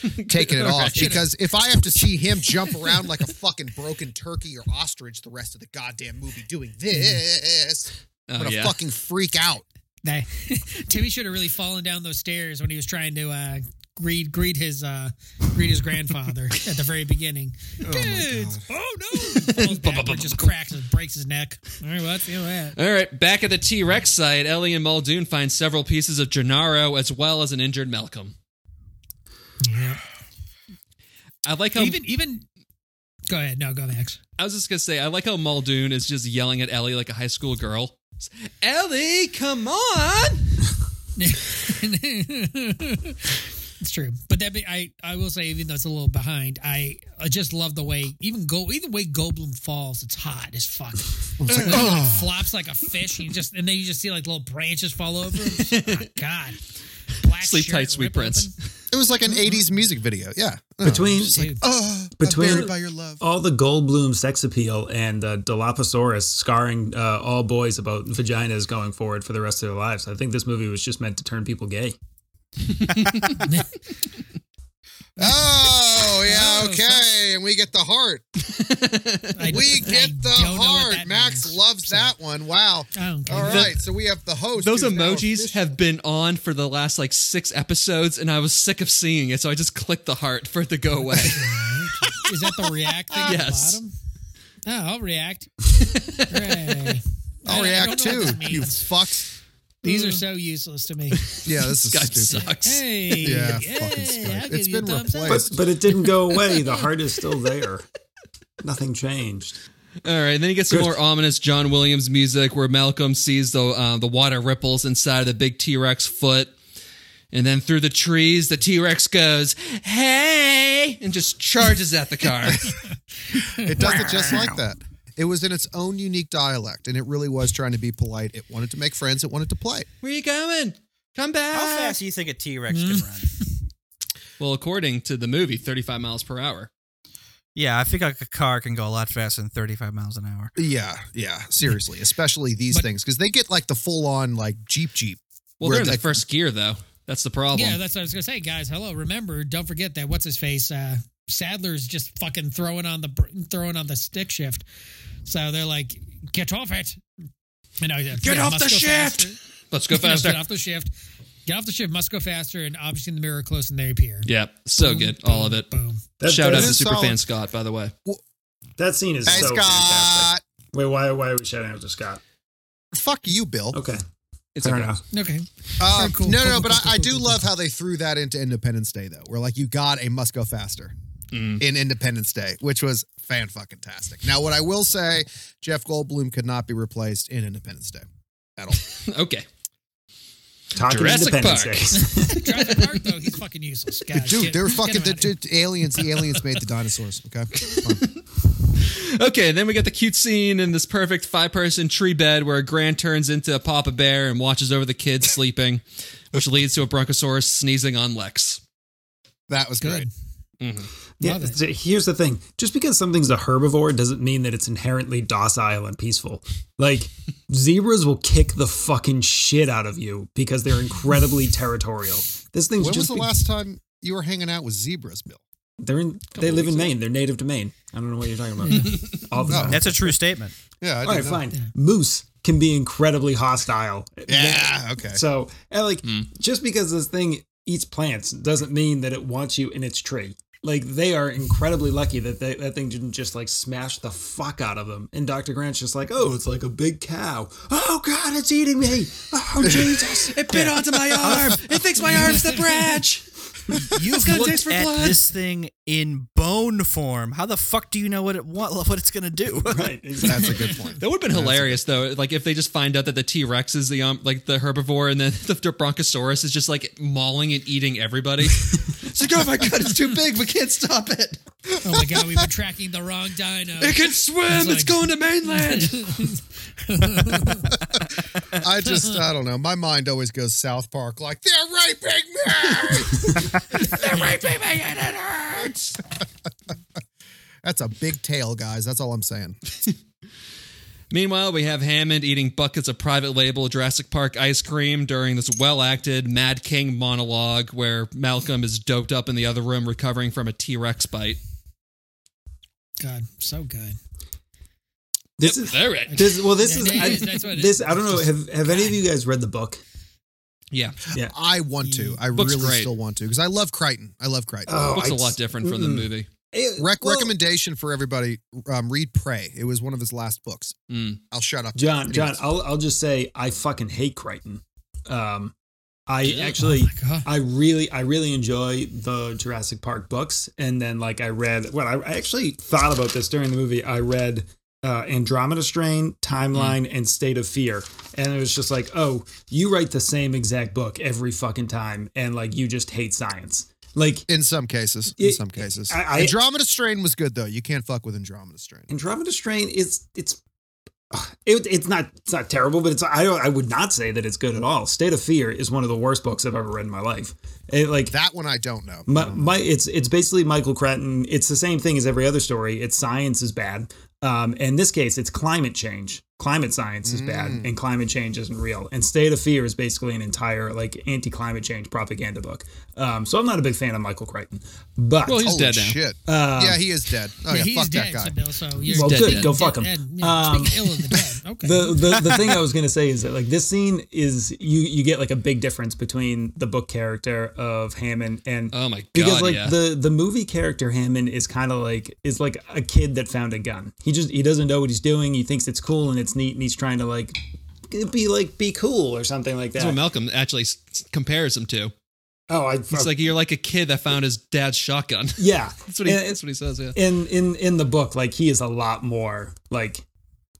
Speaker 3: And taken it
Speaker 1: All
Speaker 3: off
Speaker 1: right.
Speaker 3: because if I have to see him jump around like a fucking broken turkey or ostrich the rest of the goddamn movie doing this, I'm
Speaker 1: Mm. Oh,
Speaker 3: gonna
Speaker 1: yeah.
Speaker 3: fucking freak out.
Speaker 4: That Timmy should have really fallen down those stairs when he was trying to uh, greet greet his uh, greet his grandfather at the very beginning. Kids! Oh, no! Falls backward, just cracks and breaks his neck. All right, well, that's you know that.
Speaker 1: All right, back at the T Rex site, Ellie and Muldoon find several pieces of Gennaro as well as an injured Malcolm.
Speaker 4: Yeah.
Speaker 1: I like
Speaker 3: Um,
Speaker 1: how
Speaker 4: even even. Go ahead. No, go Max.
Speaker 1: I was just gonna say I like how Muldoon is just yelling at Ellie like a high school girl. Ellie, come on!
Speaker 4: it's true, but that be, I I will say even though it's a little behind, I, I just love the way even go either way Goblin falls, it's hot as fuck. It's like, he, like, flops like a fish, and you just and then you just see like little branches fall over. him. It's just, oh, God, Black
Speaker 1: Sleep
Speaker 4: shirt,
Speaker 1: tight, sweet
Speaker 4: rip open.
Speaker 1: prince.
Speaker 3: It was like
Speaker 1: Mm-hmm.
Speaker 3: an '80s music video. Yeah,
Speaker 5: Between
Speaker 4: Dude,
Speaker 3: oh,
Speaker 5: Between-
Speaker 3: between by your love.
Speaker 5: all the Goldblum sex appeal and uh, Dilophosaurus scarring uh, all boys about vaginas going forward for the rest of their lives, I think this movie was just meant to turn people gay.
Speaker 3: Oh
Speaker 4: Oh,
Speaker 3: yeah, okay, and we get the heart.
Speaker 4: I-
Speaker 3: We
Speaker 4: I
Speaker 3: get the
Speaker 4: don't know what that
Speaker 3: heart. Max
Speaker 4: means. Oh,
Speaker 3: loves that one. Wow.
Speaker 4: I don't care.
Speaker 3: All right, so we have the host.
Speaker 1: Those
Speaker 3: who's now
Speaker 1: emojis
Speaker 3: official.
Speaker 1: have been on for the last like six episodes, and I was sick of seeing it, so I just clicked the heart for it to go away.
Speaker 4: Is that the react thing
Speaker 1: Yes.
Speaker 4: at the bottom? Oh, I'll react. Hooray.
Speaker 3: I'll
Speaker 4: Oh, I- I
Speaker 3: react
Speaker 4: don't know
Speaker 3: too.
Speaker 4: what that
Speaker 3: You
Speaker 4: means.
Speaker 3: fucks.
Speaker 4: These are so useless to me.
Speaker 3: Yeah, this is
Speaker 1: Skype
Speaker 3: stupid.
Speaker 1: sucks.
Speaker 4: Hey,
Speaker 3: Yeah,
Speaker 4: hey,
Speaker 3: fucking Skype.
Speaker 4: I'll give
Speaker 3: It's
Speaker 4: you a
Speaker 3: been
Speaker 4: thumbs up.
Speaker 3: replaced.
Speaker 5: But but it didn't go away. The heart is still there. Nothing changed.
Speaker 1: All right, and then he gets some
Speaker 5: Good.
Speaker 1: more ominous John Williams music where Malcolm sees the uh, the water ripples inside of the big T Rex foot, and then through the trees the T Rex goes hey and just charges at the car.
Speaker 3: It does it just like that. It was in its own unique dialect, and it really was trying to be polite. It wanted to make friends. It wanted to play.
Speaker 1: Where you going? Come
Speaker 2: How
Speaker 1: back.
Speaker 2: fast do you think a T Rex can run?
Speaker 1: Well, according to the movie, 35 miles per hour.
Speaker 2: Yeah, I think like a car can go a lot faster than 35 miles an hour.
Speaker 3: Yeah, yeah. Seriously, especially these
Speaker 4: But-
Speaker 3: things because they get like the full on like jeep jeep.
Speaker 1: Well,
Speaker 3: Where
Speaker 1: they're in the
Speaker 3: like-
Speaker 1: first gear though. That's the problem.
Speaker 4: Yeah, that's what I was gonna say, guys. Hello, remember, don't forget that. What's his face? Uh, Sadler's just fucking throwing on the br- throwing on the stick shift. So they're like, get off it. You know, yeah,
Speaker 1: Get off
Speaker 4: must
Speaker 1: the
Speaker 4: go
Speaker 1: shift!
Speaker 4: faster.
Speaker 1: Let's go
Speaker 4: You know,
Speaker 1: faster.
Speaker 4: Get off the shift. Get off the shift. Must go faster. And obviously, in the mirror, close, and they appear.
Speaker 1: Yeah, so
Speaker 4: Boom,
Speaker 1: good. All of
Speaker 4: boom,
Speaker 1: it.
Speaker 4: Boom.
Speaker 5: That,
Speaker 1: Shout
Speaker 5: that,
Speaker 1: out to
Speaker 3: is
Speaker 1: superfan
Speaker 3: solid.
Speaker 1: Scott, by the way.
Speaker 5: that scene is
Speaker 3: Hey
Speaker 5: so fantastic.
Speaker 3: Scott,
Speaker 5: Wait, why why are we shouting out to Scott?
Speaker 3: fuck you, Bill.
Speaker 5: Okay,
Speaker 1: It's
Speaker 5: fair
Speaker 1: okay.
Speaker 5: enough.
Speaker 4: Okay.
Speaker 3: Um,
Speaker 4: cool,
Speaker 3: no,
Speaker 4: cool,
Speaker 3: no,
Speaker 4: cool,
Speaker 3: but
Speaker 4: cool,
Speaker 3: I, I
Speaker 4: cool,
Speaker 3: do
Speaker 4: cool,
Speaker 3: love how they threw that into Independence Day though. Where like you got a must go faster
Speaker 1: Mm.
Speaker 3: in Independence Day, which was fan fucking tastic. Now, what I will say, Jeff Goldblum could not be replaced in Independence Day at all.
Speaker 1: Mm, Okay.
Speaker 5: Talking
Speaker 1: Jurassic
Speaker 5: Independence
Speaker 1: Park.
Speaker 5: Day.
Speaker 4: Jurassic Park though, he's fucking useless, guys.
Speaker 3: Dude,
Speaker 4: Get-
Speaker 3: they're
Speaker 4: get him
Speaker 3: fucking
Speaker 4: out
Speaker 3: the,
Speaker 4: of here.
Speaker 3: the aliens. The aliens made the dinosaurs. Okay.
Speaker 1: Okay, then we get the cute scene in this perfect five person tree bed where a grand turns into a Papa Bear and watches over the kids sleeping, which leads to a Bronchosaurus sneezing on Lex.
Speaker 3: That was
Speaker 4: Good.
Speaker 3: great.
Speaker 5: yeah,
Speaker 4: Love it.
Speaker 5: th- here's the thing: just because something's a herbivore doesn't mean that it's inherently docile and peaceful. Like zebras will kick the fucking shit out of you because they're incredibly territorial. This thing's
Speaker 3: When was
Speaker 5: just
Speaker 3: the
Speaker 5: be-
Speaker 3: last time you were hanging out with zebras, Bill?
Speaker 5: They're in. They live in Maine. They're native to Maine. I don't know what you're talking about. All the time.
Speaker 2: That's a true statement.
Speaker 3: Yeah, I
Speaker 5: All right,
Speaker 3: didn't know.
Speaker 5: fine. Moose can be incredibly hostile.
Speaker 3: Yeah. Okay.
Speaker 5: So, and like,
Speaker 4: Hmm.
Speaker 5: just because this thing eats plants doesn't mean that it wants you in its tree. Like, they are incredibly lucky that they, that thing didn't just like smash the fuck out of them. And Dr. Grant's just like, oh, it's like a big cow. Oh, God, it's eating me. Oh, Jesus.
Speaker 1: It bit onto my arm. It thinks my arm's the branch.
Speaker 2: You've
Speaker 1: gonna
Speaker 2: looked
Speaker 1: taste for
Speaker 2: at
Speaker 1: blood.
Speaker 2: this thing in bone form. How the fuck do you know what it what, what it's gonna do?
Speaker 5: Right. Exactly.
Speaker 3: That's a good point.
Speaker 1: That would have been hilarious though. Like if they just find out that the T Rex is the um like the herbivore and then the Bronchosaurus is just like mauling and eating everybody. it's like, oh my god, it's too big. We can't stop it.
Speaker 4: Oh my god, we've been tracking the wrong dino.
Speaker 1: It can swim. It's,
Speaker 4: like-
Speaker 1: going to mainland.
Speaker 3: I just, I don't know. My mind always goes South Park, like they're raping me.
Speaker 1: They're raping me and it hurts.
Speaker 3: That's a big tail, guys. That's all I'm saying.
Speaker 1: Meanwhile, we have Hammond eating buckets of private label Jurassic Park ice cream during this well acted Mad King monologue where Malcolm is doped up in the other room recovering from a T Rex bite.
Speaker 4: God, so good.
Speaker 5: This is.
Speaker 1: There it.
Speaker 5: This, well, this
Speaker 4: Yeah,
Speaker 5: is,
Speaker 4: it
Speaker 5: I,
Speaker 4: is. That's what it
Speaker 5: this. I don't know. Have have any of you guys read the book?
Speaker 1: Yeah.
Speaker 3: I want to. I
Speaker 1: Book's
Speaker 3: really
Speaker 1: great. Oh,
Speaker 3: still want to because I love Crichton. I love Crichton.
Speaker 1: Looks
Speaker 5: a
Speaker 1: a lot different from the
Speaker 5: Oh, mm-mm.
Speaker 1: movie.
Speaker 3: Rec- recommendation for everybody: um, read Prey. It was one of his last books.
Speaker 1: Mm.
Speaker 3: I'll shut up,
Speaker 5: John, John,
Speaker 3: Anyways.
Speaker 5: I'll I'll just say I fucking hate Crichton. Um, I
Speaker 4: Oh
Speaker 5: actually,
Speaker 4: my god.
Speaker 5: I really, I really enjoy the Jurassic Park books, and then like I read. Well, I, I actually thought about this during the movie. I read uh, Andromeda Strain, Timeline, and State of Fear, and it was just like, oh, you write the same exact book every fucking time, and like you just hate science. Like
Speaker 3: In some cases, in
Speaker 5: It-
Speaker 3: some cases,
Speaker 5: I- I-
Speaker 3: Andromeda Strain was good though. You can't fuck with Andromeda Strain.
Speaker 5: Andromeda Strain is it's it, it's not it's not terrible, but it's I don't I would not say that it's good at all. State of Fear is one of the worst books I've ever read in my life. It, like
Speaker 3: That one I don't know.
Speaker 5: my, my it's it's basically Michael Cretton. It's the same thing as every other story. It's science is bad. Um, in this case, it's climate change. Climate science is bad,
Speaker 1: Mm.
Speaker 5: and climate change isn't real. And State of Fear is basically an entire like anti-climate change propaganda book. Um, so I'm not a big fan of Michael Crichton, but
Speaker 1: Well, he's
Speaker 3: Holy
Speaker 1: dead now. Uh,
Speaker 3: shit! yeah, he is dead. Oh yeah,
Speaker 4: he's
Speaker 3: fuck
Speaker 4: dead,
Speaker 3: that guy.
Speaker 4: Sibyl, so you're
Speaker 5: well,
Speaker 1: dead,
Speaker 5: good,
Speaker 1: dead.
Speaker 5: go fuck him.
Speaker 4: Dead, yeah,
Speaker 5: Um,
Speaker 4: speaking ill of the dead. Okay.
Speaker 5: the, the the thing I was gonna say is that like this scene is you you get like a big difference between the book character of Hammond and
Speaker 1: Oh my god.
Speaker 5: because like
Speaker 1: yeah.
Speaker 5: the the movie character Hammond is kind of like is like a kid that found a gun. He just he doesn't know what he's doing. He thinks it's cool and it's neat and he's trying to like be like be cool or something like
Speaker 1: That's what
Speaker 5: that.
Speaker 1: Malcolm actually s- s- compares him to.
Speaker 5: Oh, I
Speaker 1: It's like you're like a kid that found his dad's shotgun.
Speaker 5: yeah.
Speaker 1: That's what he,
Speaker 5: And
Speaker 1: that's what he says. Yeah,
Speaker 5: in in in the book like he is a lot more like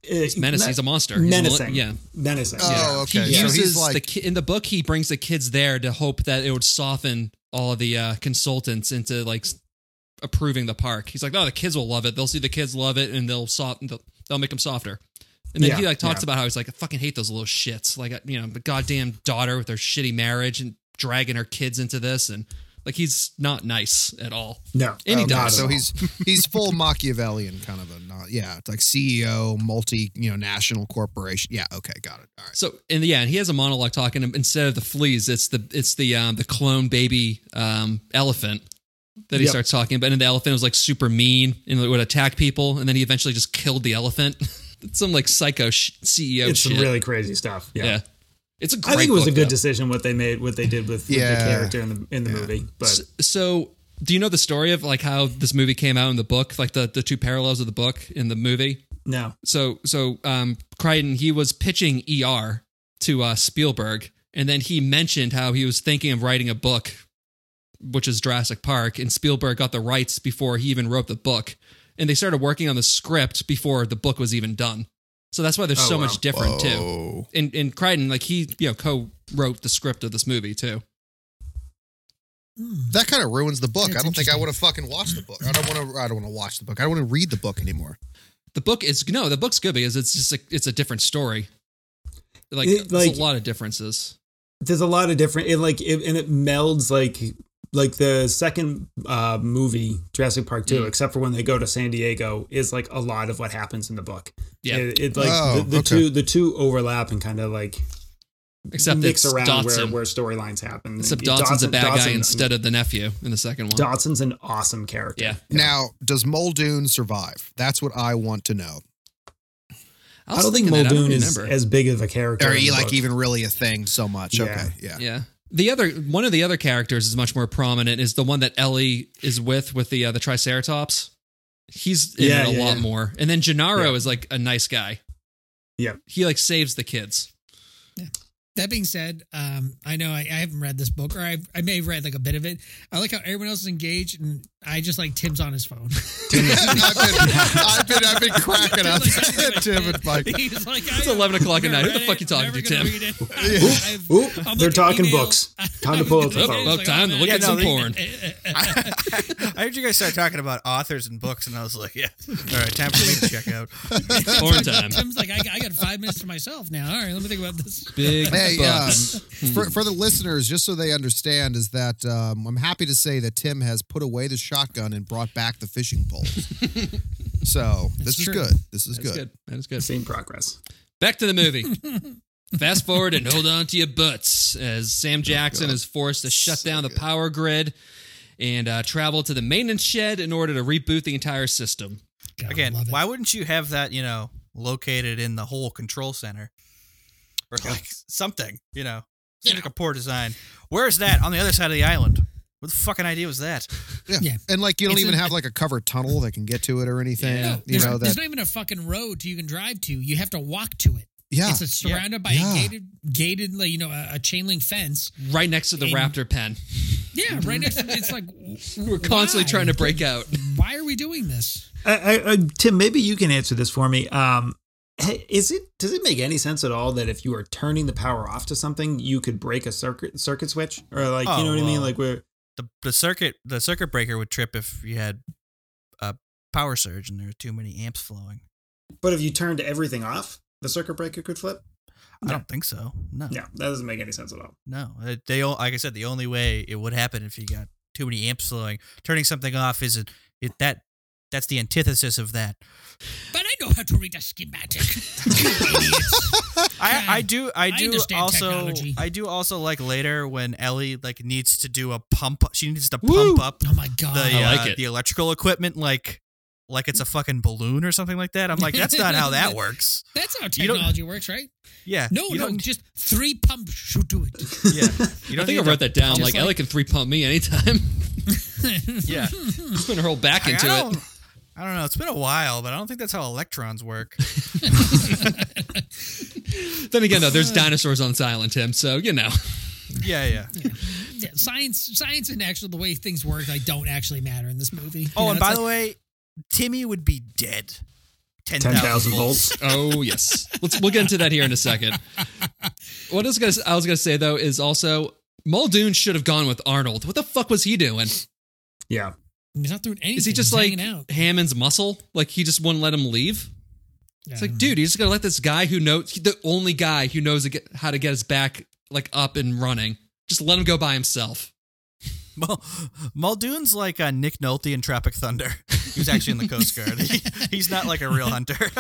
Speaker 5: he's
Speaker 1: menacing. He's a monster. He's a mil-
Speaker 5: Menacing.
Speaker 1: yeah,
Speaker 5: Menacing.
Speaker 3: Oh,
Speaker 1: he
Speaker 3: okay. So
Speaker 1: uses
Speaker 3: he's like
Speaker 1: the ki- in the book. He brings the kids there to hope that it would soften all of the uh, consultants into like s- approving the park. He's like, oh, the kids will love it. They'll see the kids love it, and they'll soften. They'll, they'll make them softer. And then
Speaker 5: Yeah,
Speaker 1: he like talks
Speaker 5: yeah.
Speaker 1: about how he's like, I fucking hate those little shits. Like, you know, the goddamn daughter with her shitty marriage and dragging her kids into this, and like he's not nice at all.
Speaker 5: no.
Speaker 1: And he
Speaker 5: Oh,
Speaker 1: dies.
Speaker 5: not at
Speaker 3: So
Speaker 5: all.
Speaker 3: he's he's full Machiavellian kind of a not yeah, it's like CEO, multi, you know, national corporation. Yeah, okay, got it. All right.
Speaker 1: So in the end, he has a monologue talking. and Instead of the fleas, it's the it's the um, the clone baby um, elephant that he
Speaker 5: Yep.
Speaker 1: starts talking about. And the elephant was like super mean and like, would attack people. And then he eventually just killed the elephant. It's some like psycho sh- CEO
Speaker 5: it's
Speaker 1: shit.
Speaker 5: some really crazy stuff.
Speaker 1: yeah. it's a great.
Speaker 5: I think it was
Speaker 1: book,
Speaker 5: a good
Speaker 1: though.
Speaker 5: decision what they made, what they did with, with
Speaker 3: Yeah.
Speaker 5: the character in the in the movie. But
Speaker 1: so do you know the story of like how this movie came out in the book, like the the two parallels of the book in the movie?
Speaker 5: no,
Speaker 1: so so um Crichton he was pitching ER to uh Spielberg and then he mentioned how he was thinking of writing a book which is Jurassic Park and Spielberg got the rights before he even wrote the book and they started working on the script before the book was even done so that's why there's
Speaker 5: Oh,
Speaker 1: so
Speaker 5: wow.
Speaker 1: much different too
Speaker 3: Oh.
Speaker 1: and and Crichton like he you know co-wrote the script of this movie too
Speaker 3: That kind of ruins the book.
Speaker 4: That's
Speaker 3: I don't think I
Speaker 4: interesting.
Speaker 3: would have fucking watched the book. I don't want to I don't want to watch the book. I don't want to read the book anymore.
Speaker 1: the book is no the book's good because it's just a, it's a different story like,
Speaker 5: It,
Speaker 1: there's
Speaker 5: like-
Speaker 1: a lot of differences
Speaker 5: there's a lot of different. It like it, and it melds like like the second uh, movie Jurassic Park two,
Speaker 1: Mm.
Speaker 5: except for when they go to San Diego, is like a lot of what happens in the book.
Speaker 1: yeah
Speaker 5: it, it, like
Speaker 3: Oh,
Speaker 5: the, the
Speaker 3: okay.
Speaker 5: two the two overlap and kind of like
Speaker 1: except
Speaker 5: mix
Speaker 1: it's
Speaker 5: around
Speaker 1: Dotson.
Speaker 5: where, where storylines happen.
Speaker 1: Except
Speaker 5: Dawson's
Speaker 1: Dotson's a bad guy instead of the nephew in the second one.
Speaker 5: Dotson's an awesome character.
Speaker 1: yeah.
Speaker 3: Now, does Muldoon survive? That's what I want to know.
Speaker 5: I don't think Muldoon is as big of a character.
Speaker 3: Or
Speaker 5: in the
Speaker 3: like
Speaker 5: book.
Speaker 3: even really a thing so much.
Speaker 5: Yeah.
Speaker 3: Okay. Yeah.
Speaker 1: Yeah. The other one of the other characters is much more prominent. Is the one that Ellie is with with the uh, the Triceratops. He's in
Speaker 5: Yeah,
Speaker 1: it a
Speaker 5: yeah,
Speaker 1: lot
Speaker 5: yeah.
Speaker 1: more. And then Gennaro
Speaker 5: Yeah.
Speaker 1: is like a nice guy.
Speaker 5: Yeah.
Speaker 1: He like saves the kids.
Speaker 4: That being said, um, I know I, I haven't read this book, or I I may have read like a bit of it. I like how everyone else is engaged, and I just like Tim's on his phone.
Speaker 3: I've, been, I've been I've been cracking up Tim and Mike.
Speaker 4: He's like,
Speaker 1: It's
Speaker 4: I-
Speaker 1: 11 o'clock at
Speaker 4: never
Speaker 1: night. Who the
Speaker 4: read
Speaker 1: fuck
Speaker 4: it.
Speaker 1: you talking
Speaker 4: Never
Speaker 1: to,
Speaker 4: gonna
Speaker 1: Tim?
Speaker 4: read it. I've-
Speaker 5: Oop,
Speaker 4: I'm
Speaker 5: they're
Speaker 4: looking
Speaker 5: talking
Speaker 4: email.
Speaker 5: books. Time to pull up the
Speaker 1: Look,
Speaker 4: Okay, it's
Speaker 5: phone.
Speaker 1: look,
Speaker 4: like,
Speaker 1: time to
Speaker 4: oh,
Speaker 1: look
Speaker 4: man.
Speaker 1: at some porn.
Speaker 2: I heard you guys start talking about authors and books, and I was like, yeah, all right, time for me to check out.
Speaker 1: Porn time.
Speaker 4: Tim's like, I, I got five minutes to myself now. All right, let me think about this.
Speaker 1: Big
Speaker 3: Hey, um,
Speaker 1: bucks.
Speaker 3: for, for the listeners, just so they understand, is that um, I'm happy to say that Tim has put away the shotgun and brought back the fishing pole. so this
Speaker 4: true.
Speaker 3: is good. This is
Speaker 1: That's
Speaker 3: good.
Speaker 1: good. That's good.
Speaker 5: Same progress.
Speaker 1: Back to the movie. Fast forward and hold on to your butts as
Speaker 4: Oh,
Speaker 1: Sam Jackson is forced to shut down the power grid and uh, travel to the maintenance shed in order to reboot the entire system.
Speaker 4: God, I
Speaker 2: Again,
Speaker 4: love it.
Speaker 2: why wouldn't you have that, you know, located in the whole control center? Or like something, you know. Seems like a poor design. Where is that? On the other side of the island. What the fucking idea was that?
Speaker 3: Yeah.
Speaker 4: Yeah.
Speaker 3: And like you don't
Speaker 4: It's
Speaker 3: even
Speaker 4: a-
Speaker 3: have like a covered tunnel that can get to it or anything.
Speaker 1: Yeah.
Speaker 4: No,
Speaker 3: You
Speaker 4: there's,
Speaker 3: know
Speaker 4: there's
Speaker 3: that.
Speaker 4: not even a fucking road you can drive to. You have to walk to it.
Speaker 3: Yeah.
Speaker 4: It's surrounded by
Speaker 3: Yeah.
Speaker 4: a gated, gated, like, you know, a, a chain link fence.
Speaker 1: Right next to the
Speaker 4: In-
Speaker 1: raptor pen.
Speaker 4: Yeah, right next. to It's like
Speaker 1: We're constantly trying to break out.
Speaker 4: Why are we doing this?
Speaker 5: I, I, I, Tim, maybe you can answer this for me. Um, hey, is it does it make any sense at all that if you are turning the power off to something, you could break a circuit circuit switch or like you
Speaker 2: Oh,
Speaker 5: know what I mean?
Speaker 2: well.
Speaker 5: Like we're
Speaker 2: The the circuit the circuit breaker would trip if you had a power surge and there were too many amps flowing.
Speaker 5: but if you turned everything off, the circuit breaker could flip.
Speaker 2: I don't think so.
Speaker 4: Oh.
Speaker 2: No.
Speaker 5: Yeah, that doesn't make any sense at all.
Speaker 2: No, Uh, they all like I said, the only way it would happen if you got too many amps flowing, turning something off is it, it that that's the antithesis of that.
Speaker 4: But I know how to read a schematic. You idiots. Yeah.
Speaker 2: I, I do I
Speaker 4: I
Speaker 2: do
Speaker 4: understand
Speaker 2: also
Speaker 4: technology.
Speaker 2: I do also like later when Ellie like needs to do a pump. She needs to
Speaker 1: Woo!
Speaker 2: pump up
Speaker 4: Oh my
Speaker 2: the
Speaker 4: god!
Speaker 1: I
Speaker 2: uh,
Speaker 1: like it.
Speaker 2: the electrical equipment like like it's a fucking balloon or something like that. I'm like that's not how that works.
Speaker 4: That's how
Speaker 2: You don't-
Speaker 4: technology works, right?
Speaker 2: Yeah.
Speaker 4: No,
Speaker 2: you
Speaker 4: no,
Speaker 2: don't-
Speaker 4: just three pumps should do it.
Speaker 2: yeah. You
Speaker 1: I
Speaker 2: don't
Speaker 1: think I
Speaker 2: need
Speaker 1: wrote
Speaker 2: to-
Speaker 1: that down.
Speaker 4: just
Speaker 1: Like,
Speaker 4: like-
Speaker 1: Ellie can three pump me anytime.
Speaker 2: Yeah.
Speaker 1: Just put her whole back
Speaker 2: Like,
Speaker 1: into
Speaker 2: I
Speaker 1: it.
Speaker 2: don't- I don't know. It's been a while, but I don't think that's how electrons work.
Speaker 1: Then again, though, there's dinosaurs on Silent Tim, so you know.
Speaker 2: Yeah, yeah.
Speaker 4: Yeah, science, science, and actually the way things work, like don't actually matter in this movie. You
Speaker 2: Oh,
Speaker 4: know,
Speaker 2: and
Speaker 4: it's
Speaker 2: by
Speaker 4: like-
Speaker 2: the way, Timmy would be dead.
Speaker 5: Ten thousand volts.
Speaker 1: Oh yes, let's we'll get into that here in a second. What I was gonna I was gonna say though is also Muldoon should have gone with Arnold. What the fuck was he doing?
Speaker 5: Yeah,
Speaker 4: he's not doing anything.
Speaker 1: Is he
Speaker 4: he's
Speaker 1: just like
Speaker 4: hanging out?
Speaker 1: Hammond's muscle? Like he just wouldn't let him leave? It's like, dude, he's just gonna let this guy who knows the only guy who knows to get- how to get his back like up and running. Just let him go by himself.
Speaker 2: Mul- Muldoon's like uh, Nick Nolte in Tropic Thunder. He was actually in the Coast Guard. He- he's not like a real hunter.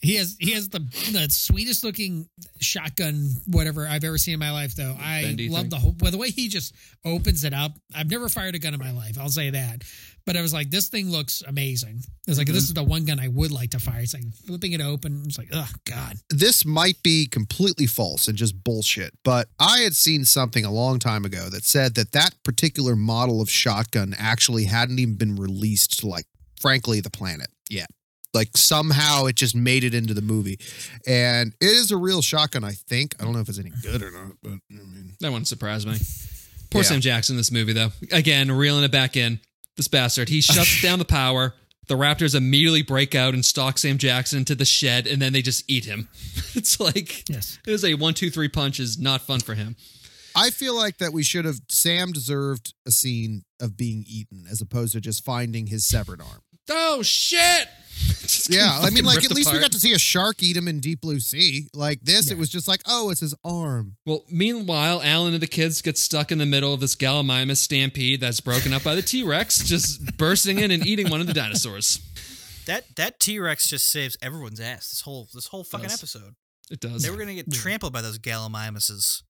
Speaker 4: He has he has the the sweetest looking shotgun whatever I've ever seen in my life though. I
Speaker 1: bendy
Speaker 4: love
Speaker 1: thing.
Speaker 4: the whole well the way he just opens it up. I've never fired a gun in my life. I'll say that. But I was like, this thing looks amazing. It's like
Speaker 1: Mm-hmm.
Speaker 4: this is the one gun I would like to fire. It's like flipping it open. It's like, oh god.
Speaker 3: this might be completely false and just bullshit, but I had seen something a long time ago that said that that particular model of shotgun actually hadn't even been released to, like, frankly, the planet yet. Like, somehow it just made it into the movie. And it is a real shotgun, I think. I don't know if it's any good or not, but I mean,
Speaker 1: That wouldn't surprise me. Poor
Speaker 3: Yeah.
Speaker 1: Sam Jackson in this movie though. Again, reeling it back in. This bastard. He shuts down the power. The Raptors immediately break out and stalk Sam Jackson to the shed, and then they just eat him. It's like
Speaker 4: Yes.
Speaker 1: It was a one, two, three punch is not fun for him.
Speaker 3: I feel like that we should have, Sam deserved a scene of being eaten as opposed to just finding his severed arm.
Speaker 1: Oh shit! Just getting
Speaker 3: Yeah, I mean,
Speaker 1: fucking
Speaker 3: like
Speaker 1: ripped
Speaker 3: at least we
Speaker 1: apart.
Speaker 3: got to see a shark eat him in Deep Blue Sea. Like this, it was just like, oh, it's his arm.
Speaker 1: Well, meanwhile, Alan and the kids get stuck in the middle of this Gallimimus stampede that's broken up by the T Rex, just bursting in and eating one of the dinosaurs.
Speaker 2: that that T Rex just saves everyone's ass. This whole this whole fucking
Speaker 1: Does.
Speaker 2: episode.
Speaker 1: It does.
Speaker 2: They were gonna get trampled by those Gallimimuses.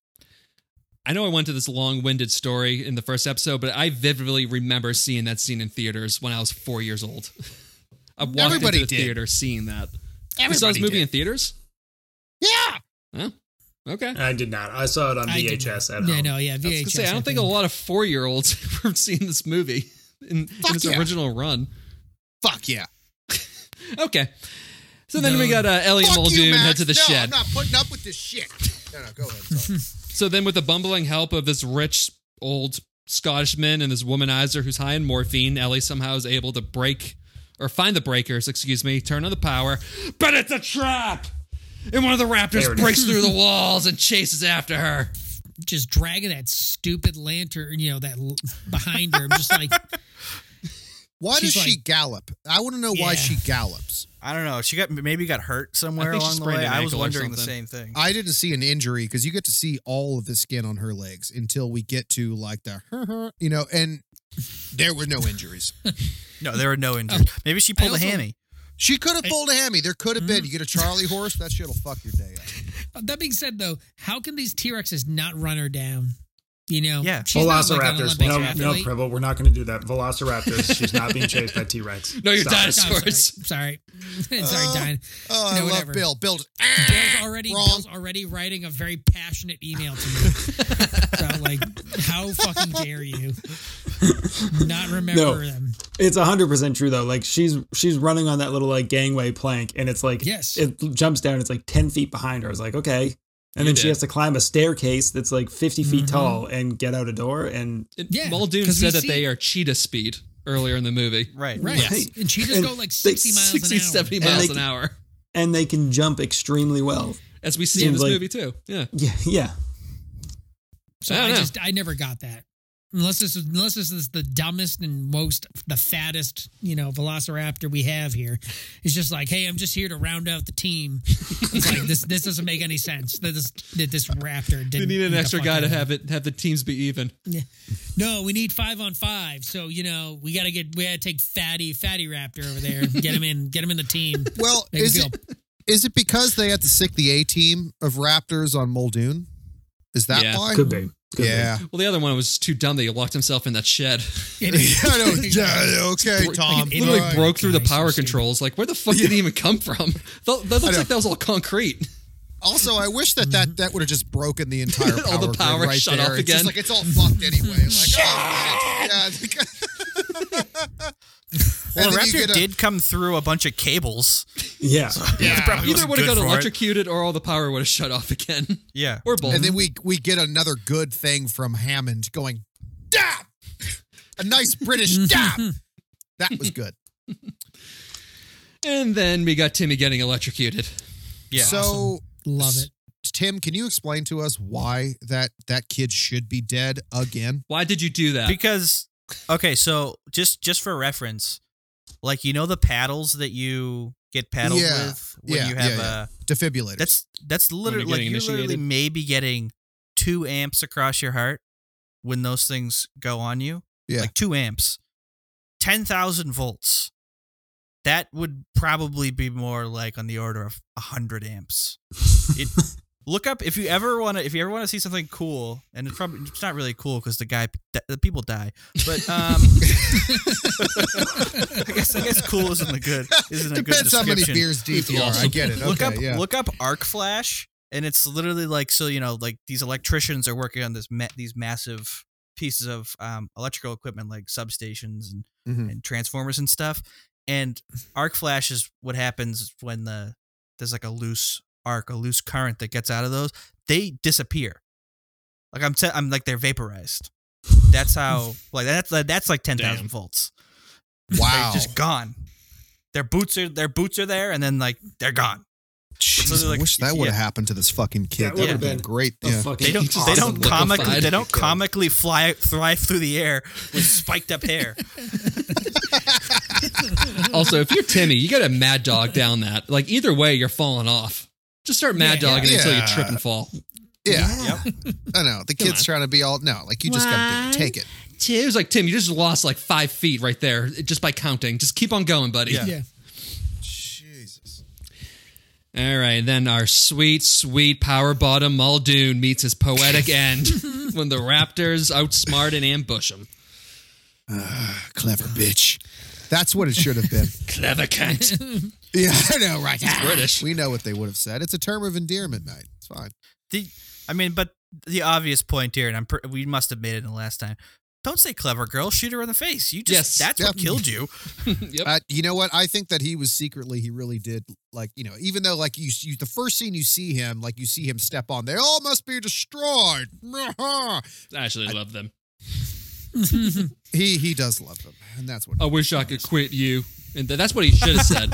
Speaker 1: I know I went to this long-winded story in the first episode, but I vividly remember seeing that scene in theaters when I was four years old. I walked
Speaker 3: Everybody
Speaker 1: into the
Speaker 3: did.
Speaker 1: theater seeing that. You saw this
Speaker 2: Everybody
Speaker 1: movie
Speaker 2: did.
Speaker 1: in theaters?
Speaker 3: Yeah.
Speaker 1: Okay.
Speaker 3: Uh,
Speaker 5: I did not. I saw it on
Speaker 4: I did
Speaker 5: VHS at
Speaker 4: not.
Speaker 5: home.
Speaker 4: Yeah, no, yeah,
Speaker 1: I was gonna
Speaker 4: VHS.
Speaker 1: say, I don't think a lot of four year olds were seeing this movie in, in
Speaker 3: Fuck
Speaker 1: its
Speaker 3: yeah.
Speaker 1: original run.
Speaker 3: Fuck yeah.
Speaker 1: Okay. So then
Speaker 4: No.
Speaker 1: we got uh, Ellie
Speaker 3: Fuck
Speaker 1: Muldoon
Speaker 3: you, Max.
Speaker 1: head to the
Speaker 3: no,
Speaker 1: shed.
Speaker 3: I'm not putting up with this shit. No, no, go ahead. Sorry.
Speaker 1: So then, with the bumbling help of this rich old Scottishman and this womanizer who's high in morphine, Ellie somehow is able to break or find the breakers, excuse me, turn on the power, but it's a trap! And one of the
Speaker 5: There
Speaker 1: raptors
Speaker 5: it is.
Speaker 1: breaks through the walls and chases after her.
Speaker 4: just dragging that stupid lantern, you know, that l- behind her. I'm just like,
Speaker 3: Why
Speaker 4: She's
Speaker 3: does she
Speaker 4: like-
Speaker 3: gallop? I want to know
Speaker 4: Yeah.
Speaker 3: why she gallops.
Speaker 2: I don't know. She got maybe got hurt somewhere
Speaker 1: think she
Speaker 2: along the
Speaker 1: sprained
Speaker 2: way.
Speaker 1: an
Speaker 2: I was
Speaker 1: ankle or
Speaker 2: wondering the
Speaker 1: something.
Speaker 2: same thing.
Speaker 3: I didn't see an injury because you get to see all of the skin on her legs until we get to like the you know, and there were no injuries.
Speaker 2: No, there were no injuries. Maybe she pulled
Speaker 4: also-
Speaker 2: a hammy.
Speaker 3: She could have pulled a hammy. There could have
Speaker 4: Mm-hmm.
Speaker 3: been. You get a Charlie horse, that shit'll fuck your day up.
Speaker 4: that being said, though, how can these T Rexes not run her down? You know,
Speaker 2: Yeah.
Speaker 4: she's not like an
Speaker 5: Velociraptors.
Speaker 4: Olympic
Speaker 5: no, no,
Speaker 4: athlete.
Speaker 5: Pribble. We're not going to do that. Velociraptors. She's not being chased by T Rex.
Speaker 1: No, you're
Speaker 4: No,
Speaker 1: dinosaurs. Uh,
Speaker 4: I'm sorry, sorry, sorry,
Speaker 3: Oh.
Speaker 4: Dine.
Speaker 3: Oh, I
Speaker 4: No,
Speaker 3: love
Speaker 4: whatever.
Speaker 3: Bill. Bill just-
Speaker 1: ah,
Speaker 4: Bill's already
Speaker 3: Wrong.
Speaker 4: Bill's already writing a very passionate email to me about like how fucking dare you not remember
Speaker 5: No.
Speaker 4: them.
Speaker 5: It's hundred percent true though. Like she's she's running on that little like gangway plank, and it's like
Speaker 4: Yes.
Speaker 5: it jumps down. It's like ten feet behind her. I was like, okay. And
Speaker 1: You
Speaker 5: then she
Speaker 1: did.
Speaker 5: has to climb a staircase that's like 50 feet
Speaker 2: Mm-hmm.
Speaker 5: tall and get out a door. And
Speaker 1: And
Speaker 4: Yeah,
Speaker 1: Muldoon
Speaker 4: 'cause we
Speaker 1: said that
Speaker 4: see-
Speaker 1: they are cheetah speed earlier in the movie.
Speaker 2: Right.
Speaker 4: Right.
Speaker 5: Right.
Speaker 4: And she just
Speaker 5: And
Speaker 4: go like
Speaker 5: they-
Speaker 4: 60 miles
Speaker 1: 60,
Speaker 4: an hour.
Speaker 1: 70
Speaker 5: And
Speaker 1: miles
Speaker 5: they-
Speaker 1: an hour.
Speaker 5: and they can jump extremely well.
Speaker 1: As we see in
Speaker 5: Seems
Speaker 1: this
Speaker 5: like-
Speaker 1: movie, too. Yeah.
Speaker 5: Yeah, yeah.
Speaker 4: So
Speaker 1: I
Speaker 4: I,
Speaker 1: don't know.
Speaker 4: just I never got that. Unless this is unless this is the dumbest and most the fattest, you know, velociraptor we have here. It's just like, hey, I'm just here to round out the team. It's like this this doesn't make any sense. That this that this raptor
Speaker 1: They
Speaker 4: didn't
Speaker 1: need an
Speaker 4: get the
Speaker 1: extra
Speaker 4: fuck
Speaker 1: guy
Speaker 4: out
Speaker 1: to
Speaker 4: of
Speaker 1: have it have the teams be even.
Speaker 4: No, we need five on five. So, you know, we gotta get we gotta take fatty, fatty raptor over there and get him in get him in the team.
Speaker 3: Well,
Speaker 4: Make
Speaker 3: is
Speaker 4: him
Speaker 3: it, is it because they had to sick the A team of Raptors on Muldoon? Is that
Speaker 1: Yeah.
Speaker 3: why?
Speaker 5: Could be. Could
Speaker 3: yeah.
Speaker 1: Well, the other one was too dumb that he locked himself in that shed.
Speaker 4: feel
Speaker 3: yeah, no, yeah, okay,
Speaker 1: Like,
Speaker 3: Tom.
Speaker 4: it
Speaker 1: literally
Speaker 3: All right.
Speaker 1: broke through the
Speaker 4: Guys,
Speaker 1: power
Speaker 4: so stupid.
Speaker 1: controls. Like, where the fuck did he even come from? That, that looks like that was all concrete.
Speaker 3: Also, I wish that that, that would have just broken the entire power
Speaker 1: All the
Speaker 3: grid
Speaker 1: power
Speaker 3: right
Speaker 1: shut
Speaker 3: there.
Speaker 1: off
Speaker 3: It's just
Speaker 1: again.
Speaker 3: like it's all fucked anyway. Like, oh, yeah, it's like-
Speaker 2: Well, the
Speaker 3: And then you
Speaker 2: raptor
Speaker 3: get a-
Speaker 2: did come through a bunch of cables.
Speaker 5: be. Yeah.
Speaker 2: Yeah. Probably
Speaker 1: Either
Speaker 2: wasn't
Speaker 1: would have
Speaker 2: good
Speaker 1: got
Speaker 2: for it.
Speaker 1: electrocuted, or all the power would have shut off again,
Speaker 2: Yeah.
Speaker 1: or both.
Speaker 3: And then we we get another good thing from Hammond going, dab! A nice British dab! That was good.
Speaker 1: And then we got Timmy getting electrocuted.
Speaker 2: Yeah.
Speaker 3: so,
Speaker 4: Love it.
Speaker 3: Tim, can you explain to us why that that kid should be dead again?
Speaker 1: Why did you do that?
Speaker 2: because okay, so just just for reference, like you know the paddles that you get paddled
Speaker 3: Yeah.
Speaker 2: with when
Speaker 3: Yeah,
Speaker 2: you have
Speaker 3: yeah, yeah.
Speaker 2: a
Speaker 3: Defibrillator.
Speaker 2: that's that's
Speaker 1: you're
Speaker 2: literally like
Speaker 1: getting
Speaker 2: you literally
Speaker 1: initiated.
Speaker 2: maybe getting two amps across your heart when those things go on you.
Speaker 3: Yeah.
Speaker 2: Like two amps. Ten thousand volts. That would probably be more like on the order of hundred amps. It look up if you ever want to if you ever want to see something cool and it's probably it's not really cool because the guy the people die but um I guess I guess cool isn't a good isn't a good
Speaker 3: Depends how many
Speaker 2: description.
Speaker 3: beers deep you are. I get it.
Speaker 2: Look
Speaker 3: Okay,
Speaker 2: up
Speaker 3: yeah.
Speaker 2: look up arc flash and it's literally like so you know like these electricians are working on this ma- these massive pieces of um, electrical equipment like substations and,
Speaker 3: Mhm.
Speaker 2: and transformers and stuff and arc flash is what happens when the there's like a loose arc a loose current that gets out of those they disappear like i'm te- i'm like they're vaporized that's how like that's that's like 10,000
Speaker 1: Damn.
Speaker 2: volts
Speaker 3: Wow.
Speaker 2: just gone their boots are their boots are there and then like they're gone
Speaker 3: Jeez,
Speaker 2: literally
Speaker 3: I
Speaker 2: like-
Speaker 3: wish that would
Speaker 2: yeah.
Speaker 3: have happened to this fucking kid.
Speaker 5: That
Speaker 3: That, would
Speaker 5: would've
Speaker 3: have been
Speaker 5: been
Speaker 3: great.
Speaker 5: A
Speaker 3: Yeah.
Speaker 5: fucking
Speaker 2: They don't. They
Speaker 5: awesome
Speaker 2: don't
Speaker 1: Awesome
Speaker 2: comic.
Speaker 1: liquefied.
Speaker 2: They don't
Speaker 5: kid.
Speaker 2: comically fly thrive through the air with spiked up hair.
Speaker 1: also, if you're Timmy, you got a mad dog down that. Like either way, you're falling off. Just start mad
Speaker 4: Yeah.
Speaker 1: dogging until you
Speaker 3: Yeah.
Speaker 1: trip and fall.
Speaker 3: Yeah. I know. The kid's trying to be all, no, like you just got
Speaker 1: Why?
Speaker 3: to do it. Take it.
Speaker 1: It was like Tim, you just lost like five feet right there just by counting. Just keep on going, buddy.
Speaker 2: Yeah.
Speaker 4: Yeah.
Speaker 3: Jesus.
Speaker 1: All right, then our sweet, sweet power bottom Muldoon meets his poetic end when the Raptors outsmart and ambush him.
Speaker 3: Clever bitch. That's what it should have been.
Speaker 1: Clever cunt.
Speaker 3: yeah, I know, right?
Speaker 1: British.
Speaker 3: We know what they would have said. It's a term of endearment, mate. It's fine.
Speaker 2: The, I mean, but the obvious point here, and I'm per- we must have made it in the last time. Don't say clever girl. Shoot her in the face. You
Speaker 1: Yes.
Speaker 2: just that's what
Speaker 3: Yep.
Speaker 2: killed you.
Speaker 1: yep.
Speaker 3: Uh, you know what? I think that he was secretly, he really did like, you know, even though like you, you the first scene you see him, like you see him step on, they all must be destroyed.
Speaker 1: I actually love them.
Speaker 3: he he does love them, and that's what.
Speaker 1: I wish I could quit you. And th- that's what he should have said.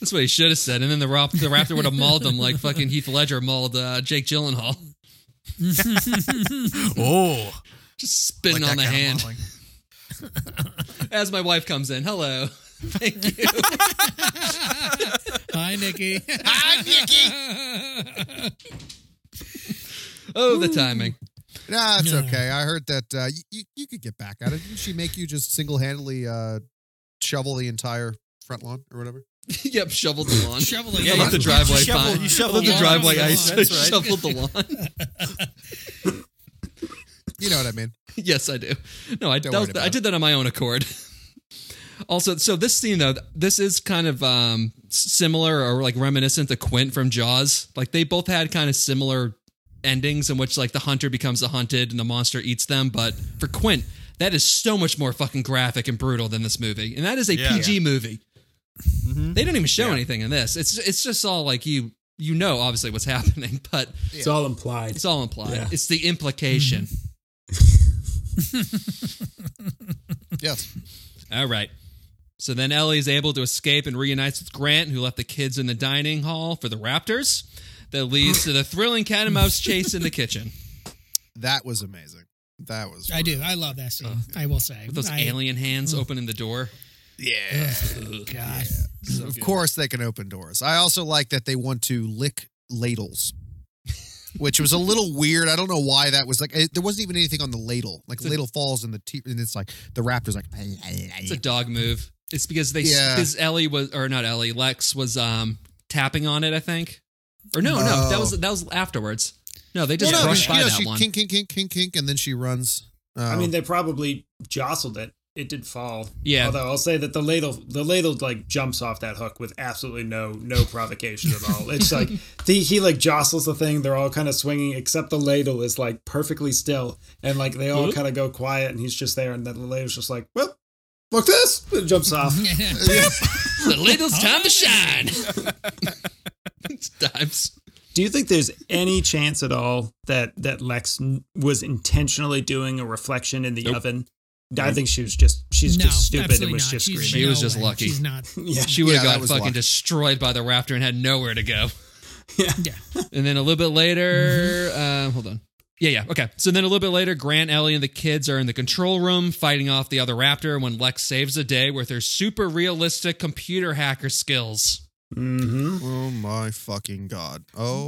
Speaker 1: that's what he should have said. And then the, rap- the Raptor would have mauled him like fucking Heath Ledger mauled uh, Jake Gyllenhaal.
Speaker 2: Oh,
Speaker 1: Just spitting on the hand. As my wife comes in, hello. Thank you.
Speaker 4: Hi, Nikki.
Speaker 6: I'm Nikki.
Speaker 1: Oh, the timing.
Speaker 3: Nah, it's
Speaker 4: No.
Speaker 3: okay. I heard that uh, you- you you could get back at it. Didn't she make you just single handedly uh, shovel the entire front lawn or whatever?
Speaker 1: yep, shoveled the lawn.
Speaker 4: Shovel the
Speaker 1: yeah, you
Speaker 4: lawn.
Speaker 1: let the driveway
Speaker 2: You shovel-
Speaker 1: fine.
Speaker 2: you shovel
Speaker 1: let
Speaker 4: the
Speaker 1: the
Speaker 4: lawn.
Speaker 1: driveway
Speaker 4: Shovel the
Speaker 1: ice.
Speaker 4: lawn, that's right.
Speaker 1: Shoveled the lawn.
Speaker 3: You know what I mean?
Speaker 1: yes, I do. No, I
Speaker 3: Don't
Speaker 1: that
Speaker 3: worry
Speaker 1: was-
Speaker 3: about
Speaker 1: I did that on my own accord. also, so this scene though, this is kind of um s- similar or like reminiscent to Quint from Jaws. Like they both had kind of similar endings in which like the hunter becomes the hunted and the monster eats them, but for Quint, that is so much more fucking graphic and brutal than this movie. And that is a
Speaker 2: Yeah.
Speaker 1: PG movie. They don't even show anything in this. It's it's just all like you you know obviously what's happening, but
Speaker 5: It's all implied.
Speaker 1: it's all implied.
Speaker 5: Yeah.
Speaker 1: It's the implication.
Speaker 3: Yes.
Speaker 1: All right. So then Ellie is able to escape and reunites with Grant, who left the kids in the dining hall for the Raptors. That leads to the thrilling cat and mouse chase in the kitchen
Speaker 3: That was amazing. That was.
Speaker 4: I do. I love that scene. I will say.
Speaker 1: Oh. with those
Speaker 4: I,
Speaker 1: alien hands opening the door.
Speaker 3: Yeah.
Speaker 4: God. Yeah.
Speaker 3: of course, they can open doors. I also like that they want to lick ladles, which was a little weird. I don't know why that was like. It, there wasn't even anything on the ladle. Like ladle falls in the tea, and it's like the raptor's like.
Speaker 1: It's a dog move. It's because they
Speaker 3: Yeah.
Speaker 1: because Ellie was or not Ellie Lex was um tapping on it, I think. Or no, no, that
Speaker 3: Oh.
Speaker 1: was that was afterwards. No, they just
Speaker 3: well, no,
Speaker 1: rushed
Speaker 3: she,
Speaker 1: by
Speaker 3: you know,
Speaker 1: that
Speaker 3: she
Speaker 1: one.
Speaker 3: kink, kink, kink, kink, kink, and then she runs. Um,
Speaker 5: I mean, they probably jostled it. It did fall.
Speaker 1: Yeah.
Speaker 5: Although I'll say that the ladle, the ladle like jumps off that hook with absolutely no no provocation at all. It's like the, he like jostles the thing. They're all kind of swinging, except the ladle is like perfectly still, and like they all
Speaker 1: Oop.
Speaker 5: kind of go quiet, and he's just there, and then the ladle's just like, well, look this, it jumps off.
Speaker 1: the little's time to shine. Dives.
Speaker 5: Do you think there's any chance at all that that Lex n- was intentionally doing a reflection in the oven? I think she was just she's
Speaker 4: No,
Speaker 5: just stupid and
Speaker 4: absolutely
Speaker 5: was
Speaker 4: not.
Speaker 5: just
Speaker 4: She's-
Speaker 5: screaming.
Speaker 1: She was
Speaker 4: no
Speaker 1: just
Speaker 4: way.
Speaker 1: lucky.
Speaker 4: She's not.
Speaker 5: Yeah.
Speaker 1: She would have
Speaker 3: Yeah, that
Speaker 1: got
Speaker 3: was
Speaker 1: fucking
Speaker 3: lucky.
Speaker 1: destroyed by the raptor and had nowhere to go.
Speaker 4: Yeah.
Speaker 1: And then a little bit later, uh, hold on. Yeah, yeah, okay. So then a little bit later, Grant, Ellie, and the kids are in the control room fighting off the other raptor when Lex saves the day with her super realistic computer hacker skills.
Speaker 5: Mm-hmm.
Speaker 3: oh my fucking god! Oh,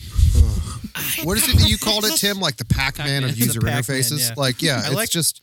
Speaker 4: I
Speaker 3: what is it that you called it, Tim? Like the Pac-Man
Speaker 1: Pac-man.
Speaker 3: of user
Speaker 2: The Pac-Man,
Speaker 3: interfaces?
Speaker 2: yeah.
Speaker 3: Like, yeah,
Speaker 2: I
Speaker 3: it's
Speaker 2: like-
Speaker 3: just.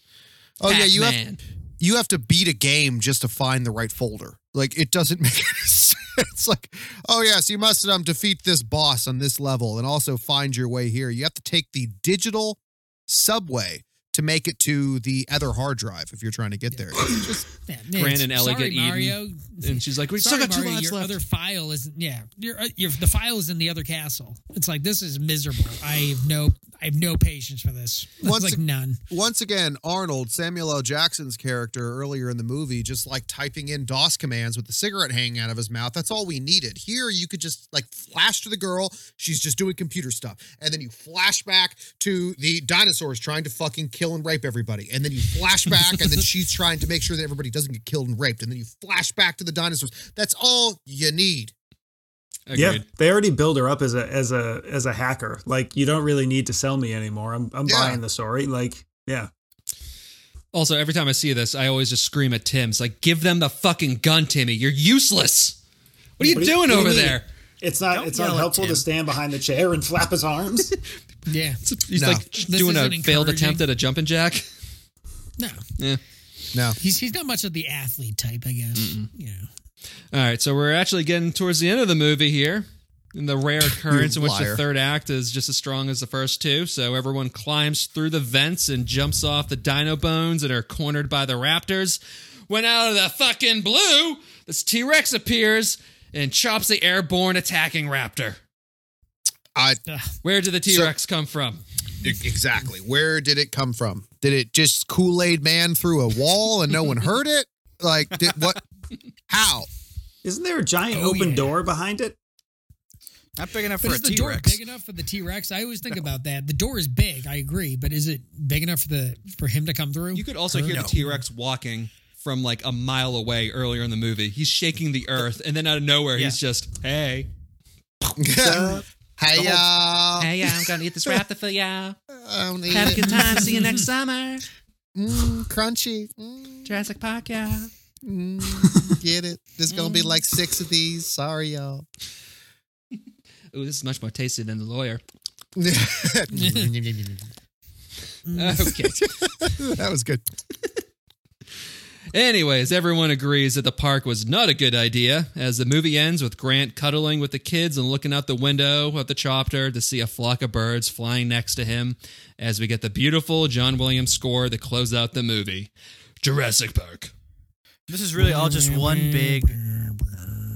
Speaker 3: Oh yeah, you have
Speaker 1: Pac-Man.
Speaker 3: you have to beat a game just to find the right folder. Like it doesn't make any sense. Like, oh yes, you must um defeat this boss on this level and also find your way here. You have to take the digital subway to make it to the other hard drive if you're trying to get there. It's just
Speaker 4: Yeah, it's-
Speaker 1: Grant and Ellie
Speaker 4: sorry,
Speaker 1: get eaten.
Speaker 4: Mario.
Speaker 1: And she's like, we
Speaker 4: Sorry,
Speaker 1: still got two
Speaker 4: Mario,
Speaker 1: lives
Speaker 4: your
Speaker 1: left.
Speaker 4: other file is yeah. Your, uh, your the file is in the other castle. It's like this is miserable. I have no I have no patience for this. It's
Speaker 3: Once
Speaker 4: like
Speaker 3: a-
Speaker 4: none.
Speaker 3: once again, Arnold, Samuel L. Jackson's character earlier in the movie, just like typing in DOS commands with the cigarette hanging out of his mouth. That's all we needed. Here, you could just like flash to the girl. She's just doing computer stuff. And then you flash back to the dinosaurs trying to fucking kill and rape everybody. And then you flash back, and then she's trying to make sure that everybody doesn't get killed and raped. And then you flash back to the dinosaurs. That's all you need.
Speaker 5: Yeah,
Speaker 1: Agreed.
Speaker 5: they already build her up as a as a as a hacker. Like you don't really need to sell me anymore. I'm I'm
Speaker 3: Yeah.
Speaker 5: buying the story. Like yeah,
Speaker 1: Also, every time I see this, I always just scream at Tim. It's like, give them the fucking gun, Timmy. You're useless. What are you
Speaker 5: What do you-
Speaker 1: doing
Speaker 5: what do you
Speaker 1: over
Speaker 5: mean?
Speaker 1: there?
Speaker 5: it's not
Speaker 2: Don't
Speaker 5: it's
Speaker 2: yell
Speaker 5: not
Speaker 2: at
Speaker 5: helpful
Speaker 2: Tim.
Speaker 5: to stand behind the chair and flap his arms.
Speaker 4: Yeah.
Speaker 1: He's
Speaker 3: No.
Speaker 1: like doing a
Speaker 4: isn't
Speaker 1: failed
Speaker 4: encouraging.
Speaker 1: attempt at a jumping jack.
Speaker 4: No.
Speaker 1: Yeah.
Speaker 3: No.
Speaker 4: He's he's not much of the athlete type, I guess. You know.
Speaker 1: All right, so we're actually getting towards the end of the movie here. And the rare occurrence in which the
Speaker 3: liar.
Speaker 1: third act is just as strong as the first two. So everyone climbs through the vents and jumps off the dino bones and are cornered by the raptors. When out of the fucking blue, this T Rex appears and chops the airborne attacking raptor.
Speaker 3: I
Speaker 1: Where did the T Rex come from?
Speaker 3: E-, exactly. Where did it come from? Did it just Kool Aid Man through a wall and no one heard it? Like did, what? How?
Speaker 5: Isn't there a giant
Speaker 4: Oh,
Speaker 5: open
Speaker 4: yeah.
Speaker 5: door behind it?
Speaker 2: Not big enough
Speaker 4: But
Speaker 2: for a
Speaker 4: is the
Speaker 2: T
Speaker 4: door
Speaker 2: Rex.
Speaker 4: big enough for the T Rex? I always think about that. The door is big, I agree, but is it big enough for the for him to come through?
Speaker 1: You could also hear
Speaker 2: No.
Speaker 1: the T Rex walking from like a mile away earlier in the movie. He's shaking the earth, and then out of nowhere, he's just, hey.
Speaker 3: Hey y'all.
Speaker 1: Hey, I'm going to eat this raptor for ya.
Speaker 3: I don't need
Speaker 1: Have a
Speaker 3: it.
Speaker 1: good time. See you next summer.
Speaker 3: Mm, crunchy. Mm,
Speaker 1: Jurassic Park, yeah.
Speaker 3: mm, get it. There's gonna be like six of these. Sorry, y'all.
Speaker 1: Ooh, this is much more tasty than the lawyer.
Speaker 3: that
Speaker 1: Okay.
Speaker 3: was good.
Speaker 1: Anyways, everyone agrees that the park was not a good idea, as the movie ends with Grant cuddling with the kids and looking out the window of the chopper to see a flock of birds flying next to him as we get the beautiful John Williams score to close out the movie. Jurassic Park.
Speaker 2: This is really all just one big,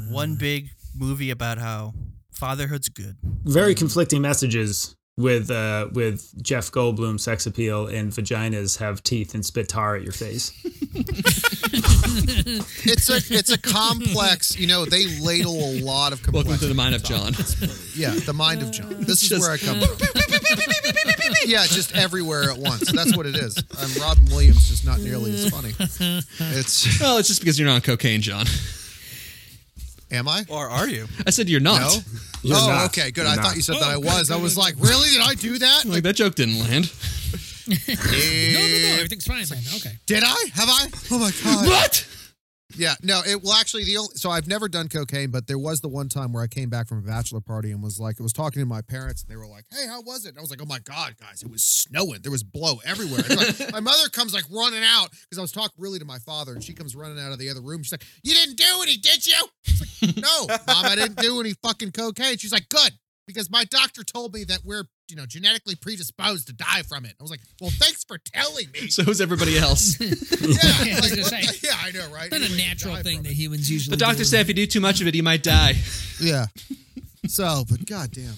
Speaker 2: one big movie about how fatherhood's good.
Speaker 5: Very conflicting messages with uh, with Jeff Goldblum sex appeal and vaginas have teeth and spit tar at your face.
Speaker 3: It's a it's a complex. You know, they ladle a lot of complexity.
Speaker 1: Welcome to the mind of John.
Speaker 3: Yeah, the mind of John. This is
Speaker 1: Just-
Speaker 3: where I come from. yeah, just everywhere at once. That's what it is. Um, Robin Williams just not nearly as funny. It's
Speaker 1: well, it's just because you're not on cocaine, John.
Speaker 3: am I?
Speaker 2: Or are you?
Speaker 1: I said you're not.
Speaker 3: No.
Speaker 5: You're
Speaker 3: oh,
Speaker 5: not.
Speaker 3: okay, good.
Speaker 5: You're
Speaker 3: I
Speaker 5: not.
Speaker 3: thought you said that I was. I was like, really? Did I do that?
Speaker 1: Like
Speaker 3: Like,
Speaker 1: that joke didn't land.
Speaker 4: no, no, no. Everything's fine, man. Okay.
Speaker 3: did I? Have I? Oh my god.
Speaker 1: What?
Speaker 3: Yeah, no, it well actually the only so I've never done cocaine, but there was the one time where I came back from a bachelor party and was like I was talking to my parents and they were like, Hey, how was it? And I was like, Oh my god, guys, it was snowing. There was blow everywhere. It's like, my mother comes like running out because I was talking really to my father and she comes running out of the other room. She's like, You didn't do any, did you? It's like, No, mom, I didn't do any fucking cocaine. She's like, Good, because my doctor told me that we're you know genetically predisposed to die from it. I was like, Well, thanks for telling me.
Speaker 1: So is everybody else.
Speaker 3: yeah,
Speaker 4: I was gonna
Speaker 3: what
Speaker 4: say.
Speaker 3: the- yeah, I know, right?
Speaker 4: Not
Speaker 3: You
Speaker 4: a
Speaker 3: wouldn't
Speaker 4: natural
Speaker 3: die
Speaker 4: thing
Speaker 3: from
Speaker 4: that
Speaker 3: it.
Speaker 4: humans usually
Speaker 1: The doctor
Speaker 4: do.
Speaker 1: said if you do too much of it, you might die.
Speaker 3: Yeah. So, but goddamn.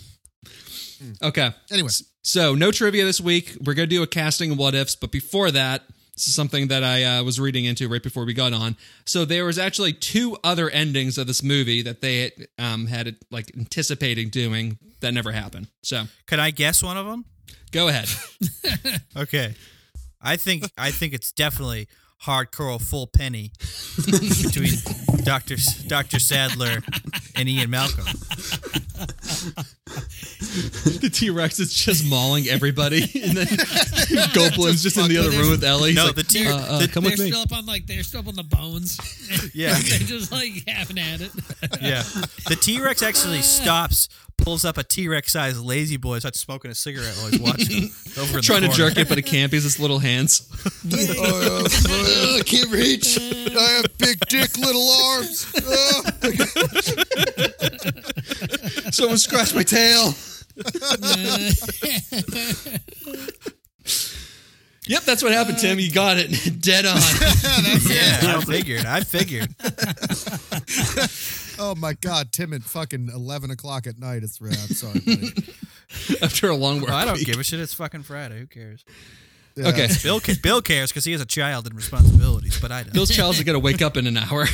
Speaker 1: Okay.
Speaker 3: Anyway,
Speaker 1: So, no trivia this week. We're going to do a casting of what ifs, but before that, this is something that I uh, was reading into right before we got on. So, there was actually two other endings of this movie that they had, um, had like anticipating doing that never happened. So,
Speaker 2: Can I guess one of them?
Speaker 1: go ahead.
Speaker 2: Okay. I think I think it's definitely hardcore full penny between Doctor Doctor Sadler and Ian Malcolm.
Speaker 1: the T Rex is just mauling everybody, and then Goldblum's just in the other room with Ellie. He's
Speaker 2: No,
Speaker 1: like,
Speaker 2: the T-
Speaker 1: uh, uh,
Speaker 2: the-
Speaker 1: come
Speaker 4: They're
Speaker 1: with me.
Speaker 4: still up on like they're still up on the bones.
Speaker 2: Yeah.
Speaker 4: they're just like having at it.
Speaker 2: Yeah. The T Rex actually stops, pulls up a T Rex sized lazy boy, starts smoking a cigarette while he's watching over in
Speaker 1: Trying
Speaker 2: the
Speaker 1: to
Speaker 2: corner.
Speaker 1: jerk it, but it can't because it's little hands.
Speaker 3: oh, oh, I can't reach. I have big dick, little arms. Oh.
Speaker 1: Someone scratched my tail. yep, that's what happened, Tim. You got it. Dead on.
Speaker 2: Yeah, I figured. I figured.
Speaker 3: Oh my God, Tim at fucking 11 o'clock at night. It's red. I'm sorry. Buddy.
Speaker 1: After a long work.
Speaker 2: I don't
Speaker 1: week.
Speaker 2: give a shit. It's fucking Friday. Who cares?
Speaker 3: Yeah.
Speaker 1: Okay.
Speaker 2: Bill ca- Bill cares because he has a child and responsibilities, but I don't.
Speaker 1: Bill's child's going to wake up in an hour.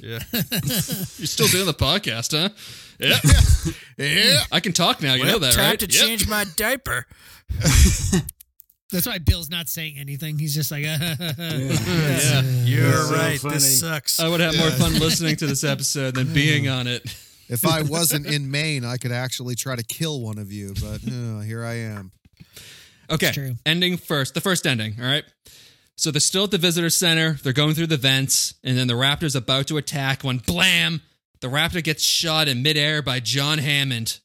Speaker 2: yeah.
Speaker 1: You're still doing the podcast, huh? Yeah.
Speaker 3: Yeah.
Speaker 1: I can talk now. You know that,
Speaker 2: Time
Speaker 1: right?
Speaker 2: to
Speaker 1: Yep.
Speaker 2: change my diaper.
Speaker 4: That's why Bill's not saying anything. He's just like,
Speaker 2: You're
Speaker 5: That's so
Speaker 2: right.
Speaker 5: funny.
Speaker 2: This sucks.
Speaker 1: I would have more fun listening to this episode than being on it.
Speaker 3: If I wasn't in Maine, I could actually try to kill one of you, but uh, here I am.
Speaker 1: Okay.
Speaker 4: It's true.
Speaker 1: Ending first. The first ending. All right. So they're still at the visitor center. They're going through the vents, and then the raptor's about to attack when blam, the raptor gets shot in midair by John Hammond.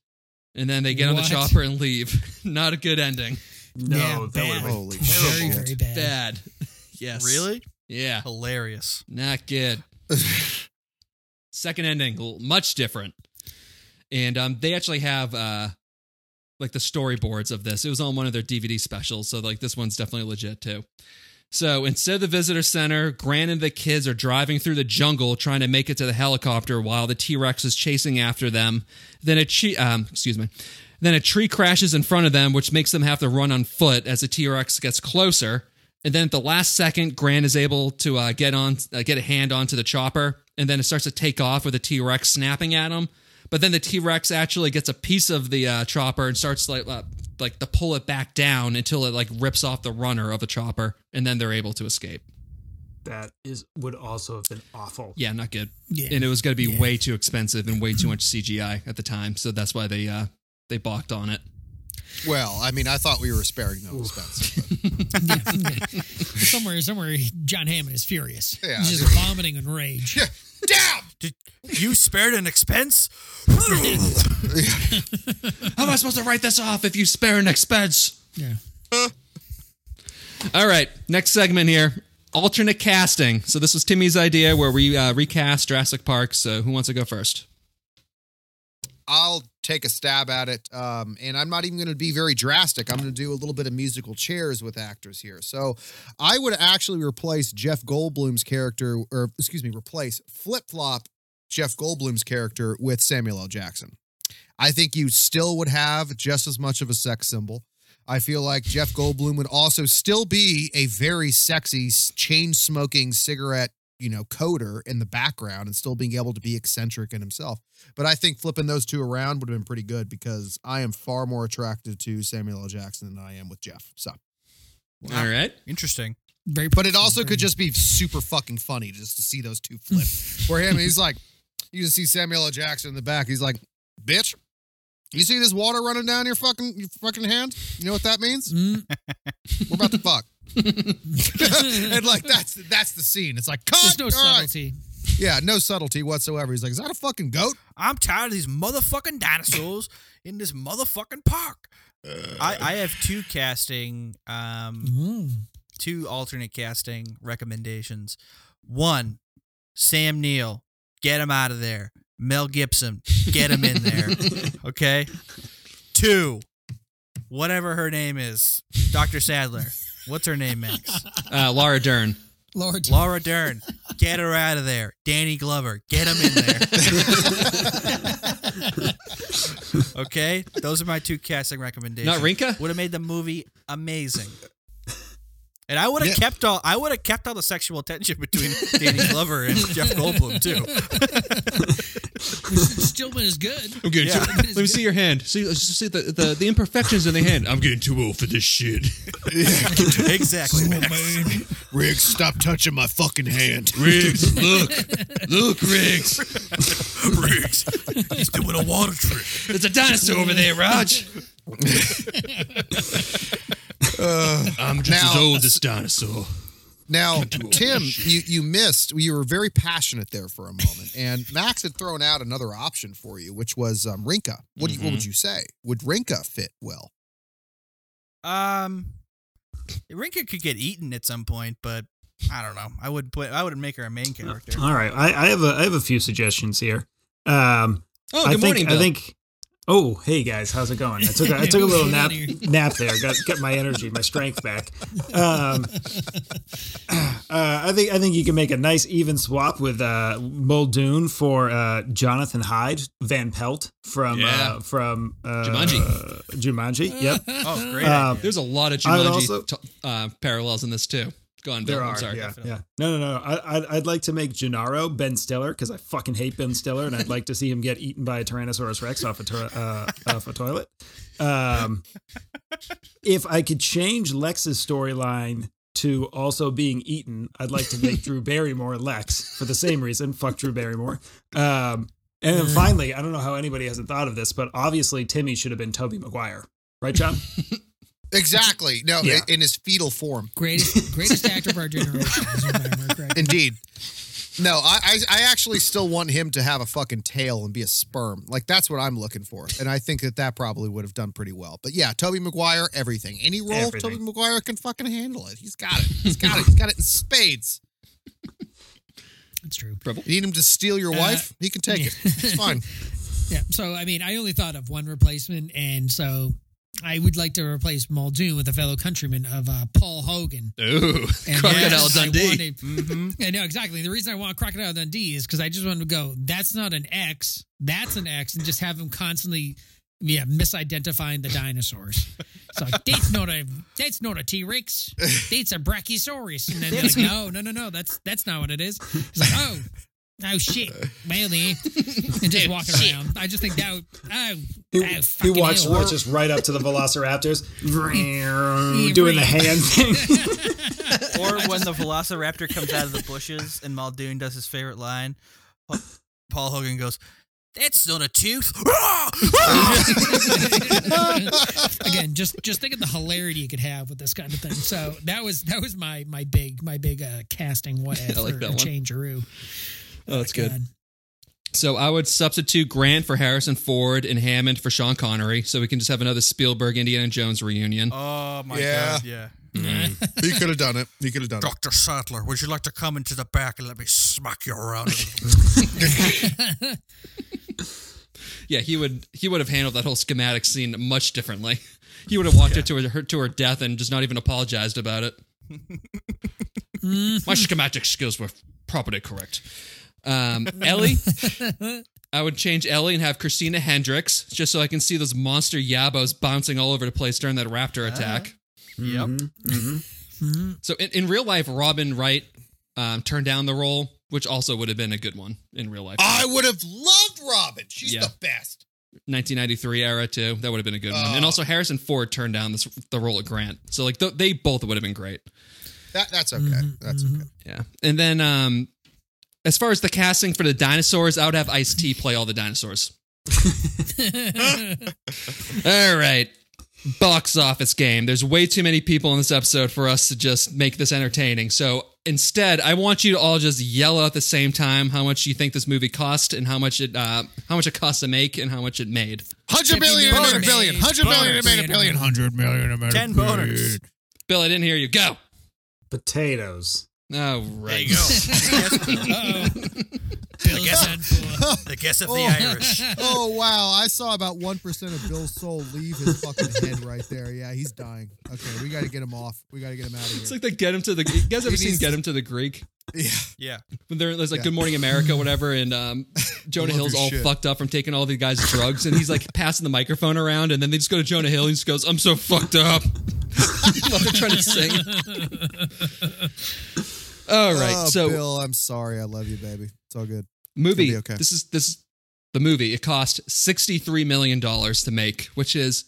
Speaker 1: And then they get on the
Speaker 4: What?
Speaker 1: chopper and leave. Not a good ending.
Speaker 5: No,
Speaker 4: Yeah,
Speaker 5: that would
Speaker 4: bad.
Speaker 5: have
Speaker 3: Holy
Speaker 4: very,
Speaker 3: shit.
Speaker 4: very bad.
Speaker 1: Bad. Yes.
Speaker 2: Really?
Speaker 1: Yeah.
Speaker 2: Hilarious.
Speaker 1: Not good. Second ending, l- much different. and um, they actually have uh, like the storyboards of this. It was on one of their DVD specials, so like this one's definitely legit too. So instead of the visitor center, Grant and the kids are driving through the jungle trying to make it to the helicopter while the T Rex is chasing after them. Then a tree, um, excuse me, then a tree crashes in front of them, which makes them have to run on foot as the T Rex gets closer. And then at the last second, Grant is able to uh, get on, uh, get a hand onto the chopper, and then it starts to take off with the T Rex snapping at him. But then the T Rex actually gets a piece of the uh, chopper and starts like uh, like to pull it back down until it like rips off the runner of the chopper, and then they're able to escape.
Speaker 5: That is would also have been awful.
Speaker 1: Yeah, not good.
Speaker 4: Yeah.
Speaker 1: And it was going to be
Speaker 4: Yeah.
Speaker 1: way too expensive and way too much CGI at the time, so that's why they uh, they balked on it.
Speaker 7: Well, I mean, I thought we were sparing no expense. but-
Speaker 4: somewhere, somewhere, John Hammond is furious.
Speaker 7: Yeah.
Speaker 4: He's just vomiting in rage.
Speaker 7: Damn!
Speaker 2: Did, you spared an expense?
Speaker 1: How am I supposed to write this off if you spare an expense?
Speaker 4: Yeah.
Speaker 1: All right, next segment here. Alternate casting. So this was Timmy's idea where we uh, recast Jurassic Park. So who wants to go first?
Speaker 7: I'll take a stab at it. Um, and I'm not even going to be very drastic. I'm going to do a little bit of musical chairs with actors here. So I would actually replace Jeff Goldblum's character, or excuse me, replace flip flop Jeff Goldblum's character with Samuel L. Jackson. I think you still would have just as much of a sex symbol. I feel like Jeff Goldblum would also still be a very sexy, chain smoking cigarette, you know, coder in the background and still being able to be eccentric in himself. But I think flipping those two around would have been pretty good because I am far more attracted to Samuel L. Jackson than I am with Jeff. So,
Speaker 1: All right.
Speaker 2: Interesting.
Speaker 4: Very.
Speaker 7: but it also could just be super fucking funny just to see those two flip. Where him, he's like, you just see Samuel L. Jackson in the back. He's like, bitch, you see this water running down your fucking your fucking hand? You know what that means?
Speaker 4: Mm.
Speaker 7: We're about to fuck. and like that's that's the scene. It's like cut.
Speaker 4: There's no
Speaker 7: All right.
Speaker 4: subtlety.
Speaker 7: Yeah, no subtlety whatsoever. He's like, is that a fucking goat?
Speaker 2: I'm tired of these motherfucking dinosaurs in this motherfucking park. I, I have two casting, um,
Speaker 4: Mm.
Speaker 2: two alternate casting recommendations. One, Sam Neill, get him out of there. Mel Gibson, get him in there. Okay. Two, whatever her name is, Dr. Sadler. What's her name, Max?
Speaker 1: Uh, Laura Dern.
Speaker 4: Lord.
Speaker 2: Laura Dern, get her out of there. Danny Glover, get him in there. okay, those are my two casting recommendations.
Speaker 1: Not Rinka?
Speaker 2: would have made the movie amazing. And I would have
Speaker 7: Yeah.
Speaker 2: kept all I would have kept all the sexual tension between Danny Glover and Jeff Goldblum too.
Speaker 4: Still been as good.
Speaker 1: I'm getting
Speaker 2: Yeah.
Speaker 1: too- Let me see your hand. See, let's just see the, the, the imperfections in the hand. I'm getting too old for this shit.
Speaker 2: exactly. Max.
Speaker 7: Riggs, stop touching my fucking hand.
Speaker 1: Riggs, look. Look, Riggs.
Speaker 2: Riggs, he's doing a water trick.
Speaker 1: There's a dinosaur over there, Raj. I'm just
Speaker 7: now-
Speaker 1: as dinosaur.
Speaker 7: Now, Tim, you, you missed. You were very passionate there for a moment, and Max had thrown out another option for you, which was um, Rinka. What, do you, what would you say? Would Rinka fit well?
Speaker 2: Um, Rinka could get eaten at some point, but I don't know. I would put I would make her a main character.
Speaker 5: All right, I, I have a I have a few suggestions here. Um,
Speaker 1: Oh, good
Speaker 5: I think
Speaker 1: morning, Bill.
Speaker 5: I think. Oh, hey guys, how's it going? I took a, I took a little nap nap there. Got get my energy, my strength back. Um, uh, I think I think you can make a nice even swap with uh, Muldoon for uh, Jonathan Hyde Van Pelt from
Speaker 1: Yeah.
Speaker 5: uh, from uh,
Speaker 1: Jumanji.
Speaker 5: Jumanji. Yep.
Speaker 2: Oh, great!
Speaker 5: Um,
Speaker 2: idea.
Speaker 1: There's a lot of
Speaker 5: I would
Speaker 1: Jumanji
Speaker 5: also-
Speaker 1: t- uh, parallels in this, too. Go on, Bill.
Speaker 5: There
Speaker 1: I'm
Speaker 5: are,
Speaker 1: sorry.
Speaker 5: yeah, yeah. No, no, no. I, I'd, I'd like to make Gennaro Ben Stiller because I fucking hate Ben Stiller, and I'd like to see him get eaten by a Tyrannosaurus Rex off a tur- uh, off a toilet. Um, if I could change Lex's storyline to also being eaten, I'd like to make Drew Barrymore Lex for the same reason. Fuck Drew Barrymore. Um, and then finally, I don't know how anybody hasn't thought of this, but obviously Timmy should have been Toby Maguire, right, John?
Speaker 7: Exactly. No,
Speaker 5: Yeah.
Speaker 7: in his fetal form.
Speaker 4: Greatest, greatest actor of our generation. is your memory correct?
Speaker 7: Indeed. No, I, I I actually still want him to have a fucking tail and be a sperm. Like that's what I'm looking for, and I think that that probably would have done pretty well. But yeah, Toby Maguire, everything, any role
Speaker 5: Everything.
Speaker 7: Toby Maguire can fucking handle it. He's got it. He's got it. He's got it in spades.
Speaker 4: That's true.
Speaker 7: You need him to steal your
Speaker 4: Uh,
Speaker 7: wife? He can take it. It's fine.
Speaker 4: Yeah. So I mean, I only thought of one replacement, and so I would like to replace Muldoon with a fellow countryman of uh, Paul Hogan.
Speaker 1: Ooh,
Speaker 4: And
Speaker 1: Crocodile
Speaker 4: yes, I
Speaker 1: Dundee.
Speaker 4: wanted- I know exactly. The reason I want Crocodile Dundee is because I just wanted to go. That's not an X. That's an X, and just have him constantly, yeah, misidentifying the dinosaurs. So like, that's not a that's not a T Rex. That's a Brachiosaurus. And then they're like, no, no, no, no. That's that's not what it is. It's like, oh, oh shit,
Speaker 1: Uh,
Speaker 4: really? And just walking around. I just think that would, oh,
Speaker 5: He,
Speaker 4: oh,
Speaker 5: he
Speaker 4: fucking
Speaker 5: walks
Speaker 4: hell.
Speaker 5: just right up to the velociraptors, doing the hand thing.
Speaker 2: Or when the Velociraptor comes out of the bushes and Muldoon does his favorite line, Pa- Paul Hogan goes, "That's not a tooth."
Speaker 4: again just just think of the hilarity you could have with this kind of thing so that was that was my my big my big uh casting what if
Speaker 1: I like
Speaker 4: or
Speaker 1: that one.
Speaker 4: changeroo
Speaker 1: Oh, that's good.
Speaker 4: God.
Speaker 1: So I would substitute Grant for Harrison Ford and Hammond for Sean Connery, so we can just have another Spielberg Indiana Jones reunion.
Speaker 2: oh my
Speaker 6: Yeah.
Speaker 2: god! Yeah.
Speaker 6: He could have done it. He could have done it.
Speaker 2: Doctor Sattler, would you like to come into the back and let me smack you around?
Speaker 1: Yeah, he would he would have handled that whole schematic scene much differently. He would have walked her to her to her death and just not even apologized about it. My schematic skills were properly correct. Um, Ellie, I would change Ellie and have Christina Hendricks just so I can see those monster yabos bouncing all over the place during that raptor attack.
Speaker 2: yep.
Speaker 1: So in, in real life, Robin Wright um, turned down the role, which also would have been a good one in real life.
Speaker 3: Ah,
Speaker 6: I would have loved Robin. She's
Speaker 1: Yeah.
Speaker 6: the best.
Speaker 1: 1993 era too. That would have been a good one. And
Speaker 6: Oh.
Speaker 1: also Harrison Ford turned down this, the role of Grant. So like th- they both would have been great.
Speaker 6: That that's okay.
Speaker 1: Mm-hmm,
Speaker 6: That's okay.
Speaker 1: Yeah. And then um, as far as the casting for the dinosaurs, I would have Ice T play all the dinosaurs. all right. Box office game. There's way too many people in this episode for us to just make this entertaining. So instead, I want you to all just yell at the same time how much you think this movie cost and how much it uh, how much it cost to make and how much it made.
Speaker 6: Hundred million,
Speaker 4: Boners.
Speaker 6: hundred billion, hundred billion,
Speaker 4: Boners.
Speaker 6: it made a billion, hundred million, it made a
Speaker 2: Ten
Speaker 6: billion.
Speaker 2: boners.
Speaker 1: Bill, I didn't hear you. Go.
Speaker 5: Potatoes.
Speaker 1: All right.
Speaker 2: There you go.
Speaker 4: Uh-oh. Bill's
Speaker 2: guess-
Speaker 4: done for.
Speaker 2: the guess of the Irish.
Speaker 7: Oh wow! I saw about one percent of Bill's soul leave his fucking head right there. Yeah, he's dying. Okay, we got to get him off. We got to get him out of here.
Speaker 1: It's like the get him to the. You guys ever seen
Speaker 7: needs
Speaker 1: Get Him to the Greek?
Speaker 2: Yeah.
Speaker 1: When they're, there's like
Speaker 7: Yeah.
Speaker 1: Good Morning America, whatever, and um, Jonah
Speaker 6: Love
Speaker 1: Hill's
Speaker 6: your
Speaker 1: all
Speaker 6: shit.
Speaker 1: fucked up from taking all the guys' drugs, and he's like passing the microphone around, and then they just go to Jonah Hill, and he just goes, "I'm so fucked up." While they're trying to sing. all right,
Speaker 7: Oh,
Speaker 1: so
Speaker 7: Bill, I'm sorry. I love you, baby. It's all good.
Speaker 1: movie.
Speaker 7: It'll be okay.
Speaker 1: This is this is the movie. It cost sixty three million dollars to make, which is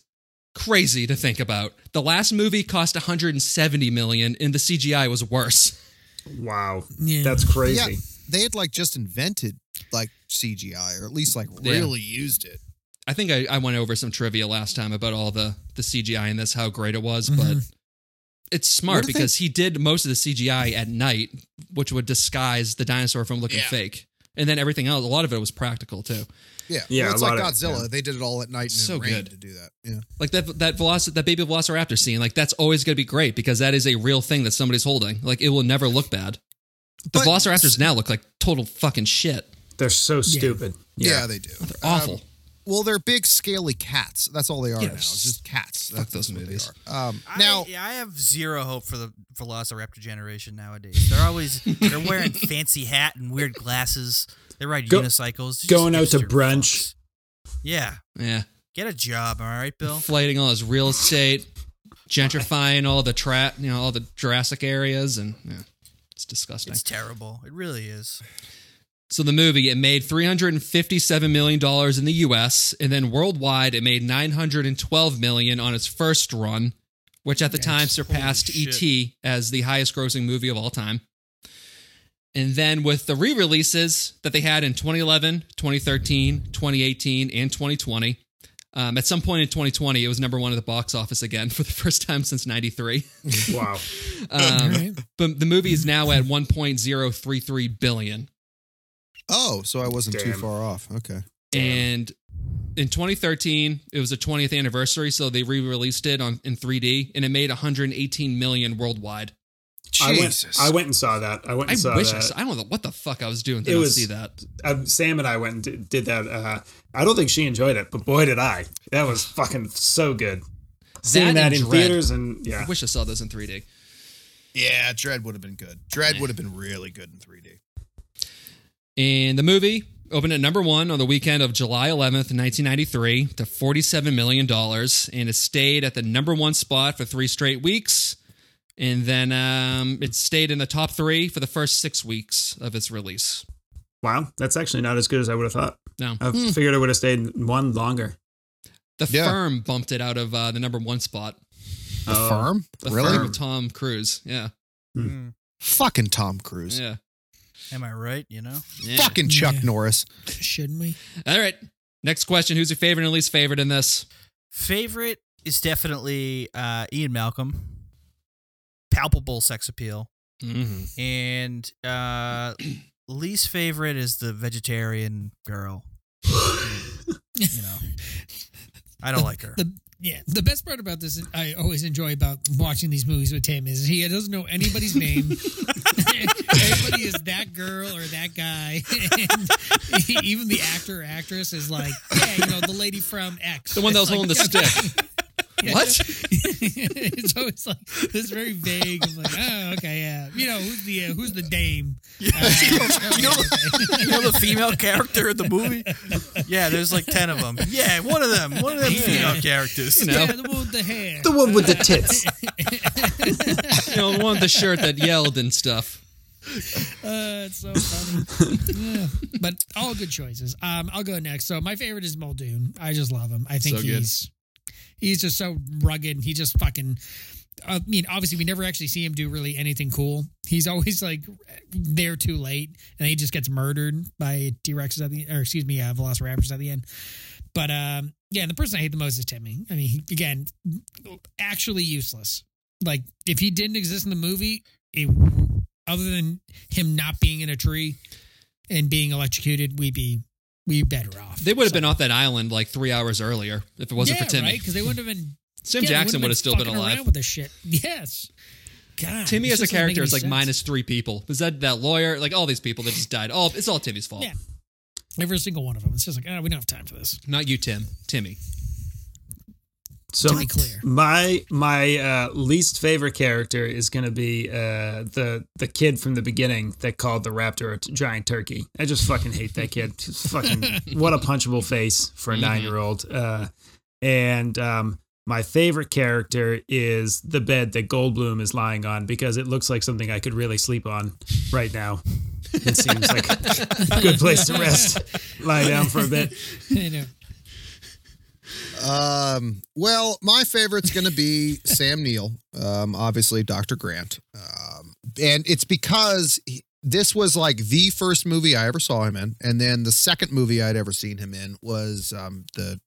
Speaker 1: crazy to think about. The last movie cost one hundred and seventy million, and the CGI was worse.
Speaker 5: Wow,
Speaker 4: Yeah.
Speaker 5: that's crazy.
Speaker 7: Yeah, they had like just invented like CGI, or at least like
Speaker 1: Yeah.
Speaker 7: really used it.
Speaker 1: I think I, I went over some trivia last time about all the the CGI in this, how great it was, but it's smart
Speaker 7: Mm-hmm. What did they-
Speaker 1: because he did most of the CGI at night, which would disguise the dinosaur from looking
Speaker 6: Yeah.
Speaker 1: fake. And then everything else, a lot of it was practical too.
Speaker 7: Yeah,
Speaker 5: Yeah,
Speaker 7: Well, it's
Speaker 5: a
Speaker 7: like
Speaker 5: lot of-
Speaker 7: Godzilla. They did it all at night and
Speaker 1: So
Speaker 7: it
Speaker 1: good.
Speaker 7: rained to do that. Yeah,
Speaker 1: Like that that veloc- that baby velociraptor scene, like that's always going to be great because that is a real thing that somebody's holding. Like it will never look bad. The
Speaker 7: But-
Speaker 1: velociraptors now look like total fucking shit.
Speaker 5: They're so stupid.
Speaker 7: yeah, they do. They're
Speaker 1: Awful.
Speaker 7: well, they're big, scaly cats. That's all they are
Speaker 1: Yeah,
Speaker 7: now.
Speaker 1: just-
Speaker 7: Just cats.
Speaker 1: fuck
Speaker 7: That's
Speaker 1: those
Speaker 7: what they
Speaker 1: movies.
Speaker 7: are. Um,
Speaker 2: Now
Speaker 7: now,
Speaker 2: I, yeah, I have zero hope for the Velociraptor generation nowadays. They're always they're wearing fancy hat and weird glasses. They ride
Speaker 5: Go-
Speaker 2: unicycles. Just
Speaker 5: going out to
Speaker 2: hipster
Speaker 5: brunch.
Speaker 2: fucks. Yeah,
Speaker 1: yeah.
Speaker 2: get a job. All right, Bill.
Speaker 1: Inflating all his real estate, gentrifying all the trap, you know, all the Jurassic areas, and yeah, it's disgusting.
Speaker 2: It's terrible. It really is.
Speaker 1: So the movie it made 357 million dollars in the US and then worldwide it made 912 million on its first run, which at the time surpassed
Speaker 2: Holy shit.
Speaker 1: ET as the highest grossing movie of all time. And then with the re-releases that they had in 2011, 2013, 2018 and 2020, um, at some point in 2020 it was number 1 at the box office again for the first time since 93.
Speaker 5: Wow.
Speaker 1: Um,
Speaker 4: Alright.
Speaker 1: But the movie is now at 1.033 billion.
Speaker 7: oh, so I wasn't too
Speaker 5: Damn.
Speaker 7: far off. Okay.
Speaker 1: and in 2013 it was the 20th anniversary so they re-released it on in 3d and it made 118 million worldwide
Speaker 3: Jesus.
Speaker 5: I went. I went and saw that. I went
Speaker 1: I
Speaker 5: and saw
Speaker 1: wish
Speaker 5: that.
Speaker 1: I, saw, I don't know what the fuck I was doing to
Speaker 5: It
Speaker 1: not
Speaker 5: was-
Speaker 1: see that.
Speaker 5: uh, Sam and I went and did, did that. Uh, I don't think she enjoyed it, but boy did I! That was fucking so good. Seeing
Speaker 1: That
Speaker 5: that,
Speaker 1: and
Speaker 5: in
Speaker 1: Dread.
Speaker 5: theaters and yeah,
Speaker 1: I wish I saw those in 3D.
Speaker 3: yeah, Dread would have been good. Dread would have been really good in 3D.
Speaker 1: And the movie opened at number one on the weekend of July 11th, 1993, to $47 million, and it stayed at the number one spot for three straight weeks. And then um, it stayed in the top three for the first six weeks of its release.
Speaker 5: wow, that's actually not as good as I would have thought.
Speaker 1: No.
Speaker 5: I figured I would have stayed one longer.
Speaker 1: The
Speaker 3: Yeah.
Speaker 1: Firm bumped it out of uh, the number one spot.
Speaker 3: The
Speaker 5: Oh.
Speaker 3: Firm?
Speaker 1: The
Speaker 3: really?
Speaker 1: Firm with Tom Cruise. Yeah.
Speaker 5: Hmm.
Speaker 2: Mm.
Speaker 3: Fucking Tom Cruise.
Speaker 1: Yeah.
Speaker 2: Am I right? You know,
Speaker 1: yeah.
Speaker 3: Fucking Chuck
Speaker 4: Yeah.
Speaker 3: Norris.
Speaker 4: Shouldn't we?
Speaker 1: All right. Next question. Who's your favorite and least favorite in this?
Speaker 2: favorite is definitely uh, Ian Malcolm. Palpable sex appeal,
Speaker 1: Mm-hmm.
Speaker 2: and uh, least favorite is the vegetarian girl. you know, I don't like her.
Speaker 4: The yeah, the best part about this I always enjoy about watching these movies with Tim is he doesn't know anybody's name. Everybody is that girl or that guy, and he- even the actor or actress is like, yeah, you know, the lady from X,
Speaker 1: The one that was
Speaker 4: It's
Speaker 1: holding the
Speaker 4: like-
Speaker 1: stick.
Speaker 4: Yeah.
Speaker 1: What?
Speaker 4: it's always like this is very vague. I'm like, oh, okay, yeah, you know, who's the uh, who's the dame? Uh,
Speaker 2: you, know, you know the female character in the movie? Yeah, there's like ten of them. Yeah, one of them, one of them female characters.
Speaker 1: You know,
Speaker 4: yeah, the one with the hair.
Speaker 5: The one with the tits.
Speaker 1: you know, the one with the shirt that yelled and stuff.
Speaker 4: Uh, it's so funny. yeah. But all good choices. Um, I'll go next. So my favorite is Muldoon. I just love him. I think
Speaker 1: So good.
Speaker 4: he's he's just so rugged. He just fucking. uh, I mean, obviously, we never actually see him do really anything cool. He's always like there too late, and he just gets murdered by T Rexes at the, or excuse me, uh, Velociraptors at the end. But um, yeah, and the person I hate the most is Timmy. I mean, he, again, actually useless. Like if he didn't exist in the movie, it, other than him not being in a tree and being electrocuted, we'd be we better off.
Speaker 1: They would have been off that island like three hours earlier if it wasn't
Speaker 4: yeah,
Speaker 1: for Timmy.
Speaker 4: because they wouldn't have been.
Speaker 1: Sam
Speaker 4: yeah, they
Speaker 1: Jackson would have still been
Speaker 4: fucking
Speaker 1: alive.
Speaker 4: around with this shit. Yes. God,
Speaker 1: Timmy as
Speaker 4: this
Speaker 1: a
Speaker 4: doesn't make
Speaker 1: character
Speaker 4: any
Speaker 1: is like
Speaker 4: sense.
Speaker 1: minus three people. Is that that lawyer? Like all these people that just died. All it's all Timmy's fault.
Speaker 4: Yeah. every single one of them. It's just like ah, we don't have time for this.
Speaker 1: Not you, Tim. Timmy.
Speaker 5: So
Speaker 4: To be clear.
Speaker 5: my my uh, least favorite character is going to be uh, the the kid from the beginning that called the raptor a t- giant turkey. I just fucking hate that kid. Just fucking what a punchable face for a nine year old. Uh, and um, my favorite character is the bed that Goldblum is lying on because it looks like something I could really sleep on right now. It seems like a good place to rest. Lie down for a bit.
Speaker 4: You know,
Speaker 3: Um, well, my favorite's going to be Sam Neill, um, obviously Dr. Grant. Um, and it's because he- this was like the first movie I ever saw him in. And then the second movie I'd ever seen him in was um, the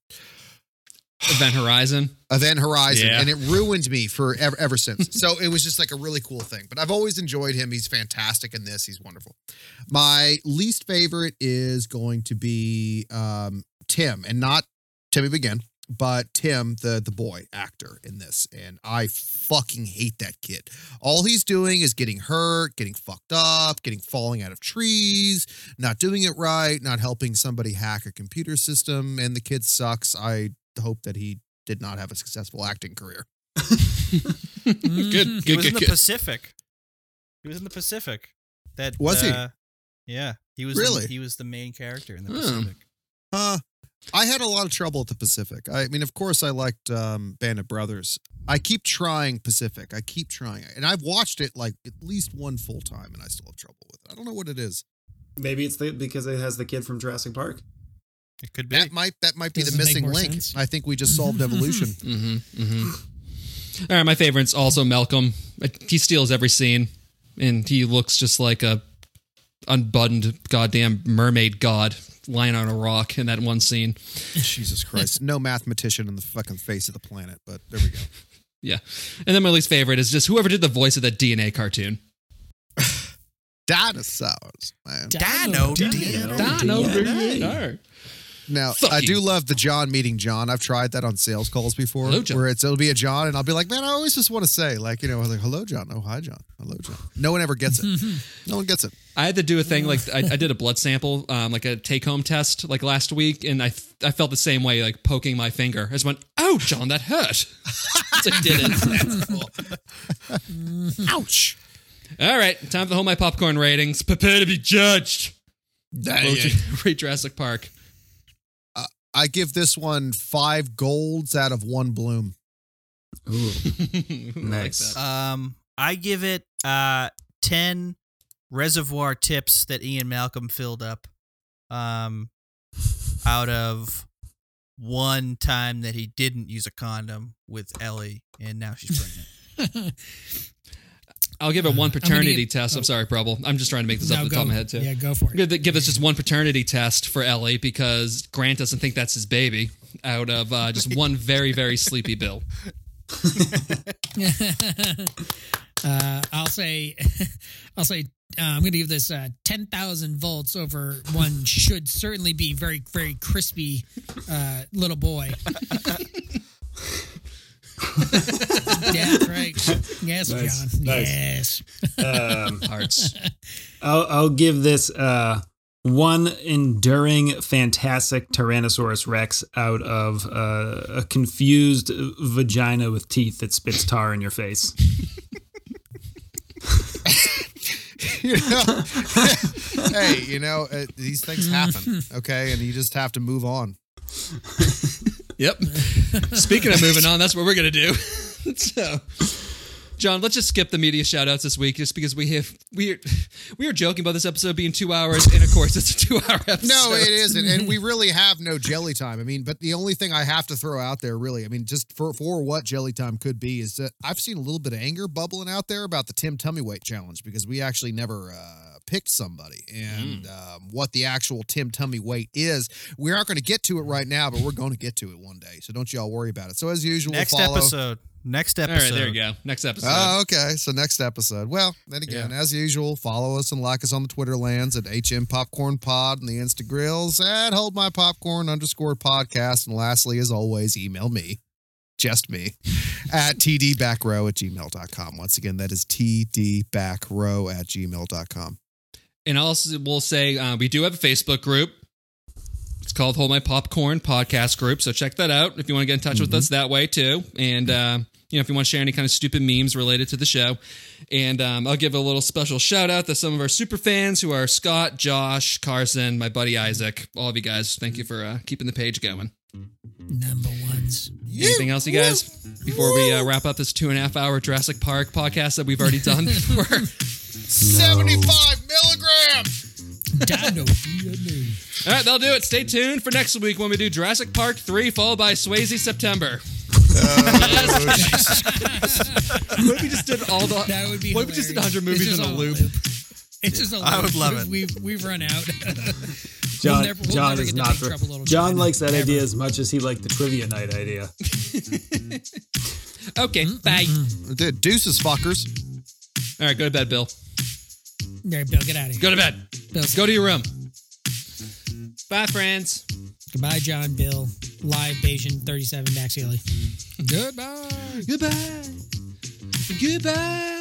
Speaker 1: Event Horizon.
Speaker 3: Event Horizon,
Speaker 1: Yeah.
Speaker 3: and it ruined me for ever, ever since. so it was just like a really cool thing. But I've always enjoyed him. He's fantastic in this. He's wonderful. My least favorite is going to be um, Tim, and not Timmy Begin, but Tim, the the boy actor in this. And I fucking hate that kid. All he's doing is getting hurt, getting fucked up, getting falling out of trees, not doing it right, not helping somebody hack a computer system. And the kid sucks. I hope that he did not have a successful acting career.
Speaker 4: Mm-hmm.
Speaker 1: Good.
Speaker 2: He
Speaker 1: Good.
Speaker 2: was in
Speaker 1: Good.
Speaker 2: the
Speaker 1: good.
Speaker 2: Pacific. He was in the Pacific. That
Speaker 3: Was he?
Speaker 2: uh, Yeah, he was.
Speaker 3: Really?
Speaker 2: he was the main character in the
Speaker 1: Hmm.
Speaker 2: Pacific.
Speaker 3: Uh, I had a lot of trouble with the Pacific. I mean, of course, I liked um, Band of Brothers. I keep trying Pacific. I keep trying, it. and I've watched it like at least one full time, and I still have trouble with it. I don't know what it is.
Speaker 5: Maybe it's the, because it has the kid from Jurassic Park.
Speaker 2: It could be.
Speaker 3: That might that might be
Speaker 4: Doesn't
Speaker 3: the
Speaker 4: make
Speaker 3: missing
Speaker 4: more
Speaker 3: link.
Speaker 4: sense.
Speaker 3: I think we just solved evolution.
Speaker 1: hmm hmm All right, my favorite's also Malcolm. He steals every scene, and he looks just like a unbuttoned goddamn mermaid god lying on a rock in that one scene.
Speaker 3: Jesus Christ! No mathematician on the fucking face of the planet, but there we go.
Speaker 1: Yeah, and then my least favorite is just whoever did the voice of that DNA cartoon.
Speaker 3: Dinosaurs, man.
Speaker 2: Dino.
Speaker 4: Dino.
Speaker 2: Dino.
Speaker 1: Dino.
Speaker 5: DNA.
Speaker 1: Dino.
Speaker 3: Now
Speaker 1: Fuck
Speaker 3: I
Speaker 1: you.
Speaker 3: do love the John meeting John. I've tried that on sales calls before,
Speaker 1: Hello, John.
Speaker 3: where it's it'll be a John, and I'll be like, man, I always just want to say, like, you know, I was like, hello, John, oh hi, John, hello, John. No one ever gets it. no one gets it.
Speaker 1: I had to do a thing like I, I did a blood sample, um, like a take home test, like last week, and I I felt the same way, like poking my finger. I just went, "Oh, John, that hurt." so I did it.
Speaker 3: Ouch.
Speaker 1: All right, time to hold my popcorn ratings. Prepare to be judged. We'll ju- Rate Jurassic Park.
Speaker 3: I give this one five golds out of one bloom.
Speaker 5: Ooh,
Speaker 1: I like
Speaker 5: Nice.
Speaker 1: that.
Speaker 2: Um, I give it uh ten reservoir tips that Ian Malcolm filled up, um, out of one time that he didn't use a condom with Ellie, and now she's pregnant.
Speaker 1: I'll give it one
Speaker 4: gonna
Speaker 1: paternity
Speaker 4: get-
Speaker 1: test. I'm
Speaker 4: oh.
Speaker 1: sorry, Preble. I'm just trying to make this up off the
Speaker 4: go,
Speaker 1: top of my head too.
Speaker 4: Yeah, go for
Speaker 1: I'm
Speaker 4: it.
Speaker 1: gonna give us just one paternity test for Ellie because Grant doesn't think that's his baby. Out of uh, just one very very sleepy Bill.
Speaker 4: uh, I'll say, I'll say, uh, I'm going to give this uh, 10,000 volts over one should certainly be very, very crispy uh, little boy. yeah, right. Yes,
Speaker 5: Nice,
Speaker 4: John.
Speaker 5: nice.
Speaker 4: Yes.
Speaker 5: um,
Speaker 1: Hearts.
Speaker 5: I'll, I'll give this uh, one enduring, fantastic Tyrannosaurus Rex out of uh, a confused vagina with teeth that spits tar in your face.
Speaker 3: You know? hey, you know uh, these things happen, okay, and you just have to move on.
Speaker 1: Yep. Speaking of moving on, that's what we're going to do. so, John, let's just skip the media shout outs this week just because we have, we are, we are joking about this episode being two hours. And of course, it's a two hour episode.
Speaker 3: No, it isn't, and we really have no jelly time. I mean, but the only thing I have to throw out there, really, I mean, just for for what jelly time could be, is that I've seen a little bit of anger bubbling out there about the Tim Tummy Weight Challenge because we actually never uh, picked somebody and
Speaker 1: Mm.
Speaker 3: um, what the actual Tim Tummy Weight is. We aren't going to get to it right now, but we're going to get to it one day. So don't y'all worry about it. So as usual,
Speaker 2: Next
Speaker 3: follow.
Speaker 2: episode. Next
Speaker 1: All right,
Speaker 2: episode.
Speaker 1: there you go. Next episode.
Speaker 3: Oh, okay. So next episode. Well, then again, as usual, follow us and like us on the Twitter lands at HM Popcorn Pod and the Instagrills at Hold My Popcorn underscore podcast. And lastly, as always, email me, just me, at tdbackrow at gmail.com. Once again, that is tdbackrow at gmail.com.
Speaker 1: and also, we'll say uh, we do have a Facebook group. It's called Hold My Popcorn Podcast Group. So check that out if you want to get in touch with us that way too. And, uh, you know, if you want to share any kind of stupid memes related to the show. And um, I'll give a little special shout out to some of our super fans who are Scott, Josh, Carson, my buddy Isaac, all of you guys. Thank you for uh, keeping the page going.
Speaker 4: Number ones.
Speaker 1: Anything else, you guys, before we uh, wrap up this two and a half hour Jurassic Park podcast that we've already done before?
Speaker 3: 75 milligrams.
Speaker 4: Dino.
Speaker 1: all right, that'll do it. Stay tuned for next week when we do Jurassic Park 3, followed by Swayze September. Yes. what if we just did all the.
Speaker 4: That would be
Speaker 1: what if we just did
Speaker 4: hilarious.
Speaker 1: 100
Speaker 4: It's
Speaker 1: movies
Speaker 4: just
Speaker 1: in a
Speaker 4: all
Speaker 1: loop?
Speaker 4: It's just a loop.
Speaker 2: I would love it.
Speaker 4: We've, we've, we've run out.
Speaker 5: John,
Speaker 4: never- we'll
Speaker 5: John
Speaker 4: never
Speaker 5: is
Speaker 4: get to
Speaker 5: not.
Speaker 4: Big
Speaker 5: for-
Speaker 4: Trouble in Little
Speaker 5: John
Speaker 4: China.
Speaker 5: likes that
Speaker 4: Never.
Speaker 5: idea as much as he liked the trivia night idea.
Speaker 4: Hmm?
Speaker 1: Okay, bye.
Speaker 4: Mm-hmm.
Speaker 3: Dude, deuces, fuckers.
Speaker 1: All right, go to bed, Bill.
Speaker 4: There, Bill, get out of here.
Speaker 1: Go to bed.
Speaker 4: Bill's-
Speaker 1: Go to your room. Bye, friends.
Speaker 4: Goodbye, John Bill. Live Bayesian 37 Max Haley. Goodbye.
Speaker 1: Goodbye. Goodbye.